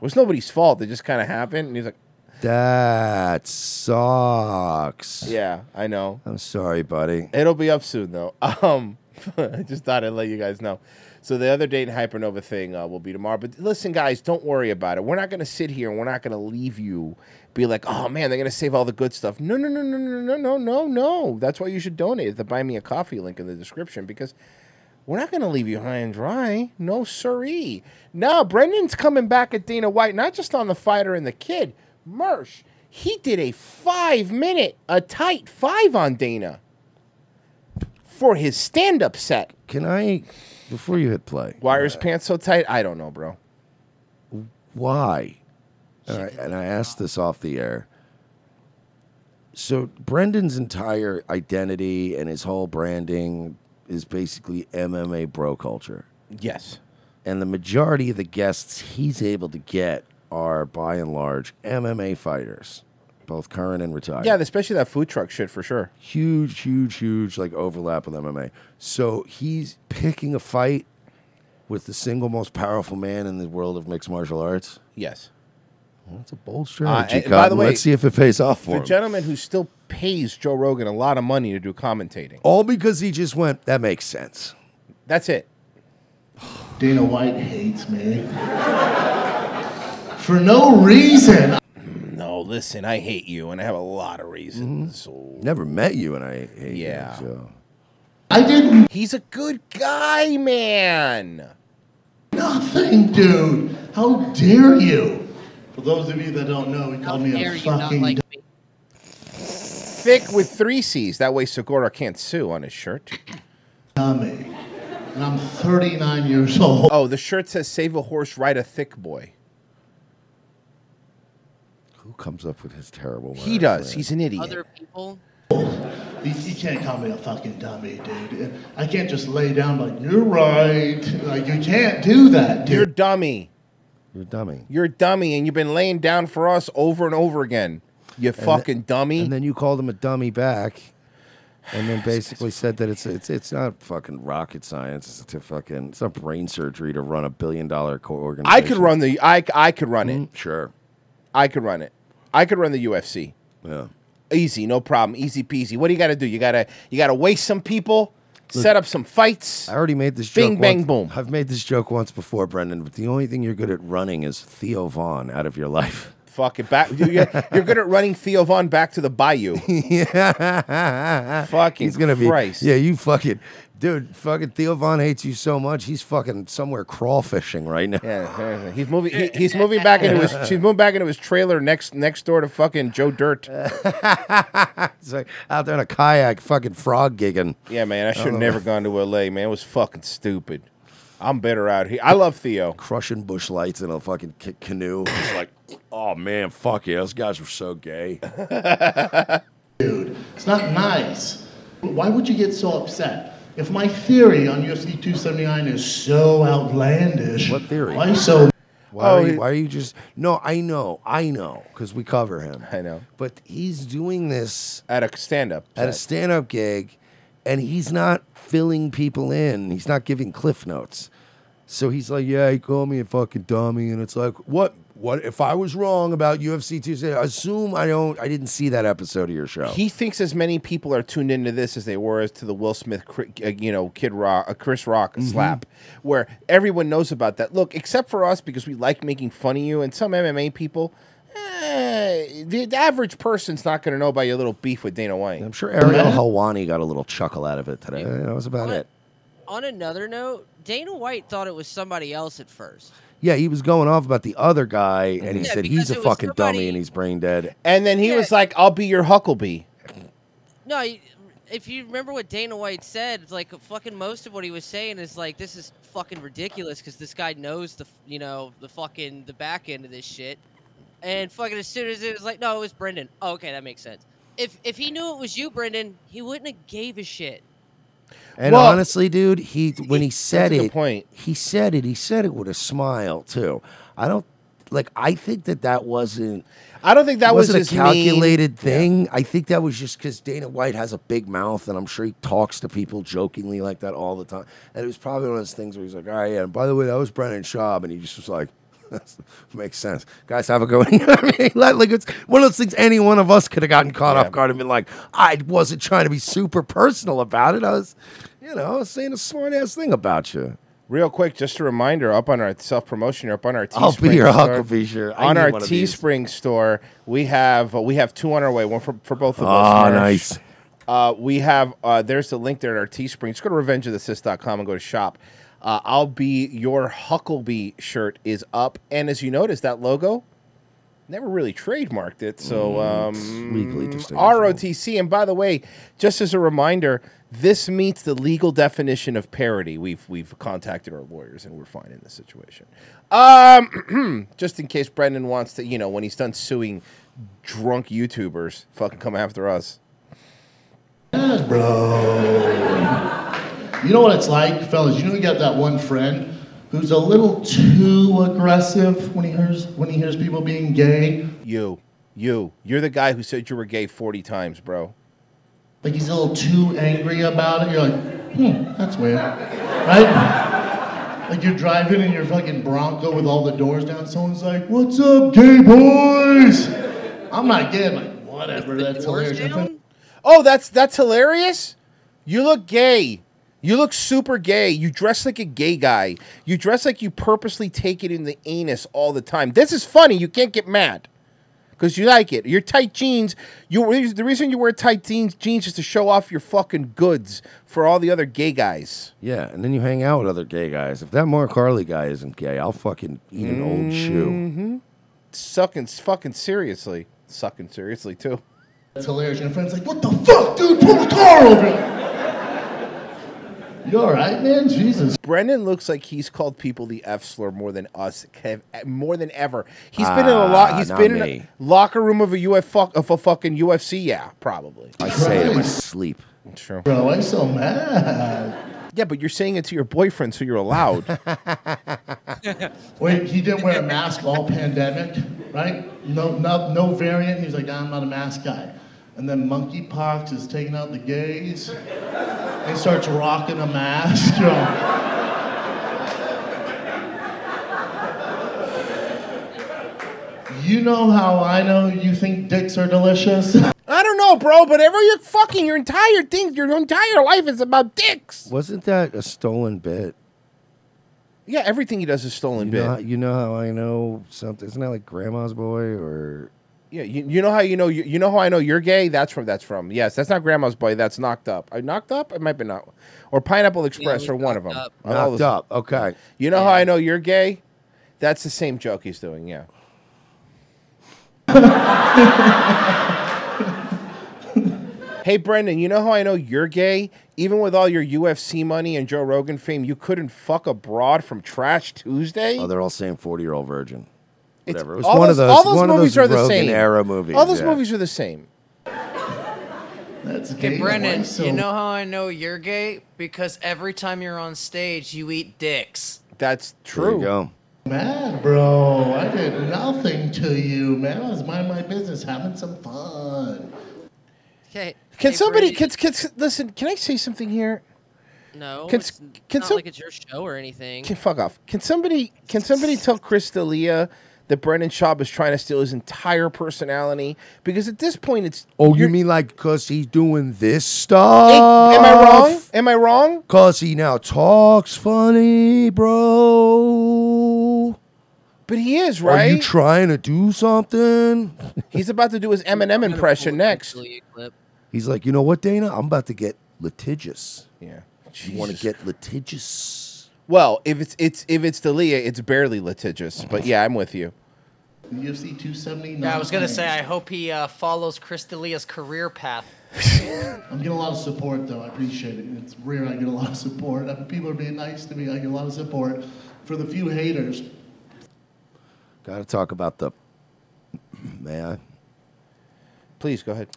Speaker 6: was nobody's fault. It just kind of happened. And he's like,
Speaker 3: That sucks.
Speaker 6: yeah, I know.
Speaker 3: I'm sorry, buddy.
Speaker 6: It'll be up soon though. Um, I just thought I'd let you guys know. So the other Dayton Hypernova thing uh, will be tomorrow. But listen, guys, don't worry about it. We're not gonna sit here and we're not gonna leave you. Be like, oh man, they're gonna save all the good stuff. No, no, no, no, no, no, no, no, no. That's why you should donate at the Buy Me a Coffee link in the description because we're not gonna leave you high and dry. No, siree. Now Brendan's coming back at Dana White, not just on the fighter and the kid. Mersh, he did a five minute, a tight five on Dana for his stand up set.
Speaker 3: Can I, before you hit play,
Speaker 6: Why are his pants so tight? I don't know, bro.
Speaker 3: why? All right, and I asked this off the air. So Brendan's entire identity and his whole branding is basically MMA bro culture.
Speaker 6: Yes.
Speaker 3: And the majority of the guests he's able to get are by and large MMA fighters, both current and retired.
Speaker 6: Yeah, especially that food truck shit for sure.
Speaker 3: huge, huge, huge like overlap with MMA. So he's picking a fight with the single most powerful man in the world of mixed martial arts.
Speaker 6: Yes. Uh,
Speaker 3: that's a bold strategy, Cotton. Let's see if it pays off for
Speaker 6: the
Speaker 3: him.
Speaker 6: gentleman who still pays Joe Rogan a lot of money to do commentating.
Speaker 3: All because he just went, that makes sense.
Speaker 6: That's it.
Speaker 7: Dana White hates me. For no reason.
Speaker 6: No, listen, I hate you, and I have a lot of reasons.
Speaker 3: Mm-hmm. Never met you, and I hate
Speaker 6: yeah.
Speaker 3: you. So.
Speaker 7: I didn't.
Speaker 6: He's a good guy, man.
Speaker 7: Nothing, dude. How dare you? For those of you that don't know, he called me a fucking. d-
Speaker 6: thick with three C's. That way Segura can't sue on his shirt.
Speaker 7: Tommy. And I'm 39 years old.
Speaker 6: Oh, the shirt says "Save a horse, ride a thick boy."
Speaker 3: Who comes up with his terrible words?
Speaker 6: He does. He's an idiot.
Speaker 9: Other people.
Speaker 7: You, you can't call me a fucking dummy, dude. I can't just lay down like, you're right. Like, you can't do that, dude.
Speaker 6: You're dummy.
Speaker 3: You're a dummy.
Speaker 6: You're a dummy, and you've been laying down for us over and over again. You
Speaker 3: And
Speaker 6: fucking
Speaker 3: th-
Speaker 6: dummy.
Speaker 3: And then you called him a dummy back, and then basically said that it's it's it's not fucking rocket science. It's a fucking it's not brain surgery to run a billion dollar co-
Speaker 6: I
Speaker 3: organization.
Speaker 6: could run the. I I could run it.
Speaker 3: Mm, Sure.
Speaker 6: I could run it. I could run the UFC.
Speaker 3: Yeah.
Speaker 6: Easy, no problem. Easy peasy. What do you got to do? You gotta you gotta waste some people, set up some fights.
Speaker 3: I already made this joke.
Speaker 6: Bing bang boom.
Speaker 3: once- I've made this joke once before, Brendan. But the only thing you're good at running is Theo Vaughn out of your life.
Speaker 6: Fuck it back. You're, you're good at running Theo Von back to the bayou.
Speaker 3: yeah.
Speaker 6: Fucking
Speaker 3: He's gonna be
Speaker 6: Christ.
Speaker 3: yeah. You fucking dude. Fucking Theo Vaughn hates you so much. He's fucking somewhere crawfishing right now.
Speaker 6: Yeah, he's moving. He, he's moving back into his. She's moving back into his trailer next next door to fucking Joe Dirt.
Speaker 3: It's like out there in a kayak, fucking frog gigging.
Speaker 6: Yeah, man, I should have
Speaker 3: Oh.
Speaker 6: never gone to L.A. Man, it was fucking stupid. I'm better out here. I love Theo.
Speaker 3: Crushing bush lights in a fucking ca- canoe. It's like, oh man, fuck yeah, those guys were so gay.
Speaker 7: It's not nice. Why would you get so upset? If my theory on UFC 279 is so outlandish, what
Speaker 3: theory?
Speaker 7: Why so? Oh,
Speaker 3: Why, are you, why are you just? No, I know, I know, because we cover him. I know, but he's doing this
Speaker 6: at a stand-up
Speaker 3: at a
Speaker 6: set.
Speaker 3: stand-up gig, and he's not filling people in. He's not giving cliff notes. So he's like, "Yeah, he called me a fucking dummy," and it's like, "What? What? If I was wrong about UFC Tuesday, assume I don't. I didn't see that episode of your show."
Speaker 6: He thinks as many people are tuned into this as they were as to the Will Smith, Cri- uh, you know, Kid Rock, uh, Chris Rock
Speaker 3: Mhm.
Speaker 6: slap, where everyone knows about that. Look, except for us because we like making fun of you and some MMA people. eh, the the average person's not going to know about your little beef with Dana White. I'm
Speaker 3: sure Ariel Helwani got a little chuckle out of it today. That was about it.
Speaker 9: On another note, Dana White thought it was somebody else at first.
Speaker 3: Yeah, he was going off about the other guy, and he
Speaker 9: Yeah,
Speaker 3: said
Speaker 9: because
Speaker 3: he's a
Speaker 9: it was
Speaker 3: fucking dummy
Speaker 9: somebody-
Speaker 3: and he's brain dead.
Speaker 6: And then he was like, "I'll be your Huckleby."
Speaker 9: No, you- if you remember what Dana White said, like fucking most of what he was saying is like, this is fucking ridiculous because this guy knows the f- you know the fucking the back end of this shit, and fucking as soon as it was like, no, it was Brendan. Oh, okay, that makes sense. If if he knew it was you, Brendan, he wouldn't have gave a shit.
Speaker 3: And
Speaker 6: Well-
Speaker 3: honestly, dude, he when he said
Speaker 6: a good
Speaker 3: it, he said it. He said it with a smile too. I don't like. I think that that wasn't.
Speaker 6: I don't think that was
Speaker 3: wasn't
Speaker 6: his
Speaker 3: a
Speaker 6: mean-
Speaker 3: calculated thing. I think that was just because Dana White has a big mouth, and I'm sure he talks to people jokingly like that all the time. And it was probably one of those things where he's like, "All right, yeah." And by the way, that was Brendan Schaub, and he just was like. Makes sense, guys. Have a go. You know what I mean? Like, like it's one of those things. Any one of us could have gotten caught off guard and been like, "I wasn't trying to be super personal about it. I was, you know, I was saying a smart ass thing about you."
Speaker 6: Real quick, just a reminder up on our self promotion, up on our Teespring
Speaker 3: I'll be your
Speaker 6: store-
Speaker 3: Huckabee shirt. I
Speaker 6: On
Speaker 3: need
Speaker 6: our
Speaker 3: one of these.
Speaker 6: Teespring store, we have uh, we have two on our way, one for, for both of
Speaker 3: Ah,
Speaker 6: us. merch.
Speaker 3: nice.
Speaker 6: Uh, we have uh, there's the link there at our Teespring. Just go to revengeofthesist.com and go to shop. Uh, I'll be your Huckleby shirt is up, and as you notice, that logo never really trademarked it. So
Speaker 3: Mm,
Speaker 6: um,
Speaker 3: it's legally distinguishable.
Speaker 6: ROTC. And by the way, just as a reminder, this meets the legal definition of parody. We've we've contacted our lawyers, and we're fine in this situation. Um, just in case Brendan wants to, you know, when he's done suing drunk YouTubers, fucking come after us.
Speaker 7: Bro. You know what it's like, fellas? You know you got that one friend who's a little too aggressive when he hears when he hears people being gay.
Speaker 6: You, you, you're the guy who said you were gay forty times, bro.
Speaker 7: Like he's a little too angry about it. You're like, hmm, that's weird. Right? Like you're driving in your fucking Bronco with all the doors down, someone's like, What's up, gay boys? I'm not gay. I'm like, whatever, that's hilarious.
Speaker 6: Oh, that's that's hilarious. You look gay. You look super gay. You dress like a gay guy. You dress like you purposely take it in the anus all the time. This is funny. You can't get mad because you like it. Your tight jeans. You the reason you wear tight jeans jeans is to show off your fucking goods for all the other gay guys.
Speaker 3: Yeah, and then you hang out with other gay guys. If that Mark Harley guy isn't gay, I'll fucking eat an old shoe.
Speaker 6: Mm-hmm. Mhm. Sucking, fucking seriously. Sucking seriously too.
Speaker 7: It's hilarious. Your friend's like, what the fuck, dude? Pull the car over. You all right, man? Jesus.
Speaker 6: Brendan looks like he's called people the F slur more than us, Kev, eh, more than ever. He's been in a lot.
Speaker 3: Ah,
Speaker 6: He's
Speaker 3: not
Speaker 6: been in
Speaker 3: me.
Speaker 6: a locker room of a UF fuck, of a fucking UFC. Yeah, probably.
Speaker 3: I say it in my sleep.
Speaker 6: True.
Speaker 7: Bro, I'm so mad.
Speaker 6: Yeah, but you're saying it to your boyfriend, so you're allowed.
Speaker 7: Wait, he didn't wear a mask all pandemic, right? No, no, no variant. He's like, I'm not a mask guy. And then monkeypox is taking out the gays. He starts rocking a mask. you know. You know how I know you think dicks are delicious?
Speaker 6: I don't know, bro, but ever you're fucking your entire thing, your entire life is about dicks.
Speaker 3: Wasn't that a stolen bit?
Speaker 6: Yeah, everything he does is stolen
Speaker 3: You
Speaker 6: bit.
Speaker 3: know, how- you know how I know something? Isn't that like Grandma's Boy or
Speaker 6: yeah, you, you know how you know you, you know how I know you're gay. That's from that's from. Yes, that's not Grandma's boy. That's knocked up. I knocked up. It might be not or Pineapple Express or one of them.
Speaker 3: Knocked Up.
Speaker 6: All those-
Speaker 3: Knocked Up, okay.
Speaker 6: You know how I know you're gay? That's the same joke he's doing. Yeah. Hey Brendan, you know how I know you're gay? Even with all your UFC money and Joe Rogan fame, you couldn't fuck a broad from Trash Tuesday.
Speaker 3: Oh, they're all saying 40 year old virgin.
Speaker 6: It's-
Speaker 3: Whatever. It was
Speaker 6: all
Speaker 3: one
Speaker 6: those-
Speaker 3: of those,
Speaker 6: all those
Speaker 3: one
Speaker 6: movies
Speaker 3: of those
Speaker 6: are the
Speaker 3: Rogan
Speaker 6: same.
Speaker 3: era movies.
Speaker 6: all those
Speaker 3: yeah.
Speaker 6: movies are the same.
Speaker 7: That's
Speaker 18: Okay,
Speaker 7: gay,
Speaker 18: Brendan,
Speaker 7: why so-
Speaker 18: you know how I know you're gay? Because every time you're on stage, you eat dicks.
Speaker 6: That's
Speaker 3: There you go.
Speaker 7: Mad, bro. I did nothing to you, man. I was minding my business, having some fun.
Speaker 9: Okay.
Speaker 6: Can somebody can, can listen? Can I say something here?
Speaker 9: No,
Speaker 6: Can-
Speaker 9: it's
Speaker 6: can
Speaker 9: not
Speaker 6: some-
Speaker 9: like it's your show or anything.
Speaker 6: Can fuck off. Can somebody can somebody tell Chris D'Elia that Brendan Schaub is trying to steal his entire personality? Because at this point, it's
Speaker 3: Oh, you mean like because he's doing this
Speaker 6: Hey,
Speaker 3: stuff?
Speaker 6: am I wrong? Am I wrong?
Speaker 3: Because he now talks funny, bro.
Speaker 6: But he is
Speaker 3: Are you
Speaker 6: right.
Speaker 3: trying to do something?
Speaker 6: He's about to do his Eminem impression next.
Speaker 3: He's like, you know what, Dana? I'm about to get litigious.
Speaker 6: Yeah.
Speaker 3: You want to
Speaker 6: Jesus
Speaker 3: get litigious?
Speaker 6: Well, if it's it's if it's D'Elia, it's barely litigious. But yeah, I'm with you.
Speaker 7: UFC 279.
Speaker 18: Yeah, I was gonna say I hope he uh, follows Chris D'Elia's career path.
Speaker 7: I'm getting a lot of support, though. I appreciate it. It's rare I get a lot of support. I mean, people are being nice to me. I get a lot of support. For the few haters,
Speaker 3: Got to talk about the. May I?
Speaker 6: Please go ahead.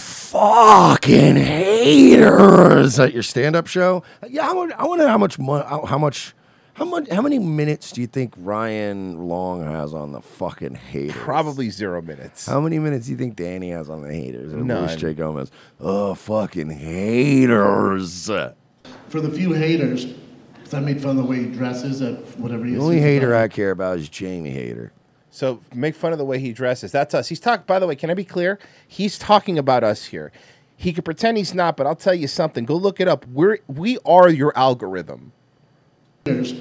Speaker 3: Fucking haters at your stand-up show. Yeah, I wonder, I wonder how much money, how much, how much, how many minutes do you think Ryan Long has on the fucking haters?
Speaker 6: Probably zero minutes.
Speaker 3: How many minutes do you think Danny has on the haters? Or Luis
Speaker 6: None.
Speaker 3: J. Gomez. Oh, fucking haters. The
Speaker 7: for the few haters, 'cause I made fun of the way he dresses at whatever he is.
Speaker 3: only
Speaker 7: He's
Speaker 3: hater I care about is Jamie Hater.
Speaker 6: So make fun of the way he dresses. That's us. He's talking. By the way, can I be clear? He's talking about us here. He could pretend he's not, but I'll tell you something. Go look it up. We're we are your algorithm.
Speaker 7: haters,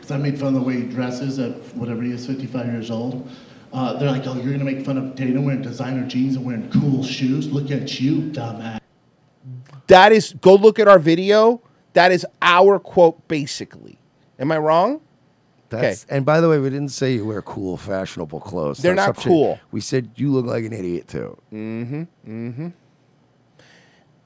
Speaker 7: 'cause I made fun of the way he dresses at whatever he is, 55 years old. Uh, they're like, oh, you're going to make fun of Dana wearing designer jeans and wearing cool shoes? Look at you, dumbass.
Speaker 6: That is. Go look at our video. That is our quote, basically. Am I wrong?
Speaker 3: That's, And by the way, we didn't say you wear cool, fashionable clothes.
Speaker 6: They're
Speaker 3: That's
Speaker 6: not
Speaker 3: up to you.
Speaker 6: cool.
Speaker 3: We said you look like an idiot too.
Speaker 6: Mm-hmm. Mm-hmm.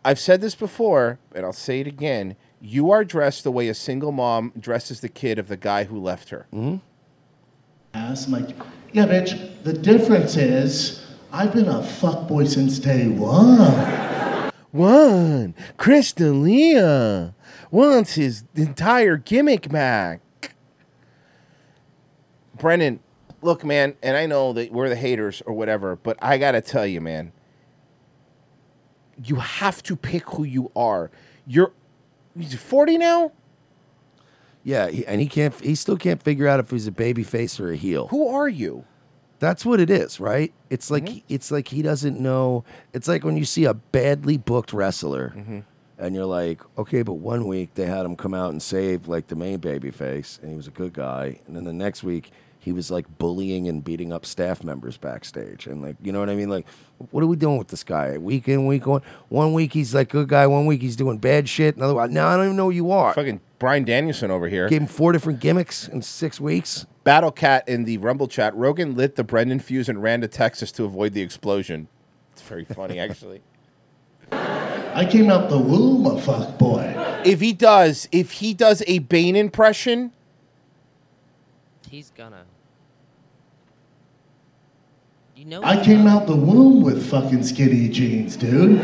Speaker 6: I've said this before, and I'll say it again. You are dressed the way a single mom dresses the kid of the guy who left her. Mm-hmm.
Speaker 7: I'm like, yeah, bitch. The difference is I've been a fuckboy since day one.
Speaker 6: One, Chris D'Elia wants his entire gimmick back. Brennan, look, man, and I know that we're the haters or whatever, but I gotta tell you, man, you have to pick who you are. You're he's 40 now?
Speaker 3: Yeah, he, and he can't. He still can't figure out if he's a baby face or a heel.
Speaker 6: Who are you? Mm-hmm.
Speaker 3: That's what it is, right? It's like it's like he doesn't know. It's like when you see a badly booked wrestler, and you're like, okay, but one week they had him come out and save like the main baby face, and he was a good guy, and then the next week he was like bullying and beating up staff members backstage, and like you know what I mean? Like, what are we doing with this guy? Week in, week on. One week he's like good guy, one week he's doing bad shit, another. Uh, Now I don't even know who you are.
Speaker 6: Fucking Brian Danielson over here.
Speaker 3: Gave him four different gimmicks in six weeks.
Speaker 6: Battle Cat in the Rumble chat. Rogan lit the Brendan fuse and ran to Texas to avoid the explosion. very funny, actually.
Speaker 7: I came out the womb a fuck boy.
Speaker 6: If he does, if he does a Bane impression,
Speaker 9: He's gonna. You know.
Speaker 7: I
Speaker 9: he-
Speaker 7: came out the womb with fucking skinny jeans, dude.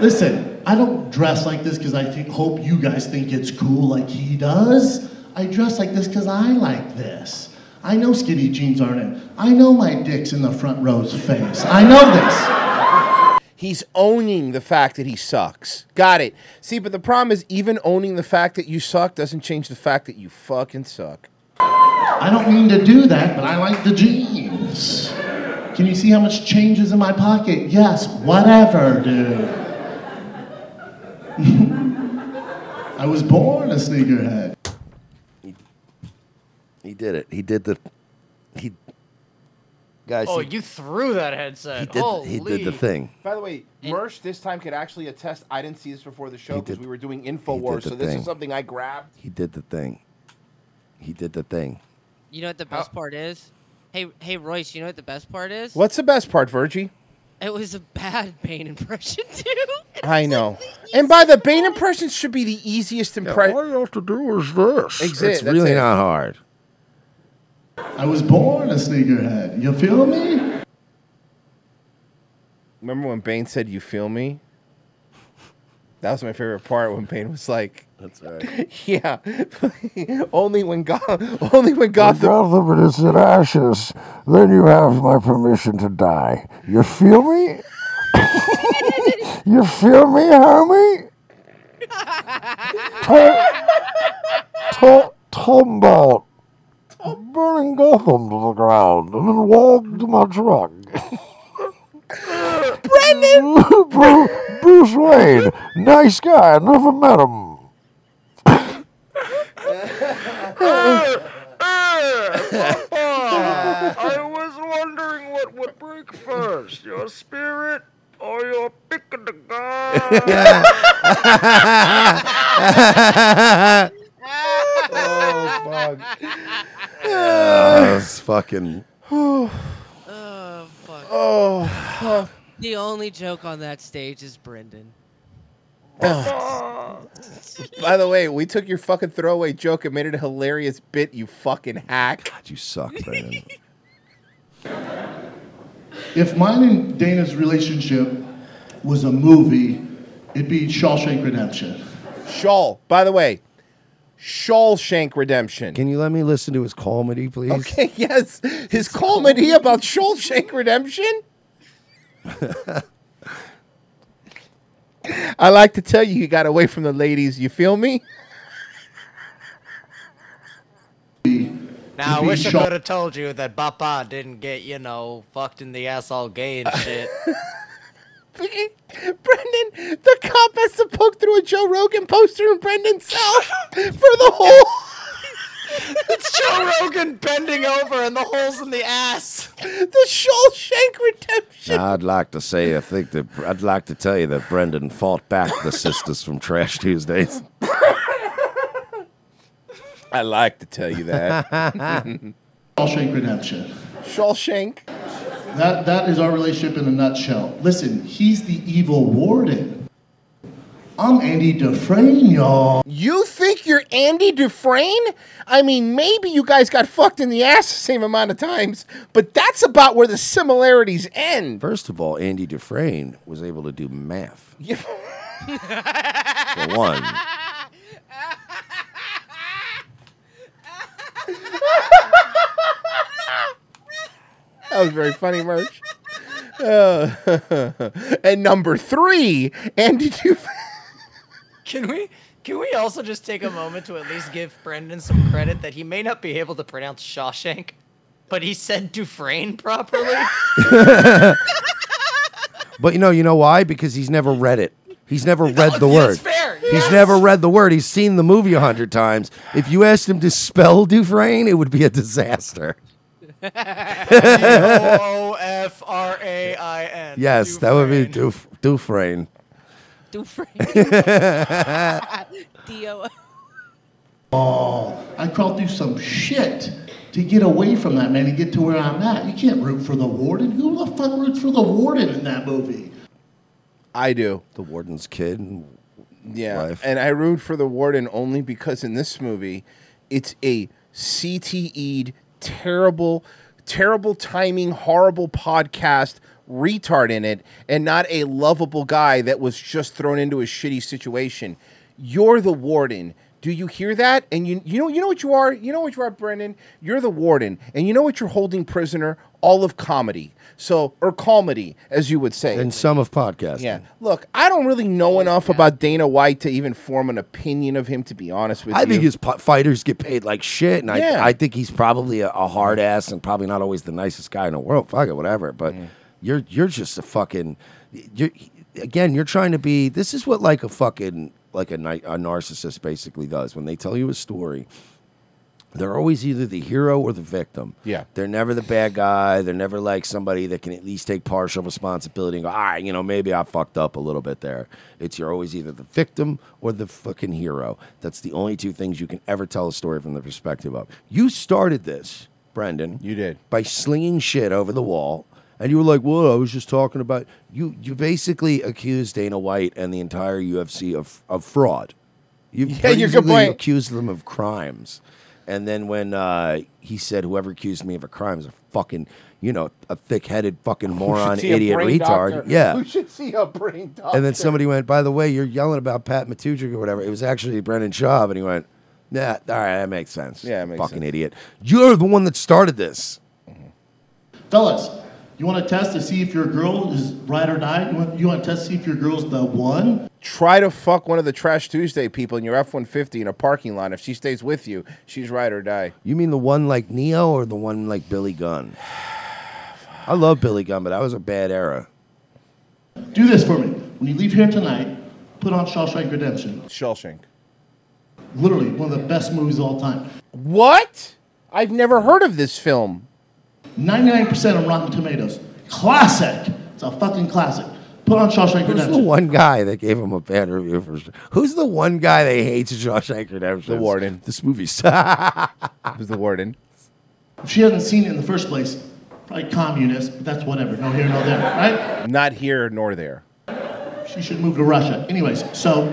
Speaker 7: Listen, I don't dress like this because I think, hope you guys think it's cool like he does. I dress like this because I like this. I know skinny jeans aren't in. I know my dick's in the front row's face. I know this.
Speaker 6: he's owning the fact that he sucks. Got it. See, but the problem is, even owning the fact that you suck doesn't change the fact that you fucking suck.
Speaker 7: I don't mean to do that, but I like the jeans. Can you see how much change is in my pocket? Yes, whatever, dude. I was born a sneakerhead.
Speaker 3: He did it. He did the. He. Guys,
Speaker 18: oh,
Speaker 3: he-
Speaker 18: you threw that headset.
Speaker 3: he did the- he did the
Speaker 6: Holy.
Speaker 3: thing.
Speaker 6: By the way, Mersh this time could actually attest. I didn't see this before the show because we were doing Infowars,
Speaker 3: the
Speaker 6: so this
Speaker 3: thing.
Speaker 6: is something I grabbed.
Speaker 3: he did the thing. He did the thing.
Speaker 9: You know what the best part is? Hey, hey, Royce. You know what the best part is?
Speaker 6: What's the best part, Virgie?
Speaker 9: It was a bad Bane impression too.
Speaker 6: I know. And by the Bane impression should be the easiest impression.
Speaker 3: all you have to do is this.
Speaker 6: Exit,
Speaker 3: It's
Speaker 6: that's
Speaker 3: really
Speaker 6: it.
Speaker 3: not hard.
Speaker 7: I was born a sneakerhead. You feel me?
Speaker 6: Remember when Bane said, "You feel me"? That was my favorite part when Bane was like,
Speaker 3: "That's right."
Speaker 6: yeah, only when God, only when Gotham.
Speaker 8: Gotham is in ashes. Then you have my permission to die. You feel me? you feel me, homie? Tom, Tom, Tombolt. Burning Gotham to the ground and then walk to my truck. Brendan! Bruce, Bruce Wayne, nice guy, never met him.
Speaker 15: I was wondering what would break first, your spirit or your pick of the god.
Speaker 6: oh fuck!
Speaker 3: Uh, it's fucking.
Speaker 9: oh fuck.
Speaker 6: Oh. fuck.
Speaker 9: The only joke on that stage is Brendan.
Speaker 6: By the way, we took your fucking throwaway joke and made it a hilarious bit. You fucking hack. God,
Speaker 3: you suck, man.
Speaker 7: If mine and Dana's relationship was a movie, it'd be Shawshank Redemption.
Speaker 6: Shawl. By the way, Shawshank Redemption.
Speaker 3: Can you let me listen to his comedy, please?
Speaker 6: Okay, yes, his comedy about Shawshank Redemption. I like to tell you, you got away from the ladies. You feel me?
Speaker 18: Now I
Speaker 6: Be
Speaker 18: wish I
Speaker 6: shocked.
Speaker 18: could have told you that Papa didn't get you know fucked in the ass all gay and shit.
Speaker 6: Brendan, the cop has to poke through a Joe Rogan poster in Brendan's cell for the whole.
Speaker 15: it's Joe Rogan bending over and the holes in the ass.
Speaker 6: The Shawshank Redemption.
Speaker 3: Now, I'd like to say, I think that I'd like to tell you that Brendan fought back the sisters from Trash Tuesdays.
Speaker 6: I like to tell you that.
Speaker 7: Shawshank Redemption.
Speaker 6: Shawshank.
Speaker 7: That, that is our relationship in a nutshell. Listen, he's the evil warden. I'm Andy Dufresne, y'all.
Speaker 6: You think you're Andy Dufresne? I mean, maybe you guys got fucked in the ass the same amount of times, but that's about where the similarities end.
Speaker 3: First of all, Andy Dufresne was able to do math. For one.
Speaker 6: That was very funny, merch. Uh, and number three, Andy Dufresne.
Speaker 18: Can we can we also just take a moment to at least give Brendan some credit that he may not be able to pronounce Shawshank, but he said Dufresne properly?
Speaker 3: but you know, you know why? Because he's never read it. He's never read the word.
Speaker 18: fair,
Speaker 3: He's never read the word. He's seen the movie a hundred times. If you asked him to spell Dufresne, it would be a disaster.
Speaker 15: O F R A I N.
Speaker 3: Yes, that would be Duf- Dufresne.
Speaker 7: Oh, I crawled through some shit to get away from that man and get to where I'm at. You can't root for the warden. Who the fuck roots for the warden in that movie?
Speaker 6: I do.
Speaker 3: The warden's kid.
Speaker 6: Yeah. And I root for the warden only because in this movie, it's a CTE'd, terrible, terrible timing, horrible podcast retard in it, and not a lovable guy that was just thrown into a shitty situation. You're the warden. Do you hear that? And you you know you know what you are? You know what you are, Brendan? You're the warden. And you know what you're holding prisoner? All of comedy. So or comedy, as you would say.
Speaker 3: And some of podcasting.
Speaker 6: Yeah. Look, I don't really know enough about Dana White to even form an opinion of him, to be honest with
Speaker 3: I
Speaker 6: you.
Speaker 3: think his po- fighters get paid like shit, and
Speaker 6: Yeah.
Speaker 3: I, I think he's probably a, a hard ass and probably not always the nicest guy in the world. Fuck it, whatever. But you're you're just a fucking. You're, again, you're trying to be. This is what like a fucking like a, ni- a narcissist basically does when they tell you a story. They're always either the hero or the victim.
Speaker 6: Yeah.
Speaker 3: They're never the bad guy. They're never like somebody that can at least take partial responsibility and go, all right, you know, maybe I fucked up a little bit there. It's you're always either the victim or the fucking hero. That's the only two things you can ever tell a story from the perspective of. You started this, Brendan.
Speaker 6: You did.
Speaker 3: By slinging shit over the wall. And you were like, "Whoa!" I was just talking about you. You basically accused Dana White and the entire UFC of of fraud. You
Speaker 6: Yeah, you're
Speaker 3: basically
Speaker 6: complaining.
Speaker 3: accused them of crimes. And then when uh, he said, "Whoever accused me of a crime is a fucking, you know, a thick-headed fucking moron,
Speaker 6: see a
Speaker 3: idiot,
Speaker 6: brain
Speaker 3: retard,"
Speaker 6: doctor.
Speaker 3: yeah.
Speaker 6: Who should see a brain doctor?
Speaker 3: And then somebody went, "By the way, you're yelling about Pat Matujic or whatever." It was actually Brendan Schaub, and he went, "Nah, all right, that makes sense. Yeah,
Speaker 6: makes
Speaker 3: fucking idiot. You're the one that started this."
Speaker 7: Fellas, you want to test to see if your girl is ride or die? You want, you want to test to see if your girl's the one?
Speaker 6: Try to fuck one of the Trash Tuesday people in your F one fifty in a parking lot. If she stays with you, she's ride or die.
Speaker 3: You mean the one like Neo or the one like Billy Gunn? I love Billy Gunn, but that was a bad era.
Speaker 7: Do this for me. When you leave here tonight, put on Shawshank Redemption.
Speaker 6: Shawshank.
Speaker 7: Literally one of the best movies of all time.
Speaker 6: What? I've never heard of this film.
Speaker 7: 99% on Rotten Tomatoes. Classic. It's a fucking classic. Put on Shawshank
Speaker 3: Who's
Speaker 7: Redemption.
Speaker 3: the one guy that gave him a bad review for? Who's the one guy they hates in Shawshank Redemption? The warden. This movie sucks.
Speaker 6: was the warden.
Speaker 7: If she hasn't seen it in the first place, probably communist, but that's whatever. No here, no there, right?
Speaker 6: Not here nor there.
Speaker 7: She should move to Russia. Anyways, so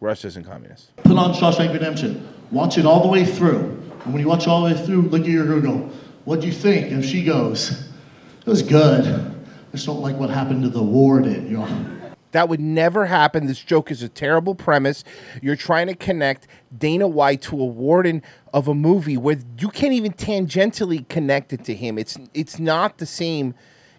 Speaker 6: Russia's and communist.
Speaker 7: put on Shawshank Redemption. Watch it all the way through. And when you watch all the way through, look at your girl. and go, What'd you think? And she goes, It was good. I just don't like what happened to the warden, y'all.
Speaker 6: That would never happen. This joke is a terrible premise. You're trying to connect Dana White to a warden of a movie where you can't even tangentially connect it to him. It's it's not the same.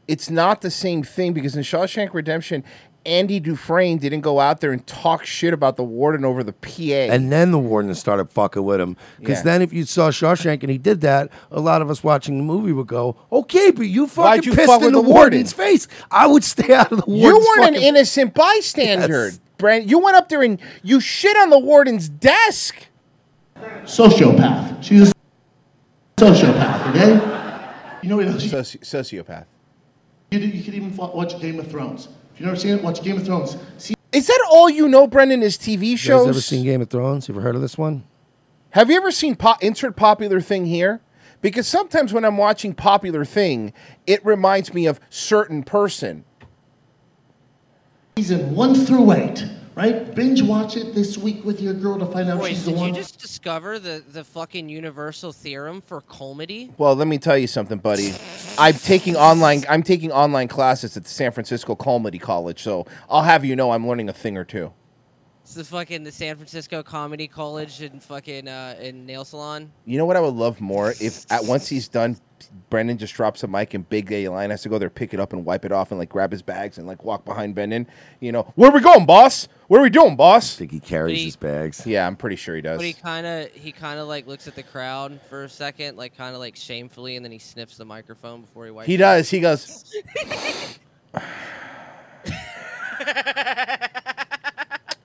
Speaker 6: It's not the same thing because in Shawshank Redemption, Andy Dufresne didn't go out there and talk shit about the warden over the PA.
Speaker 3: And then the warden started fucking with him. Because
Speaker 6: Yeah.
Speaker 3: then, if you saw Shawshank and he did that, a lot of us watching the movie would go, "Okay, but you fucking
Speaker 6: Why'd you
Speaker 3: pissed
Speaker 6: fuck
Speaker 3: in
Speaker 6: with
Speaker 3: the,
Speaker 6: the warden?"
Speaker 3: warden's face." I would stay out of the warden's.
Speaker 6: you weren't an
Speaker 3: fucking-
Speaker 6: innocent bystander, Brent. You went up there and you shit on the warden's desk.
Speaker 7: Sociopath. She's a sociopath, okay? You know what else?
Speaker 6: Soci- sociopath.
Speaker 7: You, do- you could even fo- watch Game of Thrones. If you've never seen it, watch Game of Thrones. See,
Speaker 6: Is that all you know, Brendan? Is TV
Speaker 3: You guys ever
Speaker 6: shows?
Speaker 3: seen Game of Thrones? You ever heard of this one?
Speaker 6: Have you ever seen po- insert popular thing here? Because sometimes when I'm watching popular thing, it reminds me of certain person.
Speaker 7: season one through eight, right? Binge watch it this week with your girl to find out if
Speaker 9: Wait,
Speaker 7: she's the
Speaker 9: did
Speaker 7: one.
Speaker 9: you just discover the, the fucking universal theorem for comedy?
Speaker 6: Well, let me tell you something, buddy. I'm taking online. I'm taking online classes at the San Francisco Comedy College, so I'll have you know I'm learning a thing or two.
Speaker 9: It's the fucking the San Francisco Comedy College and fucking uh, in nail salon.
Speaker 6: You know what I would love more if at once he's done, Brendan just drops a mic and Big Day Line has to go there, pick it up and wipe it off, and like grab his bags and like walk behind Brendan. You know, where we going, boss? Where we doing, boss? I
Speaker 3: think he carries his bags.
Speaker 6: Yeah, I'm pretty sure he does.
Speaker 9: But he kind of he kind of like looks at the crowd for a second, like kind of like shamefully, and then he sniffs the microphone before he wipes.
Speaker 6: He
Speaker 9: it.
Speaker 6: does. He goes.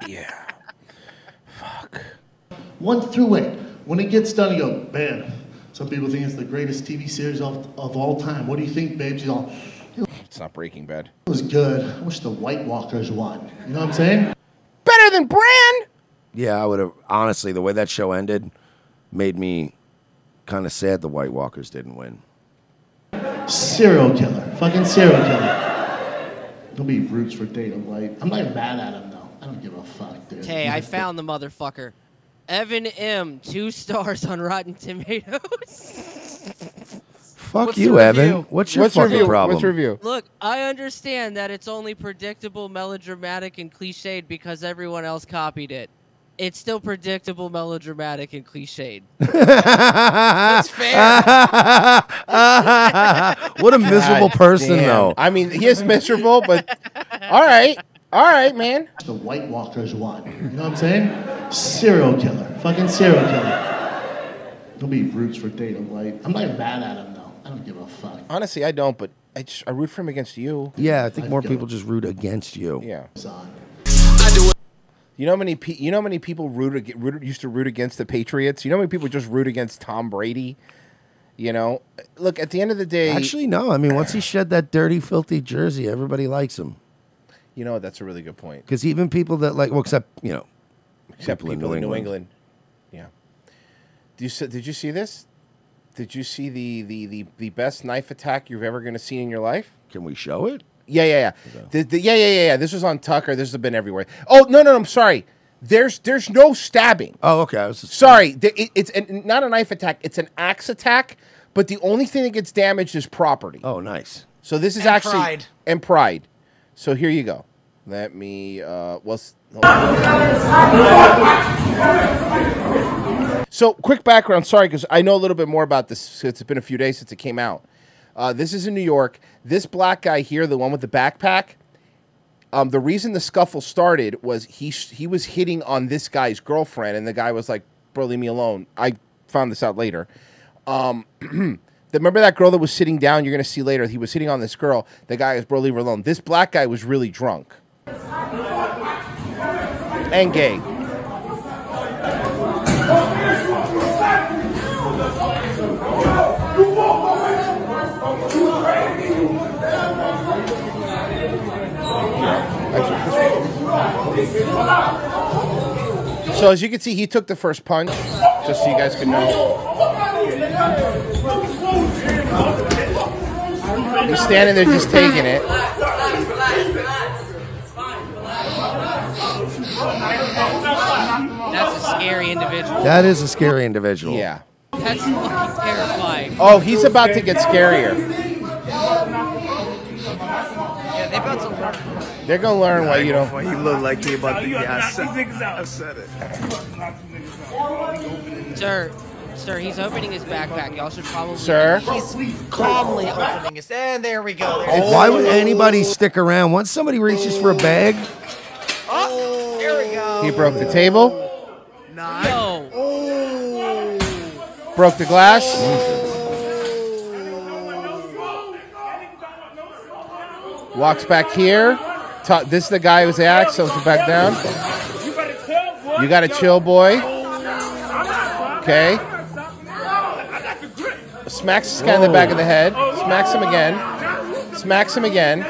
Speaker 6: yeah.
Speaker 7: One through eight. When it gets done, you go, man. Some people think it's the greatest TV series of, of all time. What do you think, babe? She's all,
Speaker 6: It's not Breaking Bad.
Speaker 7: it was good. I wish the White Walkers won. You know what I'm saying?
Speaker 6: Better than Bran.
Speaker 3: Yeah, I would have honestly. The way that show ended made me Kind of sad the White Walkers didn't win.
Speaker 7: Serial killer. Fucking serial killer. He'll be roots for Data White. I'm not even mad at him, though. I don't give a fuck, dude.
Speaker 9: Hey, I found the motherfucker. Evan M. Two stars on Rotten Tomatoes.
Speaker 3: Fuck
Speaker 6: What's
Speaker 3: you,
Speaker 6: the
Speaker 3: Evan.
Speaker 6: review?
Speaker 3: What's your
Speaker 6: What's
Speaker 3: fucking
Speaker 6: review?
Speaker 3: problem?
Speaker 6: What's review?
Speaker 9: Look, I understand that it's only predictable, melodramatic, and cliched because everyone else copied it. It's still predictable, melodramatic, and cliched.
Speaker 3: That's
Speaker 9: fair.
Speaker 3: what a miserable person, though.
Speaker 6: I mean, he is miserable, but all right, all right, man.
Speaker 7: The White Walkers won. You know what I'm saying? Serial killer. Fucking serial killer. He'll be roots for Data White. I'm not even mad at him, though. I don't give a fuck.
Speaker 6: Honestly, I don't, but I, just, I root for him against you.
Speaker 3: Yeah, I think more people just root against you.
Speaker 6: Yeah. You know how many pe- you know how many people root, ag- root used to root against the Patriots. You know how many people just root against Tom Brady. You know, look at the end of the day.
Speaker 3: Actually, no. I mean, once he shed that dirty, filthy jersey, everybody likes him.
Speaker 6: you know what? that's a really good point.
Speaker 3: Because even people that like, well, except you know,
Speaker 6: Except people, in New England. Yeah. Do you see, did you see this? Did you see the, the, the, the best knife attack you've ever going to see in your life?
Speaker 3: Can we show it?
Speaker 6: Yeah, yeah, yeah. The, the, yeah, yeah, yeah, yeah. This was on Tucker. This has been everywhere. Oh no, no, no. I'm sorry. There's there's no stabbing.
Speaker 3: Oh, okay. I was
Speaker 6: sorry. The- it- it's an, not a knife attack. It's an axe attack. But the only thing that gets damaged is property.
Speaker 3: Oh, nice.
Speaker 6: So this is
Speaker 23: And
Speaker 6: actually
Speaker 23: pride.
Speaker 6: and pride. So here you go. Let me. Uh, well, s- hold on. so quick background. Sorry, because I know a little bit more about this. so It's been a few days since it came out. Uh, this is in New York. This black guy here, the one with the backpack. Um, the reason the scuffle started was he sh- he was hitting on this guy's girlfriend, and the guy was like, "Bro, leave me alone." I found this out later. Um, the- remember that girl that was sitting down? You're gonna see later. He was hitting on this girl. The guy is, "Bro, leave her alone." This black guy was really drunk and gay. So as you can see, he took the first punch. Just so you guys can know, he's standing there just taking it.
Speaker 9: That's a scary individual.
Speaker 3: That is a scary individual.
Speaker 6: Yeah.
Speaker 9: That's fucking terrifying.
Speaker 6: Oh, he's about to get scarier.
Speaker 23: Yeah, they about to learn.
Speaker 6: They're gonna learn why you don't.
Speaker 23: He looked like he about
Speaker 9: to- yeah, I said-
Speaker 23: I said it.
Speaker 9: Sir, sir, he's opening his backpack. Y'all should probably.
Speaker 6: Sir?
Speaker 9: He's
Speaker 23: Calmly opening his. And there we go. There's-
Speaker 3: Why would anybody stick around? Once somebody reaches for a bag,
Speaker 23: Oh, there we go.
Speaker 6: He broke the table,
Speaker 23: No.
Speaker 6: broke the glass. Walks back here. Ta- this is the guy who's axe. So back down. You got to chill, boy. Okay. Smacks this guy in the back of the head. Smacks him again. Smacks him again.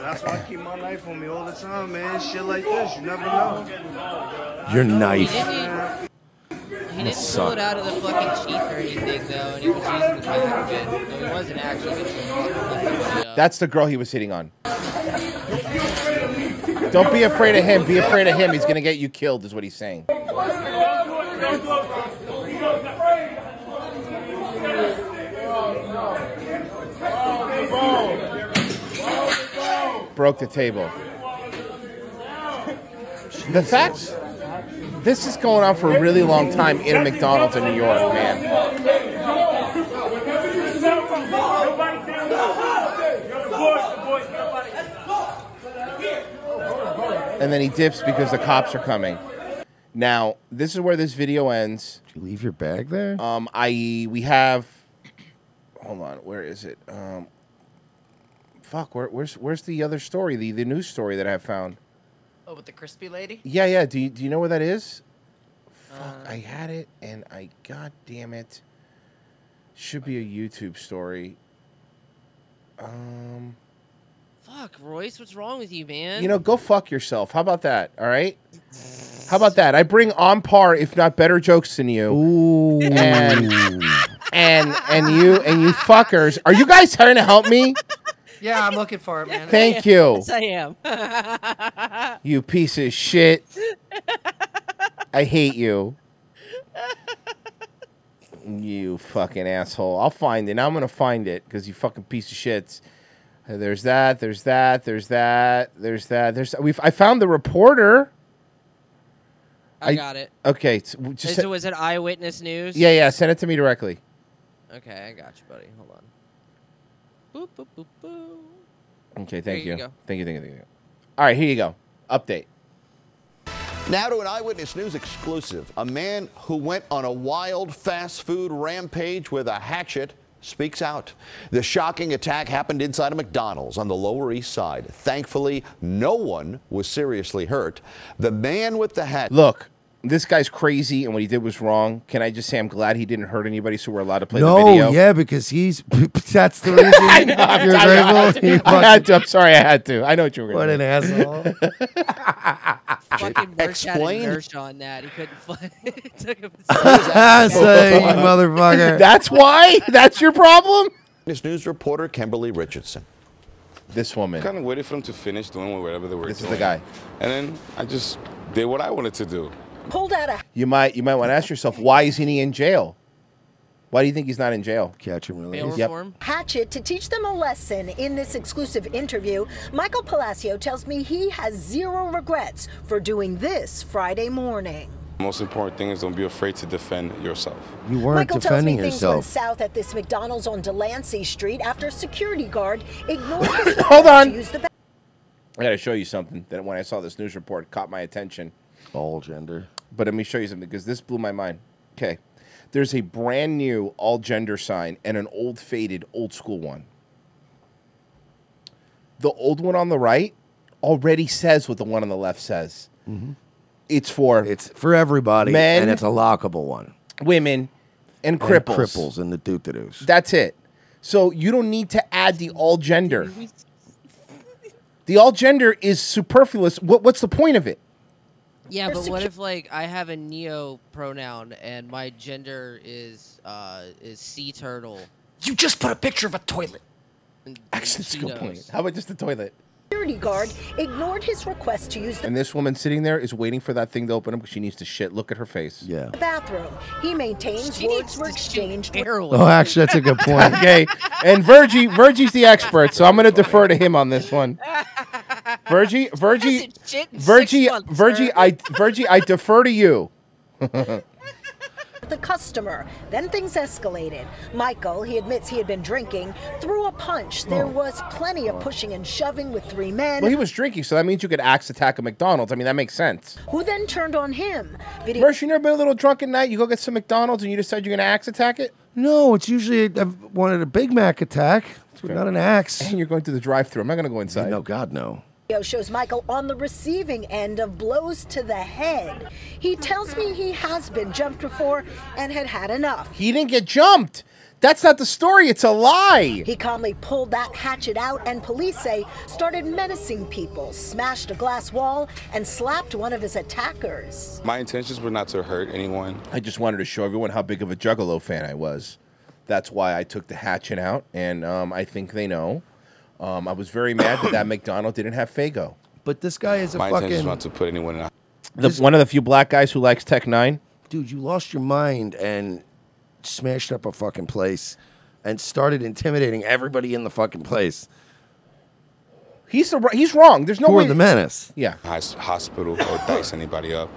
Speaker 23: That's why I keep my knife on me all the time, man. Shit like this, you never know.
Speaker 3: your knife.
Speaker 9: He
Speaker 3: That
Speaker 9: didn't pull
Speaker 3: sucked.
Speaker 9: it out of the fucking sheath or anything though, and he was using the knife again. So he wasn't actually.
Speaker 6: That's the girl he was hitting on. Don't be afraid of him. Be afraid of him. He's gonna get you killed, is what he's saying. Broke the table. The fact this is going on for a really long time in a McDonald's in New York, man. And then he dips because the cops are coming. Now, this is where this video ends.
Speaker 3: Did you leave your bag there?
Speaker 6: Um, I we have. Hold on, where is it? Um, fuck, where, where's where's the other story? The the news story that I found.
Speaker 18: Oh, with the crispy lady?
Speaker 6: Yeah, yeah. Do you, do you know where that is? Fuck, I had it and I god damn it. Should be a YouTube story. Um,
Speaker 9: Fuck, Royce, what's wrong with you, man?
Speaker 6: you know, go fuck yourself. How about that? All right. How about that? I bring on par, if not better, jokes than you. Ooh. And and and you and you fuckers, are you guys trying to help me?
Speaker 18: Yeah, I'm looking for it, man.
Speaker 6: Thank you.
Speaker 9: Yes, I am.
Speaker 6: You piece of shit. I hate you. You fucking asshole. I'll find it. I'm gonna find it because you fucking piece of shits. Uh, There's that. There's that. There's that. There's that. There's. We. I found the reporter.
Speaker 9: I got it.
Speaker 6: Okay. s- w- Just.
Speaker 9: Is
Speaker 6: se-
Speaker 9: it- was it Eyewitness News?
Speaker 6: yeah. Yeah. Send it to me directly.
Speaker 9: Okay, I got you, buddy. Hold on. Boop, boop, boop, boop.
Speaker 6: Okay. Thank you.
Speaker 9: Here you go.
Speaker 6: Thank you. Thank you. Thank you. All right. Here you go. Update.
Speaker 1: Now to an Eyewitness News exclusive. A man who went on a wild fast food rampage with a hatchet speaks out. The shocking attack happened inside a McDonald's on the Lower East Side. Thankfully, no one was seriously hurt. The man with the hat.
Speaker 6: Look. This guy's crazy, and what he did was wrong. Can I just say I'm glad he didn't hurt anybody, so we're allowed to play the video?
Speaker 3: no, yeah, because he's that's the reason
Speaker 6: I'm
Speaker 3: you're
Speaker 6: sorry, I had
Speaker 3: grateful.
Speaker 6: to.
Speaker 3: You
Speaker 6: I
Speaker 3: fucking-
Speaker 6: had to. I'm sorry, I had to. I know what you were
Speaker 3: What
Speaker 6: going
Speaker 3: an asshole.
Speaker 9: Fucking worked
Speaker 1: Explain.
Speaker 9: out a on that. He couldn't. Find it took him.
Speaker 3: Say, you motherfucker.
Speaker 6: That's why? That's your problem?
Speaker 1: Eyewitness News reporter Kimberly Richardson.
Speaker 6: This woman.
Speaker 16: kind of waited for them to finish doing whatever they were
Speaker 6: This is
Speaker 16: doing.
Speaker 6: the guy.
Speaker 16: And then I just did what I wanted to do.
Speaker 17: Pulled out a
Speaker 6: You might you might want to ask yourself why isn't he in jail? Why do you think he's not in jail?
Speaker 3: Catch him
Speaker 6: really.
Speaker 17: hatchet to teach them a lesson in this exclusive interview. Michael Palacio tells me he has zero regrets for doing this Friday morning.
Speaker 16: Most important thing is don't be afraid to defend yourself.
Speaker 3: You weren't
Speaker 17: Michael
Speaker 3: defending
Speaker 17: tells me
Speaker 3: yourself.
Speaker 17: things went south at this McDonald's on Delancey Street after a security guard ignored his
Speaker 6: Hold on.
Speaker 17: to use the
Speaker 6: I gotta show you something that when I saw this news report caught my attention.
Speaker 3: All gender.
Speaker 6: But let me show you something because this blew my mind. Okay. There's a brand new all gender sign and an old faded old school one. The old one on the right already says what the one on the left says.
Speaker 3: Mm-hmm.
Speaker 6: It's for
Speaker 3: it's for everybody,
Speaker 6: men-
Speaker 3: and it's a lockable one.
Speaker 6: Women and cripples.
Speaker 3: and cripples, and the doo-doo-doos.
Speaker 6: That's it. So you don't need to add the all gender. The all gender is superfluous. What, what's the point of it?
Speaker 9: Yeah, but what
Speaker 17: secu-
Speaker 9: if like I have a neo pronoun and my gender is uh is sea turtle?
Speaker 16: You just put a picture of a toilet.
Speaker 6: Actually, that's a good
Speaker 17: knows.
Speaker 6: point. How about just the toilet?
Speaker 17: security guard ignored his request to use the
Speaker 6: And this woman sitting there is waiting for that thing to open up because she needs to shit. Look at her face.
Speaker 3: Yeah.
Speaker 17: bathroom. He maintains words were exchanged. with-
Speaker 3: Oh, actually, that's a good point.
Speaker 6: okay. And Virgie, Virgie's the expert, so I'm going to defer to him on this one. Virgie, Virgie, Virgie, Virgie, I, Virgie, I defer to you.
Speaker 17: the customer. Then things escalated. Michael, he admits he had been drinking, threw a punch. There was plenty of pushing and shoving with three men
Speaker 6: Oh. well, he was drinking, so that means you could axe attack a McDonald's. I mean, that makes sense.
Speaker 17: who then turned on him. Video
Speaker 6: Mersh, you never been a little drunk at night? You go get some McDonald's and you decide you're going to axe attack it?
Speaker 3: No, it's usually I wanted a Big Mac attack, It's not an axe.
Speaker 6: And you're going through the drive-through. I'm not going to go inside.
Speaker 3: No, God, no.
Speaker 17: shows Michael on the receiving end of blows to the head. He tells me he has been jumped before and had had enough.
Speaker 6: He didn't get jumped. That's not the story. It's a lie.
Speaker 17: He calmly pulled that hatchet out, and police say started menacing people, smashed a glass wall, and slapped one of his attackers.
Speaker 16: My intentions were not to hurt anyone.
Speaker 6: I just wanted to show everyone how big of a Juggalo fan I was. That's why I took the hatchet out, and um, I think they know. Um, I was very mad that that McDonald didn't have Fago.
Speaker 3: But this guy is a
Speaker 16: My intention was
Speaker 3: fucking
Speaker 16: not to put anyone in a
Speaker 6: The, one of the few black guys who likes Tech Nine.
Speaker 3: dude. You lost your mind and smashed up a fucking place and started intimidating everybody in the fucking place.
Speaker 6: He's the he's wrong. There's no
Speaker 3: Who are
Speaker 6: way-
Speaker 3: the menace?
Speaker 6: Yeah.
Speaker 16: hos- hospital or dice anybody up.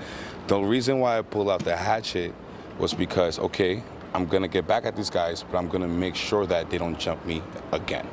Speaker 16: The reason why I pulled out the hatchet was because, okay, I'm going to get back at these guys, but I'm going to make sure that they don't jump me again.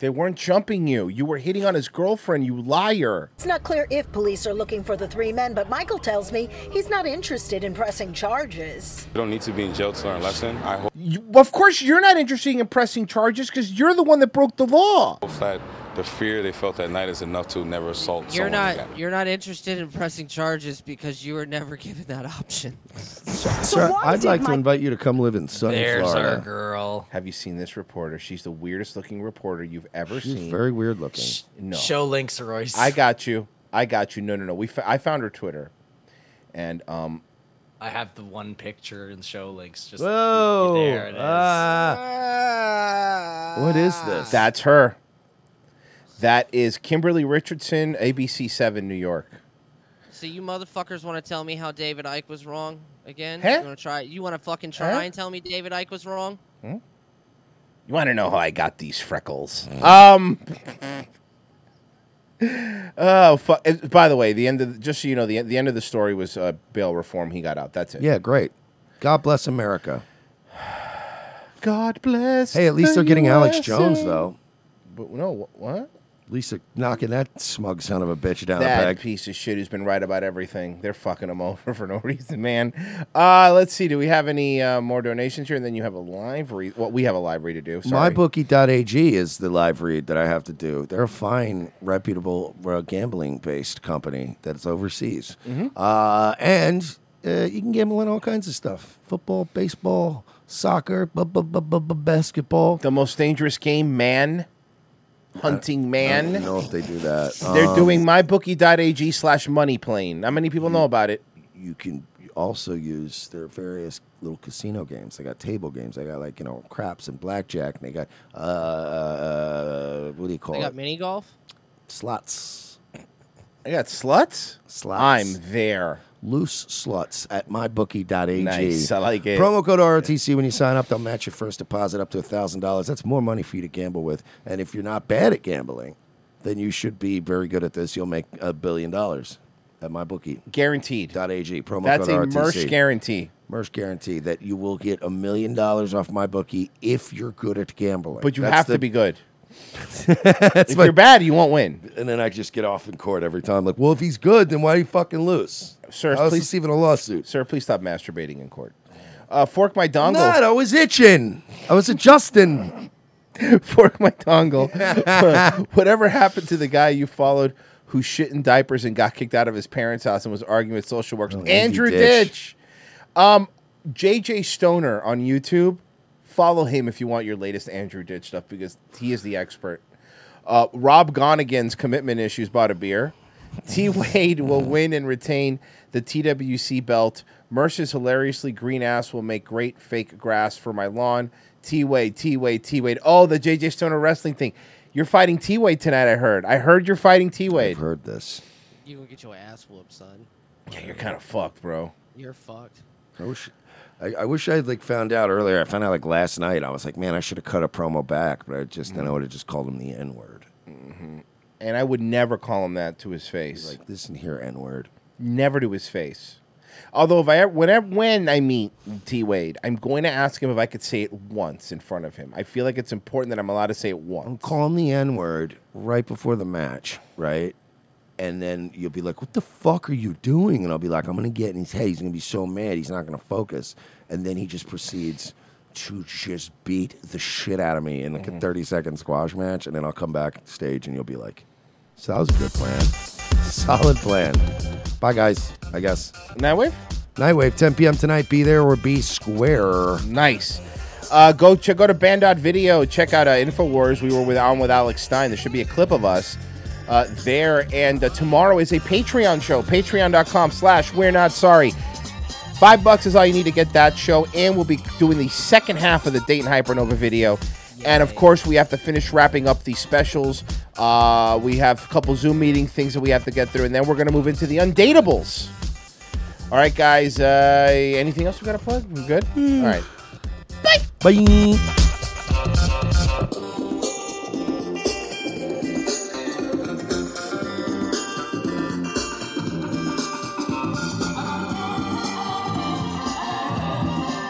Speaker 6: They weren't jumping you. You were hitting on his girlfriend. You liar.
Speaker 17: It's not clear if police are looking for the three men, but Michael tells me he's not interested in pressing charges.
Speaker 16: You don't need to be in jail to learn a lesson. I hope
Speaker 6: You, of course, you're not interested in pressing charges because you're the one that broke the law.
Speaker 16: that the fear they felt that night is enough to never assault
Speaker 9: You're
Speaker 16: someone again.
Speaker 9: not you're not interested in pressing charges because you were never given that option.
Speaker 3: Sir, I'd like to invite you to come live in sunny Florida.
Speaker 6: girl. Have you seen this reporter? She's the weirdest looking reporter you've ever
Speaker 3: She's
Speaker 6: seen.
Speaker 3: very weird looking.
Speaker 6: No.
Speaker 18: Show links, Royce.
Speaker 6: I got you. I got you. No, no, no. We f- I found her Twitter. And um,
Speaker 18: I have the one picture in show links. Just
Speaker 3: Whoa. Ah.
Speaker 18: there it is.
Speaker 6: Ah.
Speaker 3: What is this?
Speaker 6: That's her. That is Kimberly Richardson, ABC Seven, New York.
Speaker 9: So you motherfuckers want to tell me how David Icke was wrong again?
Speaker 6: Huh?
Speaker 9: You want to try? You want to fucking try
Speaker 6: Huh?
Speaker 9: and tell me David Icke was wrong?
Speaker 6: You want to know how I got these freckles?
Speaker 3: Mm.
Speaker 6: Um. Oh, fu- and by the way, the end of the, just so you know, the the end of the story was uh, bail reform. He got out. That's it.
Speaker 3: Yeah, great. God bless America.
Speaker 6: God bless.
Speaker 3: Hey, at least they're
Speaker 6: the
Speaker 3: getting Alex
Speaker 6: USA.
Speaker 3: Jones though.
Speaker 6: But no, wh- what?
Speaker 3: At least they're knocking that smug son of a bitch down
Speaker 6: that
Speaker 3: the peg.
Speaker 6: piece of shit who's been right about everything. They're fucking him over for no reason, man. Uh, let's see. Do we have any uh, more donations here? And then you have a live read. Well, we have a live read to do. Sorry.
Speaker 3: MyBookie.ag is the live read that I have to do. They're a fine, reputable gambling based company that's overseas.
Speaker 6: Mhm.
Speaker 3: Uh, and uh, you can gamble on all kinds of stuff football, baseball, soccer, bu- bu- bu- bu- bu- basketball. Uh,
Speaker 6: The most dangerous game, man. Hunting
Speaker 3: I
Speaker 6: man.
Speaker 3: don't know if they do that.
Speaker 6: They're
Speaker 3: Um,
Speaker 6: doing mybookie.ag slash money plane. Not many people know about it.
Speaker 3: You can also use their various little casino games. They got table games. They got like you know craps and blackjack. And they got uh, uh, what do you call
Speaker 9: They
Speaker 3: it?
Speaker 9: got mini golf.
Speaker 3: Slots.
Speaker 6: I got sluts.
Speaker 3: Sluts.
Speaker 6: I'm there.
Speaker 3: Loose sluts at mybookie.ag.
Speaker 6: Nice, I like it.
Speaker 3: Promo code ROTC when you sign up. They'll match your first deposit up to thousand dollars. That's more money for you to gamble with. And if you're not bad at gambling, then you should be very good at this. You'll make a billion dollars at mybookie.
Speaker 6: Guaranteed.
Speaker 3: .ag. Promo
Speaker 6: That's a
Speaker 3: code
Speaker 6: merch
Speaker 3: ROTC.
Speaker 6: guarantee.
Speaker 3: Merch guarantee that you will get a million dollars off mybookie if you're good at gambling.
Speaker 6: But you
Speaker 3: That's
Speaker 6: have
Speaker 3: the-
Speaker 6: to be good.
Speaker 3: That's
Speaker 6: if
Speaker 3: my-
Speaker 6: you're bad, you won't win.
Speaker 3: And then I just get off in court every time. Like, well, if he's good, then why do you fucking lose?
Speaker 6: Sir,
Speaker 3: I was
Speaker 6: please-
Speaker 3: receiving a lawsuit.
Speaker 6: Sir, please stop masturbating in court. Uh, fork my dongle.
Speaker 3: Not, I was itching. I was adjusting.
Speaker 6: Fork my dongle. Whatever happened to the guy you followed who shit in diapers and got kicked out of his parents' house and was arguing with social workers? Andrew
Speaker 3: Andrew Oh, Ditch.
Speaker 6: Ditch. Um, JJ Stoner on YouTube. Follow him if you want your latest Andrew Ditch stuff because he is the expert. Uh, Rob Gonigan's commitment issues bought a beer. T Wade will win and retain the TWC belt. Mercer's hilariously green ass will make great fake grass for my lawn. T Wade, T Wade, T Wade. Oh, the JJ Stoner wrestling thing. You're fighting T Wade tonight, I heard. I heard you're fighting T Wade. I've
Speaker 3: heard this.
Speaker 9: You gonna get your ass whooped, son.
Speaker 6: Yeah, you're kind of fucked, bro.
Speaker 9: You're fucked.
Speaker 3: I wish, I, I wish I had like found out earlier. I found out like last night. I was like, man, I should have cut a promo back, but I just then I would have just called him the N word.
Speaker 6: And I would never call him that to his face. Like
Speaker 3: this and here, N word.
Speaker 6: Never to his face. Although if I ever, whenever when I meet T Wade, I'm going to ask him if I could say it once in front of him. I feel like it's important that I'm allowed to say it once.
Speaker 3: Call him the N word right before the match, right? And then you'll be like, what the fuck are you doing? And I'll be like, I'm gonna get in his head. He's gonna be so mad. He's not gonna focus. And then he just proceeds to just beat the shit out of me in like a 30 second squash match. And then I'll come backstage and you'll be like, so that was a good plan. Solid plan. Bye, guys. I guess.
Speaker 6: Nightwave?
Speaker 3: Nightwave, 10 p.m. tonight. Be there or be square.
Speaker 6: Nice. Uh, go check go to Band Video. Check out uh, Infowars. We were with on with Alex Stein. There should be a clip of us uh, there. And uh, tomorrow is a Patreon show. Patreon.com/slash We're Not Sorry. Five bucks is all you need to get that show. And we'll be doing the second half of the Dayton Hypernova video. And of course, we have to finish wrapping up the specials. Uh, we have a couple Zoom meeting things that we have to get through, and then we're going to move into the undateables. All right, guys. Uh, anything else we got to plug? We good? All right.
Speaker 3: Bye.